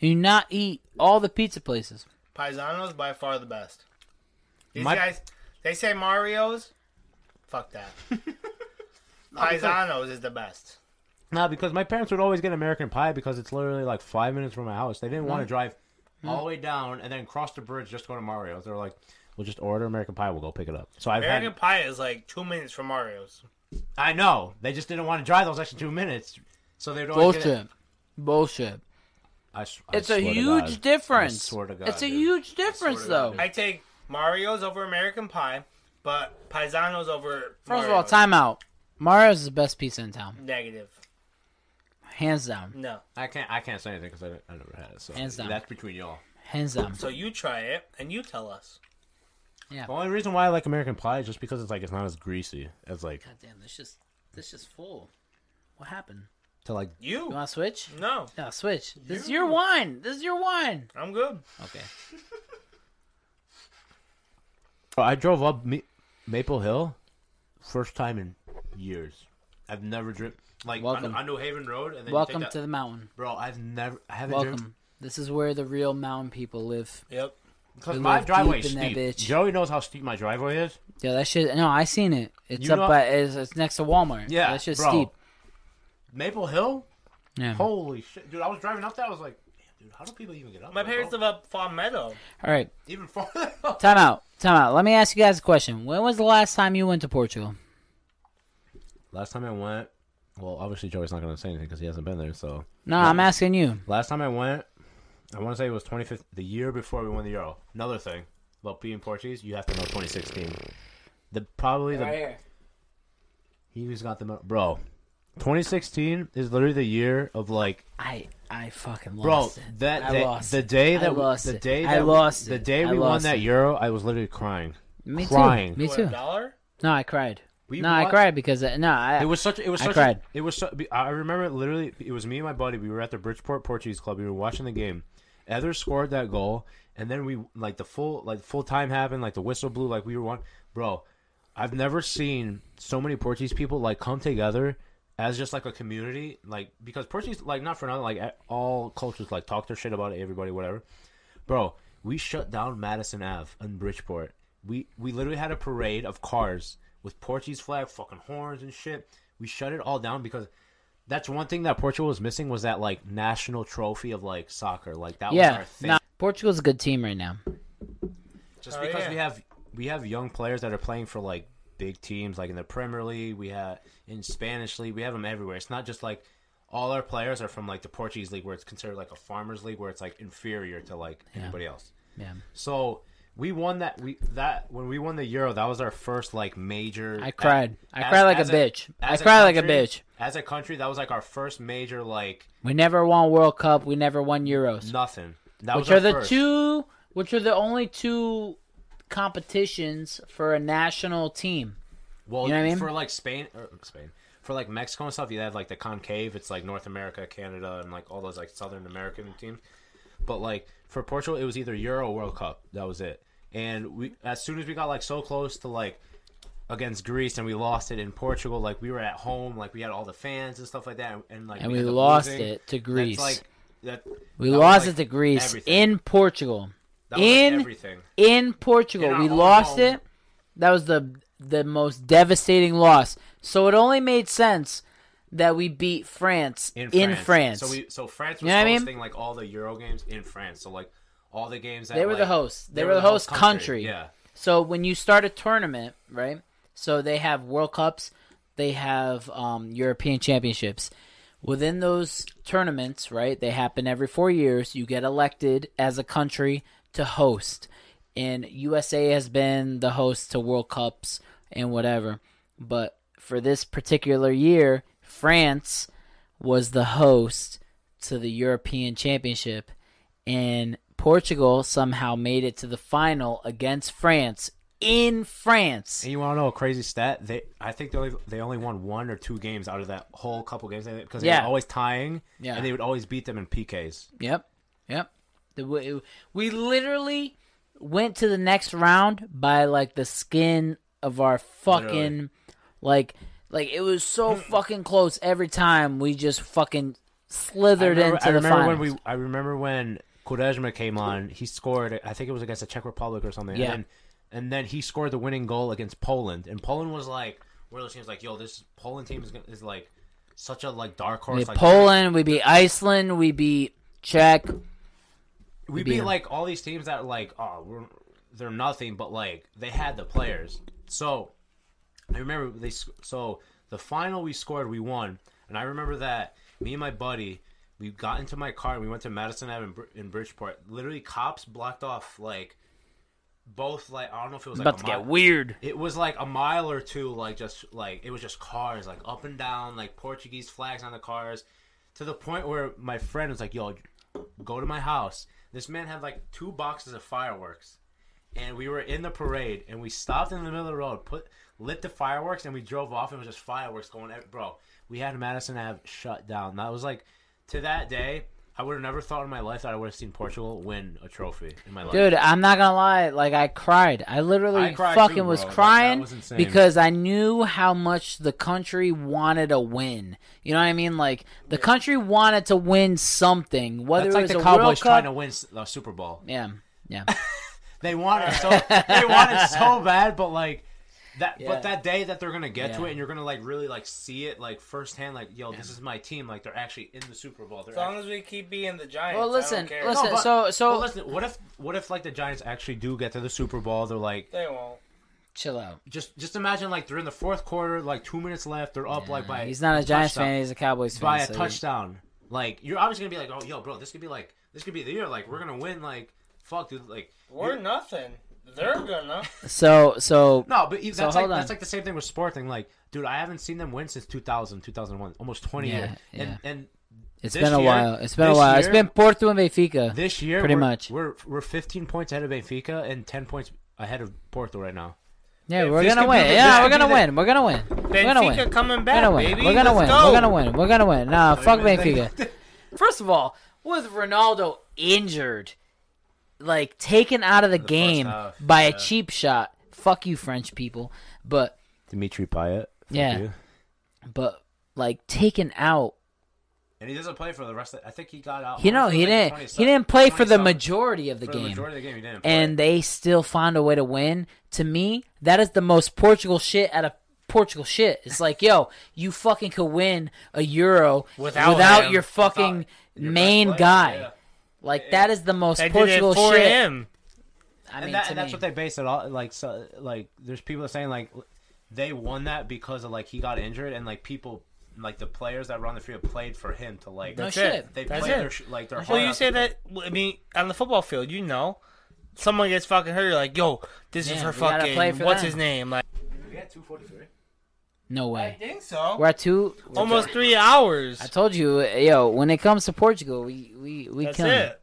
S2: and You not eat all the pizza places.
S3: Paisanos by far the best. These
S1: My-
S3: guys, they say Mario's. Fuck that. Paisanos is the best.
S1: No, because my parents would always get American Pie because it's literally like five minutes from my house. They didn't want to drive all the way down and then cross the bridge just to go to Mario's. They're like, we'll just order American Pie. We'll go pick it up. So I've
S3: American
S1: had.
S3: Pie is like two minutes from Mario's.
S1: I know they just didn't want to drive those extra two minutes. So they'd always get it-
S2: Bullshit. Bullshit.
S1: I s- I
S2: It's a
S1: swear to
S2: huge
S1: God.
S2: difference.
S1: I swear to God,
S2: it's a
S1: dude.
S2: huge difference,
S1: God,
S2: though.
S1: dude.
S3: I take Mario's over American Pie, but Paisanos over.
S2: First of all,
S3: Mario's.
S2: timeout. Mario's is the best pizza in town,
S3: Negative.
S2: hands down,
S3: No.
S1: I can't. I can't say anything because I, don't- I never had it. So
S2: Hands down.
S1: that's between y'all.
S2: hands down.
S3: So you try it and you tell us.
S1: The only reason why I like American Pie is just because it's like it's not as greasy as like
S2: God damn, this just this just full. What happened?
S1: to like.
S3: You?
S2: You want to switch?
S3: No.
S2: No, switch. This is your wine. This is your wine.
S3: I'm good.
S2: Okay.
S1: Bro, I drove up Ma- Maple Hill, first time in years. I've never driven like on,
S2: Welcome.
S1: on New Haven Road and then you
S2: Welcome
S1: take that-
S2: to the mountain.
S1: bro. I've never. I haven't driven
S2: Welcome. This is where the real mountain people live.
S3: Yep.
S1: because
S2: We
S1: my
S2: live
S1: driveway
S2: deep
S1: is
S2: in that
S1: steep.
S2: bitch.
S1: Joey knows how steep my driveway is.
S2: Yeah, that shit. No, I seen it. It's
S1: You
S2: up
S1: know-
S2: by. It's, it's next to Walmart.
S1: Yeah,
S2: that shit's
S1: bro.
S2: steep.
S1: Maple Hill,
S2: Yeah. All
S1: holy shit, dude! I was driving up there. I was like, damn, dude, how do people even get up?
S3: My
S1: there,
S3: parents
S1: bro?
S3: live up Farm Meadow.
S2: right.
S1: even farther. up.
S2: Time out. Time out. Let me ask you guys a question. When was the last time you went to Portugal?
S1: Last time I went, well, obviously Joey's not gonna say anything because he hasn't been there. So
S2: No, I'm asking you.
S1: last time I went, I want to say it was 25th, the year before we won the Euro. Another thing about being Portuguese, you have to know 2016. The probably the
S2: here.
S1: he who's got the mo- bro. 2016 is literally the year of like
S2: I I fucking
S1: bro
S2: lost it.
S1: that
S2: I
S1: day,
S2: lost
S1: the
S2: it.
S1: day
S2: I
S1: that we-
S2: lost
S1: the
S2: it.
S1: day
S2: I
S1: that we-
S2: lost
S1: the
S2: it.
S1: day
S2: I
S1: we won
S2: lost
S1: that
S2: it.
S1: Euro, I was literally crying.
S2: Me
S1: crying.
S2: too. Me
S3: What,
S2: too.
S3: a dollar?
S2: No, I cried.
S1: We
S2: no, I
S1: watched-
S2: cried because I, no, I
S1: It was such. It was
S2: I
S1: such.
S2: cried.
S1: it was. So, I remember it literally. It was me and my buddy. We were at the Bridgeport Portuguese Club. We were watching the game. Ether scored that goal, and then we like the full like full time happened. Like the whistle blew. Like we were one. Bro, I've never seen so many Portuguese people like come together as just like a community. Like because Portuguese like not for nothing. Like at- all cultures like talk their shit about everybody. Whatever. Bro, we shut down Madison Ave in Bridgeport. We we literally had a parade of cars with Portuguese flag, fucking horns and shit. We shut it all down because that's one thing that Portugal was missing was that like national trophy of like soccer. Like that was
S2: yeah.
S1: our thing.
S2: Nah, Portugal's a good team right now.
S1: Just
S3: Oh,
S1: because
S3: yeah.
S1: we have we have young players that are playing for like big teams, like in the Premier League, we have in Spanish league, we have them everywhere. It's not just like all our players are from like the Portuguese league, where it's considered like a farmers league, where it's like inferior to like anybody else.
S2: Yeah.
S1: So we won that we that when we won the Euro, that was our first like major.
S2: I cried. I cried like a bitch. I
S1: as
S2: cried like a
S1: country-
S2: bitch.
S1: As a country, that was like our first major like
S2: We never won World Cup. We never won Euros,
S1: nothing. That was
S2: which
S1: our
S2: are the
S1: first.
S2: two, which are the only two competitions for a national team.
S1: Well,
S2: You know what I mean?
S1: for like Spain, or Spain, for like Mexico and stuff, you have like the concave. It's like North America, Canada, and like all those like Southern American teams. But like for Portugal, it was either Euro or World Cup. That was it. And we, as soon as we got like so close to like against Greece and we lost it in Portugal, like we were at home, like we had all the fans and stuff like that, and, like
S2: And we
S1: ended up
S2: lost
S1: losing.
S2: it to
S1: That's,
S2: Greece.
S1: like that.
S2: We
S1: that was,
S2: lost
S1: like,
S2: it to Greece
S1: everything.
S2: in Portugal.
S1: that was, like,
S2: in-
S1: everything.
S2: in Portugal.
S1: In our
S2: we
S1: own
S2: lost
S1: home.
S2: it. That was the the most devastating loss. So it only made sense that we beat France in, France.
S1: So we so France was
S2: You know what I mean?
S1: hosting like all the Euro games in France. So like all the games that
S2: they were the
S1: like,
S2: hosts. They, were the host country.
S1: Yeah.
S2: So when you start a tournament, right? So they have World Cups, they have um, European Championships. Within those tournaments, right? They happen every four years. You get elected as a country to host, and USA has been the host to World Cups and whatever. But for this particular year, France was the host to the European Championship, and Portugal somehow made it to the final against France in France.
S1: And you want to know a crazy stat? They I think they only, they only won one or two games out of that whole couple games because they
S2: Yeah.
S1: were always tying.
S2: Yeah.
S1: And they would always beat them in PKs.
S2: Yep, yep. The- we- We literally went to the next round by like the skin of our fucking
S1: Literally. Mm.
S2: like like it was so fucking close every time. We just fucking slithered
S1: I remember,
S2: into
S1: I
S2: the
S1: remember
S2: finals.
S1: when we I remember when Quaresma came on. He scored. I think it was against the Czech Republic or something.
S2: Yeah.
S1: And, and then he scored the winning goal against Poland. And Poland was like one of those teams. Like yo, this Poland team is, gonna- is like such a like dark horse.
S2: We
S1: like,
S2: Poland, we beat Iceland, we beat Czech.
S1: We
S2: beat
S1: beat
S2: them.
S1: like all these teams that are like oh we're, they're nothing, but like they had the players. So I remember they sc- so the final we scored we won, and I remember that me and my buddy we got into my car and we went to Madison Avenue in, Br- in Bridgeport. Literally, cops blocked off like both like I don't know if it was like
S2: About
S1: a
S2: to get
S1: mile-
S2: weird.
S1: it was like a mile or two, like just like it was just cars, like up and down, like Portuguese flags on the cars, to the point where my friend was like, "Yo, go to my house." This man had like two boxes of fireworks, and we were in the parade, and we stopped in the middle of the road, put lit the fireworks, and we drove off. And it was just fireworks going, ev- bro. We had Madison Ave shut down. That was like to that day. I would have never thought in my life that I would have seen Portugal win a trophy in my life.
S2: Dude, I'm not gonna lie. Like I cried. I literally
S1: I cried
S2: fucking
S1: too,
S2: was
S1: bro. That- that
S2: crying
S1: was insane.
S2: because I knew how much the country wanted a win. You know what I mean? Like the country wanted to win something, whether
S1: That's
S2: it
S1: like
S2: was
S1: the
S2: a
S1: Cowboys
S2: World Cup.
S1: trying to win s- the Super Bowl.
S2: Yeah, yeah.
S1: They want it so they want it so bad, but like that
S2: Yeah.
S1: but that day that they're gonna get to
S2: Yeah.
S1: it and you're gonna like really like see it like firsthand, like, yo, this is my team, like they're actually in the Super Bowl. They're
S3: As long
S1: actually-
S3: as we keep being the Giants.
S2: Well,
S3: I
S2: listen,
S3: don't care.
S2: listen.
S1: No, but-
S2: so, so
S1: But listen, what if what if like the Giants actually do get to the Super Bowl? They're like
S3: They won't.
S2: chill out.
S1: just just imagine like they're in the fourth quarter, like two minutes left, they're up like by
S2: He's not a Giants
S1: touchdown-
S2: fan. He's a Cowboys fan.
S1: by a
S2: so-
S1: touchdown. Like you're obviously gonna be like, Oh yo, bro, this could be like this could be the year, like we're gonna win, like fuck dude, like
S3: We're
S1: you're-
S3: nothing. They're gonna.
S2: So, so
S1: No, but you-
S2: So
S1: that's
S2: hold
S1: like
S2: on.
S1: that's like the same thing with Sporting. Like, dude, I haven't seen them win since 2000, 2001, almost 20
S2: Yeah,
S1: years.
S2: yeah.
S1: And and
S2: it's
S1: this
S2: been a
S1: year-
S2: while. It's been a
S1: this
S2: while. it's
S1: year-
S2: been Porto and Benfica.
S1: this year,
S2: Pretty
S1: we're,
S2: much.
S1: we're we're 15 points ahead of Benfica and 10 points ahead of Porto right now.
S2: yeah, we're
S1: this
S2: gonna
S1: could be
S2: win.
S1: the-
S2: Yeah,
S1: this
S2: we're
S1: could be
S2: gonna
S1: the-
S2: win. We're gonna win. We're gonna win.
S3: Benfica coming
S2: We're
S3: back,
S2: gonna win.
S3: baby.
S2: We're gonna win.
S3: Let's Go.
S2: We're gonna win. We're gonna win. Nah, fuck
S1: minute.
S2: Benfica. First of all, with Ronaldo injured, like taken out of the, game
S1: half,
S2: by a cheap shot, fuck you, French people. But
S1: Dimitri Payet.
S2: Yeah. you. but like taken out,
S1: And he doesn't play for the rest. of I think he got out.
S2: you know,
S1: honestly,
S2: he
S1: like, the
S2: didn't.
S1: 27
S2: He didn't play for the
S1: 27
S2: majority of the
S1: for the
S2: game,
S1: majority of the game. He didn't.
S2: and they still found a way to win. To me, that is the most Portugal shit out of. Portugal shit. It's like, yo, you fucking could win a Euro without,
S3: Without him.
S2: your fucking main guy. Like that is the most
S3: They did it
S2: Portugal
S3: for
S2: shit.
S3: him.
S2: I
S1: and,
S2: mean,
S1: that,
S2: to
S1: and that's
S2: me.
S1: what they base it all like so like there's people saying like they won that because of like he got injured and like people like the players that were on the field played for him to like
S2: No
S3: That's
S2: shit.
S3: it.
S1: they
S3: That's
S1: played
S3: it.
S1: their sh- like their
S3: Well,
S1: heart
S3: you
S1: out
S3: say
S1: to-
S3: that. well, I mean, on the football field, you know, someone gets fucking hurt, you're like, yo, this is
S2: Yeah,
S3: her
S2: we gotta
S3: fucking
S2: play for
S3: what's
S2: them.
S3: his name? Like
S7: We had 243.
S2: No
S3: I
S2: way.
S3: think so.
S2: We're at two.
S3: Almost three hours.
S2: I told you, yo. When it comes to Portugal, we we we
S3: That's
S2: kill 'em.
S3: it.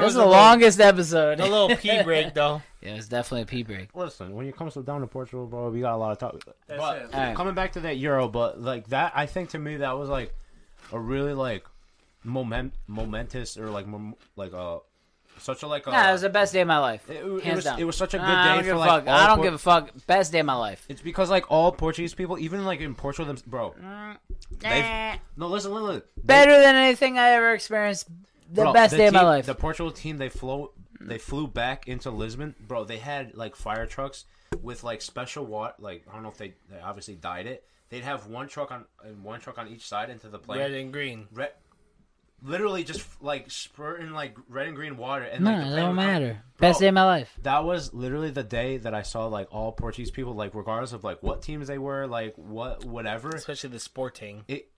S2: That was,
S3: was
S2: the
S3: a long
S2: longest episode.
S3: a little pee break though.
S2: yeah, it was definitely a pee break.
S1: Listen, when it comes to down to Portugal, bro, we got a lot of talk.
S3: That's
S1: but
S3: it.
S2: All right.
S1: coming back to that Euro, but like that, I think to me that was like a really like moment momentous or like mom- like a such a like uh, a.
S2: Nah, it was the best day of my life.
S1: it- it
S2: Hands
S1: was,
S2: down.
S1: it was such a good
S2: I
S1: day
S2: don't give
S1: for
S2: a
S1: like.
S2: fuck.
S1: all
S2: I don't
S1: Por-
S2: give a fuck. Best day of my life.
S1: It's because like all Portuguese people, even like in Portugal, them- bro. they've- No, listen, listen. listen. They-
S2: Better than anything I ever experienced. The
S1: bro,
S2: best day of my
S1: team-
S2: life.
S1: The Portugal team, they flew, they flew back into Lisbon, bro. They had like fire trucks with like special water. Like I don't know if they, they obviously dyed it. They'd have one truck on and one truck on each side into the plane.
S3: Red and green.
S1: Re- literally just like spurting like red and green water. And
S2: no,
S1: like, the
S2: it
S1: plane
S2: don't
S1: would come-
S2: matter.
S1: Bro,
S2: Best day of my life.
S1: that was literally the day that I saw like all Portuguese people, like regardless of like what teams they were, like what whatever.
S3: Especially the sporting.
S1: It,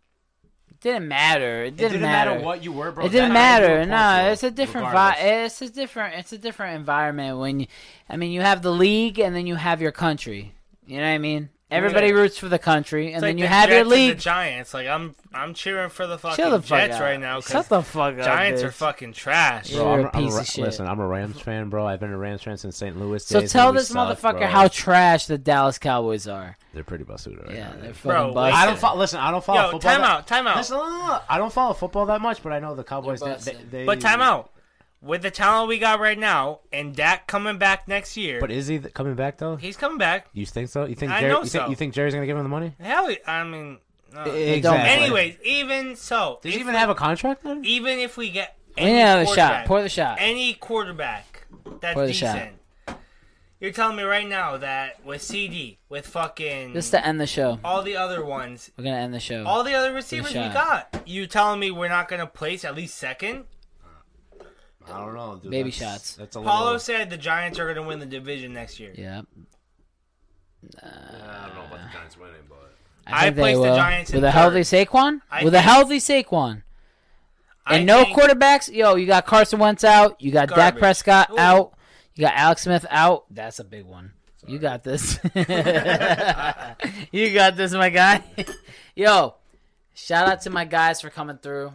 S2: It didn't matter. It didn't,
S1: it didn't matter. what you were, bro.
S2: it didn't
S1: that night you were
S2: matter. No,
S1: Portugal,
S2: it's a different vibe.
S1: regardless.
S2: It's a different. It's a different environment when you. I mean, you have the league, and then you have your country. You know what I mean? Everybody
S3: Yeah.
S2: roots for the country, and
S3: It's
S2: then
S3: like
S2: you
S3: the
S2: have
S3: Jets
S2: your
S3: and the
S2: league.
S3: Giants. Like I'm I'm cheering for the fucking
S2: Chill the fuck
S3: Jets
S2: out.
S3: right now
S2: Shut
S3: because
S2: the fuck up.
S3: Giants are
S2: bitch.
S3: fucking trash.
S2: Yeah. Bro, You're I'm- a I'm a piece Ra- of shit. listen,
S1: Listen, I'm a Rams fan, bro. I've been a Rams fan since St. Louis.
S2: So tell this motherfucker how trash the Dallas Cowboys are.
S1: they're pretty busted right
S2: Yeah,
S1: now.
S2: they're
S3: Bro,
S2: fucking
S3: wait.
S2: busted.
S1: I don't fo- listen. I don't follow
S3: Yo,
S1: football.
S3: time
S1: that-
S3: out, time out.
S1: Listen, no, no, no, I don't follow football that much, but I know the Cowboys. They, they,
S2: busted.
S1: they-
S3: But time out. With the talent we got right now and Dak coming back next year,
S1: But is he th- coming back though?
S3: he's coming back.
S1: You think so? You think
S3: I
S1: Jerry,
S3: know
S1: you,
S3: so.
S1: think, you think Jerry's gonna give him the money?
S3: Hell, I mean, no.
S2: Exactly.
S3: anyways, even so,
S1: does
S3: if
S1: he even
S3: we-
S1: have a contract then?
S3: even if we get
S2: Any
S3: any
S2: other shot.
S3: quarterback-
S2: Pour the shot.
S3: any quarterback that's
S2: Pour the shot.
S3: decent. You're telling me right now that with CD, with fucking
S2: Just to end the show.
S3: all the other ones,
S2: We're gonna end the show.
S3: all the other receivers we
S2: shot.
S3: got, you telling me we're not gonna place at least second?
S1: I don't know. Dude,
S2: Baby
S1: that's-
S2: shots.
S1: That's a
S3: Paulo
S1: little.
S3: said the Giants are gonna win the division next year.
S2: yeah.
S1: I don't know about the Giants winning, but
S2: I,
S3: I
S2: think they
S3: placed the
S2: will.
S3: Giants in
S2: with a
S3: third.
S2: healthy Saquon.
S3: I
S2: with a
S3: think-
S2: healthy Saquon
S3: I
S2: and no
S3: think-
S2: quarterbacks. Yo, you got Carson Wentz out. You got Dak
S3: Garbage.
S2: Prescott
S3: Ooh.
S2: out. You got Alex Smith out. That's a big one. You got this. you got this, my guy. Yo, shout out to my guys for coming through.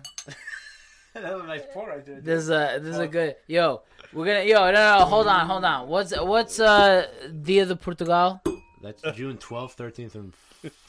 S1: that was a nice pour right there.
S2: This is a this is a good yo. We're gonna yo no no hold on hold on. What's what's uh Dia de Portugal?
S1: That's June 12th, 13th, and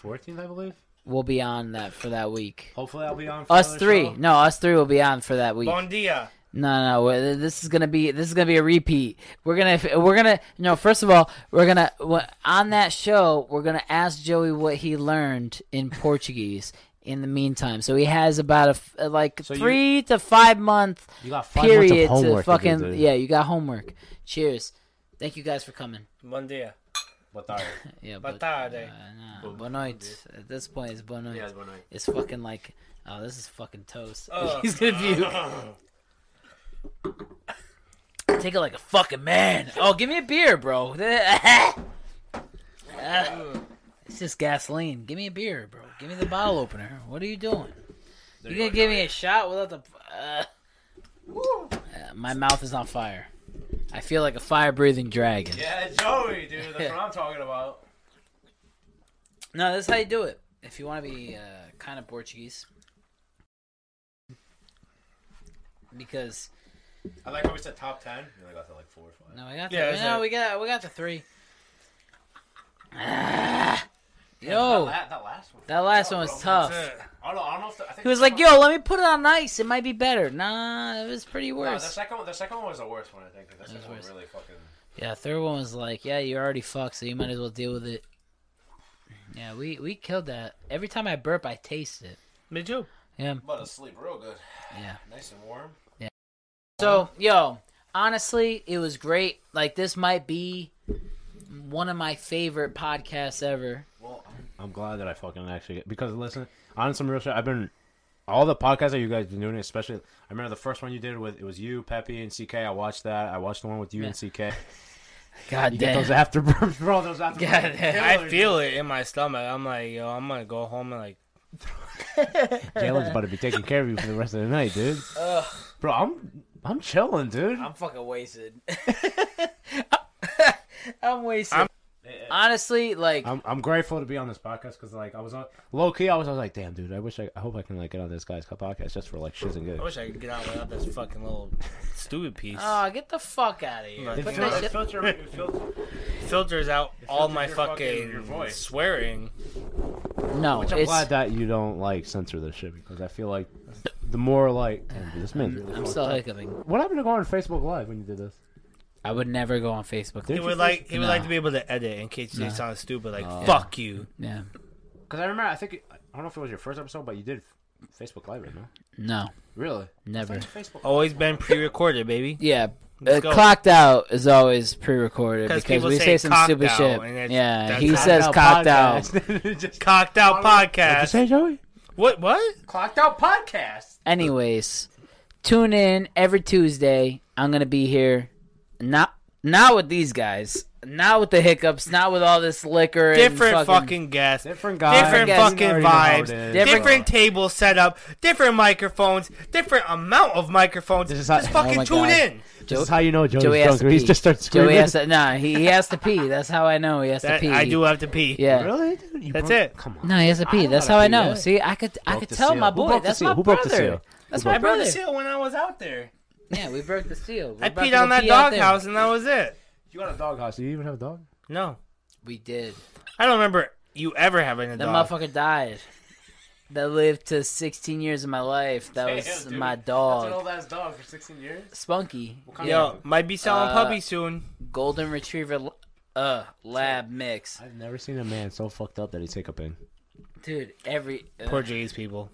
S1: 14th, I believe.
S2: We'll be on that for that week.
S1: Hopefully, I'll be on. For
S3: Oh,
S2: Us
S1: another
S2: three,
S1: show.
S2: no, us three will be on for that week.
S3: Bon dia.
S2: No, no, we're- this is gonna be this is gonna be a repeat. We're gonna we're gonna no. First of all, we're gonna wh- on that show we're gonna ask Joey what he learned in Portuguese. In the meantime, so he has about a f- like
S1: you-
S2: three to five month
S1: You got five months of
S2: period to
S1: homework
S2: fucking
S1: do, dude.
S2: yeah. You got homework. Cheers. Thank you guys for coming.
S3: Bon dia.
S1: But all right.
S2: Yeah, but uh,
S3: Batarde.
S2: nah, boa noite. At this point, it's boa noite.
S1: Yeah, it's one night.
S2: It's fucking like oh, this is fucking toast.
S3: Ugh.
S2: He's gonna puke. Take it like a fucking man. Oh, give me a beer, bro. Uh, it's just gasoline. Give me a beer, bro. Give me the bottle opener. What are you doing? you gonna give me a shot without the? Uh, uh, my mouth is on fire. I feel like a fire-breathing dragon.
S1: Yeah, Joey, dude. That's what I'm talking about.
S2: No, this is how you do it. If you want to be uh, kind of Portuguese, because
S1: I like how we said top ten. You only got to like four or five.
S2: no, we got the,
S3: Yeah, that's
S2: no,
S3: it.
S2: we got we got the three. Ah. yo,
S1: that, la- that last one.
S2: that last one was tough.
S3: That's it.
S1: I don't know. I don't know if the, I think
S2: He was
S1: the
S2: like,
S1: second-
S2: "Yo, let me put it on ice. It might be better." Nah, it was pretty
S1: No, the
S2: worse.
S1: second one. The second one was the worst one. I think. 'cause The second one
S2: worse.
S1: really fucking.
S2: yeah, third one was like, "Yeah, you're already fucked, so you might as well deal with it." Yeah, we we killed that. Every time I burp, I taste it.
S3: Me too.
S2: Yeah,
S1: But to sleep real good.
S2: yeah.
S1: Nice and warm.
S2: So, yo, honestly, it was great. Like, this might be one of my favorite podcasts ever.
S1: Well, I'm, I'm glad that I fucking actually get, because listen, on some real shit, I've been all the podcasts that you guys been doing, especially I remember the first one you did with it was you, Peppy, and CK. I watched that. I watched the one with you and CK.
S2: God
S1: You get
S2: damn.
S1: those afterburners, bro. Those afterburners.
S2: God damn.
S3: I feel it in my stomach. I'm like, yo, I'm gonna go home and like
S1: Jalen's about to be taking care of you for the rest of the night, dude. Bro, I'm I'm chilling, dude.
S2: I'm fucking wasted. I'm wasted. Honestly, like
S1: I'm, I'm grateful to be on this podcast because like I was on low key. I was, I was like, damn, dude. I wish I, I hope I can like get on this guy's podcast just for like shiz and
S3: I
S1: gigs.
S3: wish I could get out without this fucking little stupid piece.
S2: Oh, get the fuck out of here.
S3: Like,
S2: Put
S3: fil-
S2: that shit-
S8: filter, filter.
S3: filters out all my
S8: your
S3: fucking,
S8: fucking- your voice.
S3: swearing.
S2: No,
S1: I'm
S2: it's,
S1: glad that you don't like censor this shit because I feel like the more like Damn, dude, this man.
S2: I'm still hiccuping.
S1: What happened to going on Facebook Live when you did this?
S2: I would never go on Facebook.
S1: Did
S3: He
S1: you
S3: would
S1: first-
S3: like he would
S2: Nah.
S3: like to be able to edit in case they sound stupid. Like fuck you.
S2: Yeah,
S1: Because I remember, I think I don't know if it was your first episode, but you did Facebook Live, right? No,
S2: no,
S1: really.
S2: never.
S1: Facebook.
S3: Always been pre-recorded, baby.
S2: Yeah, uh,
S3: Let's go.
S2: clocked out is always pre-recorded
S3: 'Cause
S2: because
S3: people
S2: we
S3: say
S2: say some
S3: cocked
S2: stupid
S3: out,
S2: shit.
S3: and it's-
S2: Yeah,
S3: that's
S2: he
S3: cocked
S2: says cocked out,
S1: Just
S3: Cocked out
S1: What'd you
S3: podcast.
S1: say, Joey?
S3: What? What?
S9: Clocked out podcast.
S2: Anyways, tune in every Tuesday. I'm gonna be here. Not not with these guys. Not with the hiccups. Not with all this liquor. and
S3: Different fucking guests.
S1: Different guy.
S3: Different
S2: guess.
S3: fucking
S1: You already know how it
S3: vibes,
S1: is.
S2: Different-
S3: different, table setup, different microphones, different amount of microphones.
S1: This is how-
S3: just
S2: Oh
S3: fucking
S2: my
S3: tune
S2: God.
S3: in.
S1: This is how you know Joey's
S2: Joey has
S1: drunk.
S2: to
S1: He
S2: pee.
S1: just starts screaming.
S2: Joey has to. Nah, he, he has to pee. That's how I know he has
S3: That,
S2: to pee.
S3: I do have to pee.
S2: Yeah.
S1: Really? Dude, You
S3: That's
S1: broke-
S3: it.
S1: Come on.
S2: No, he has a pee.
S1: don't
S2: That's
S1: gotta
S2: how I
S1: pee,
S2: know.
S1: yeah.
S2: See, I could I
S1: Broke
S2: could
S1: the
S2: tell
S1: seal.
S2: my
S1: Who
S2: boy.
S1: broke the
S2: That's
S1: seal?
S2: my
S1: Who broke the
S2: brother.
S1: seal?
S2: That's
S1: Who
S2: my
S3: I broke
S2: brother.
S3: the seal when I was out there.
S2: Yeah, we broke the seal. We're
S3: I
S2: about to
S3: peed
S2: go
S3: on that
S2: pee out there.
S3: doghouse and that was it.
S1: You got a dog house. Do you even have a dog?
S3: No,
S2: We did.
S3: I don't remember you ever having a
S2: That
S3: dog.
S2: motherfucker died. That lived to 16 years of my life. That was
S9: Damn, dude.
S2: my
S9: That's an
S2: dog,
S9: old ass dog for 16 years.
S2: Spunky.
S9: kind
S2: Yeah.
S3: Yo, might be selling
S2: Uh,
S3: puppies soon.
S2: Golden Retriever l- uh lab mix.
S1: I've never seen a man so fucked up that he's hiccuping.
S2: Dude, every uh,
S3: Poor Jay's people.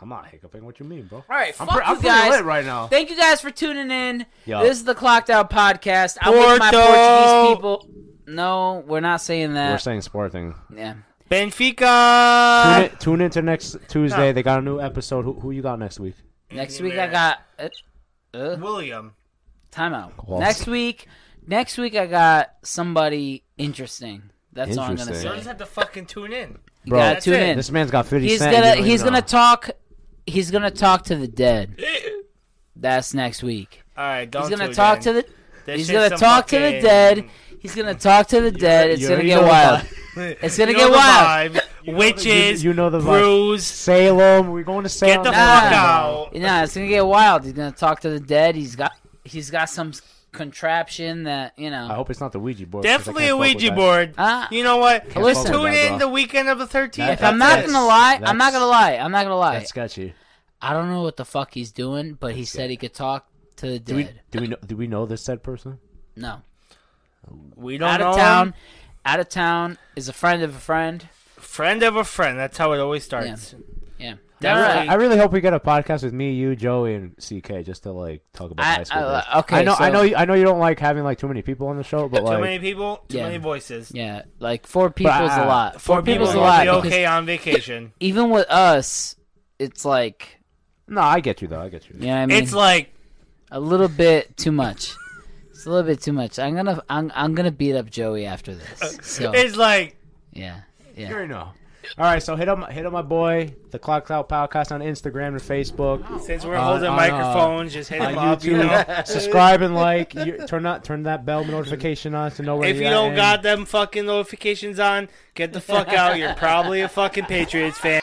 S1: I'm not hiccuping. What you mean, bro?
S2: All right, fuck
S1: pre-
S2: you guys.
S1: right now.
S2: Thank you guys for tuning in.
S1: Yo.
S2: This is the Clocked Out podcast. I'm with my Portuguese
S3: Porto!
S2: people. No, we're not saying that.
S1: We're saying Sporting.
S2: yeah.
S1: Tune
S2: uh,
S3: Benfica.
S1: in, tune in to next Tuesday. They got a new episode. Who, who you got next week?
S2: Next
S3: Anthony
S2: week I
S3: Maris.
S2: got uh, uh,
S3: William.
S2: timeout.
S1: Well-
S2: Next week, next week I got somebody interesting. That's all I'm gonna
S1: Interesting.
S3: You
S1: You
S2: say.
S3: just have to fucking tune in.
S2: You
S1: Bro,
S2: gotta
S1: That's
S2: tune
S3: it.
S2: in.
S1: This man's got 50
S2: he's
S1: cent.
S2: gonna
S1: You don't
S2: he's
S1: even
S2: gonna
S1: know.
S2: talk. He's gonna talk to the dead. That's next week.
S3: All right, don't.
S2: He's gonna talk to the. He's gonna talk to the dead. He's gonna talk to the dead. It's
S1: you
S2: gonna
S1: already
S2: get
S1: know
S2: wild.
S3: the.
S2: It's gonna get wild.
S3: Witches.
S1: you- you know the vibe.
S3: brews.
S1: Salem. We're going to
S3: Get
S1: Salem.
S3: the
S2: Nah.
S3: fuck out.
S2: Nah, it's gonna get wild. He's gonna talk to the dead. He's got he's got some contraption that you
S1: I
S2: know.
S1: hope it's not the Ouija board. 'cause I
S3: Definitely
S1: can't
S3: a
S1: fuck with
S3: Ouija
S1: that.
S3: board.
S2: Ah,
S3: You know what?
S1: fuck
S2: listen.
S1: with
S3: Tune
S1: that,
S3: in
S1: bro.
S3: the weekend of the 13th.
S1: If
S2: if I'm not
S1: that's-
S2: gonna lie, I'm not
S1: that's-
S2: gonna lie. I'm not gonna lie.
S1: That's sketchy.
S2: I don't know what the fuck he's doing, but he said he could talk to the
S1: Do we
S2: dead.
S1: do we know do we know this said person?
S2: No,
S3: we don't
S2: out
S3: know
S2: of
S3: him.
S2: town. Out of town is a friend of a friend.
S3: Friend of a friend. That's how it always starts.
S2: Yeah.
S3: That's
S2: All
S3: right.
S1: I, I really hope we get a podcast with me, you, Joey, and CK just to like talk about
S2: I-
S1: high school.
S2: I-
S1: days.
S2: okay,
S1: I know, I
S2: so-
S1: know, you, I know you don't like having like too many people on the show, but
S3: too
S1: like
S3: many people, too
S2: Yeah.
S3: many voices.
S2: Yeah, like four people is a
S1: I-
S2: lot. Four, people is a
S1: people
S2: lot.
S1: would
S3: Be
S1: because-
S3: okay on vacation.
S2: Even with us, it's like
S1: no, I get you though. I get you.
S2: you know what I mean.
S3: It's like
S2: a little bit too much. It's a little bit too much. I'm gonna I'm, I'm gonna beat up Joey after this. So
S3: Uh, it's like
S2: yeah,
S1: You
S2: yeah.
S1: already know. All right, so hit up hit up my boy, the Clock Cloud Podcast on Instagram and Facebook,
S3: since we're
S1: On-
S3: holding
S1: on, uh,
S3: microphones, just hit
S1: on
S3: them up. Oh, You know,
S1: YouTube. subscribe and like. You, turn that turn that bell notification on to know where
S3: if you
S1: at,
S3: don't
S1: and-
S3: got them fucking notifications on, get the fuck out. You're probably a fucking Patriots fan.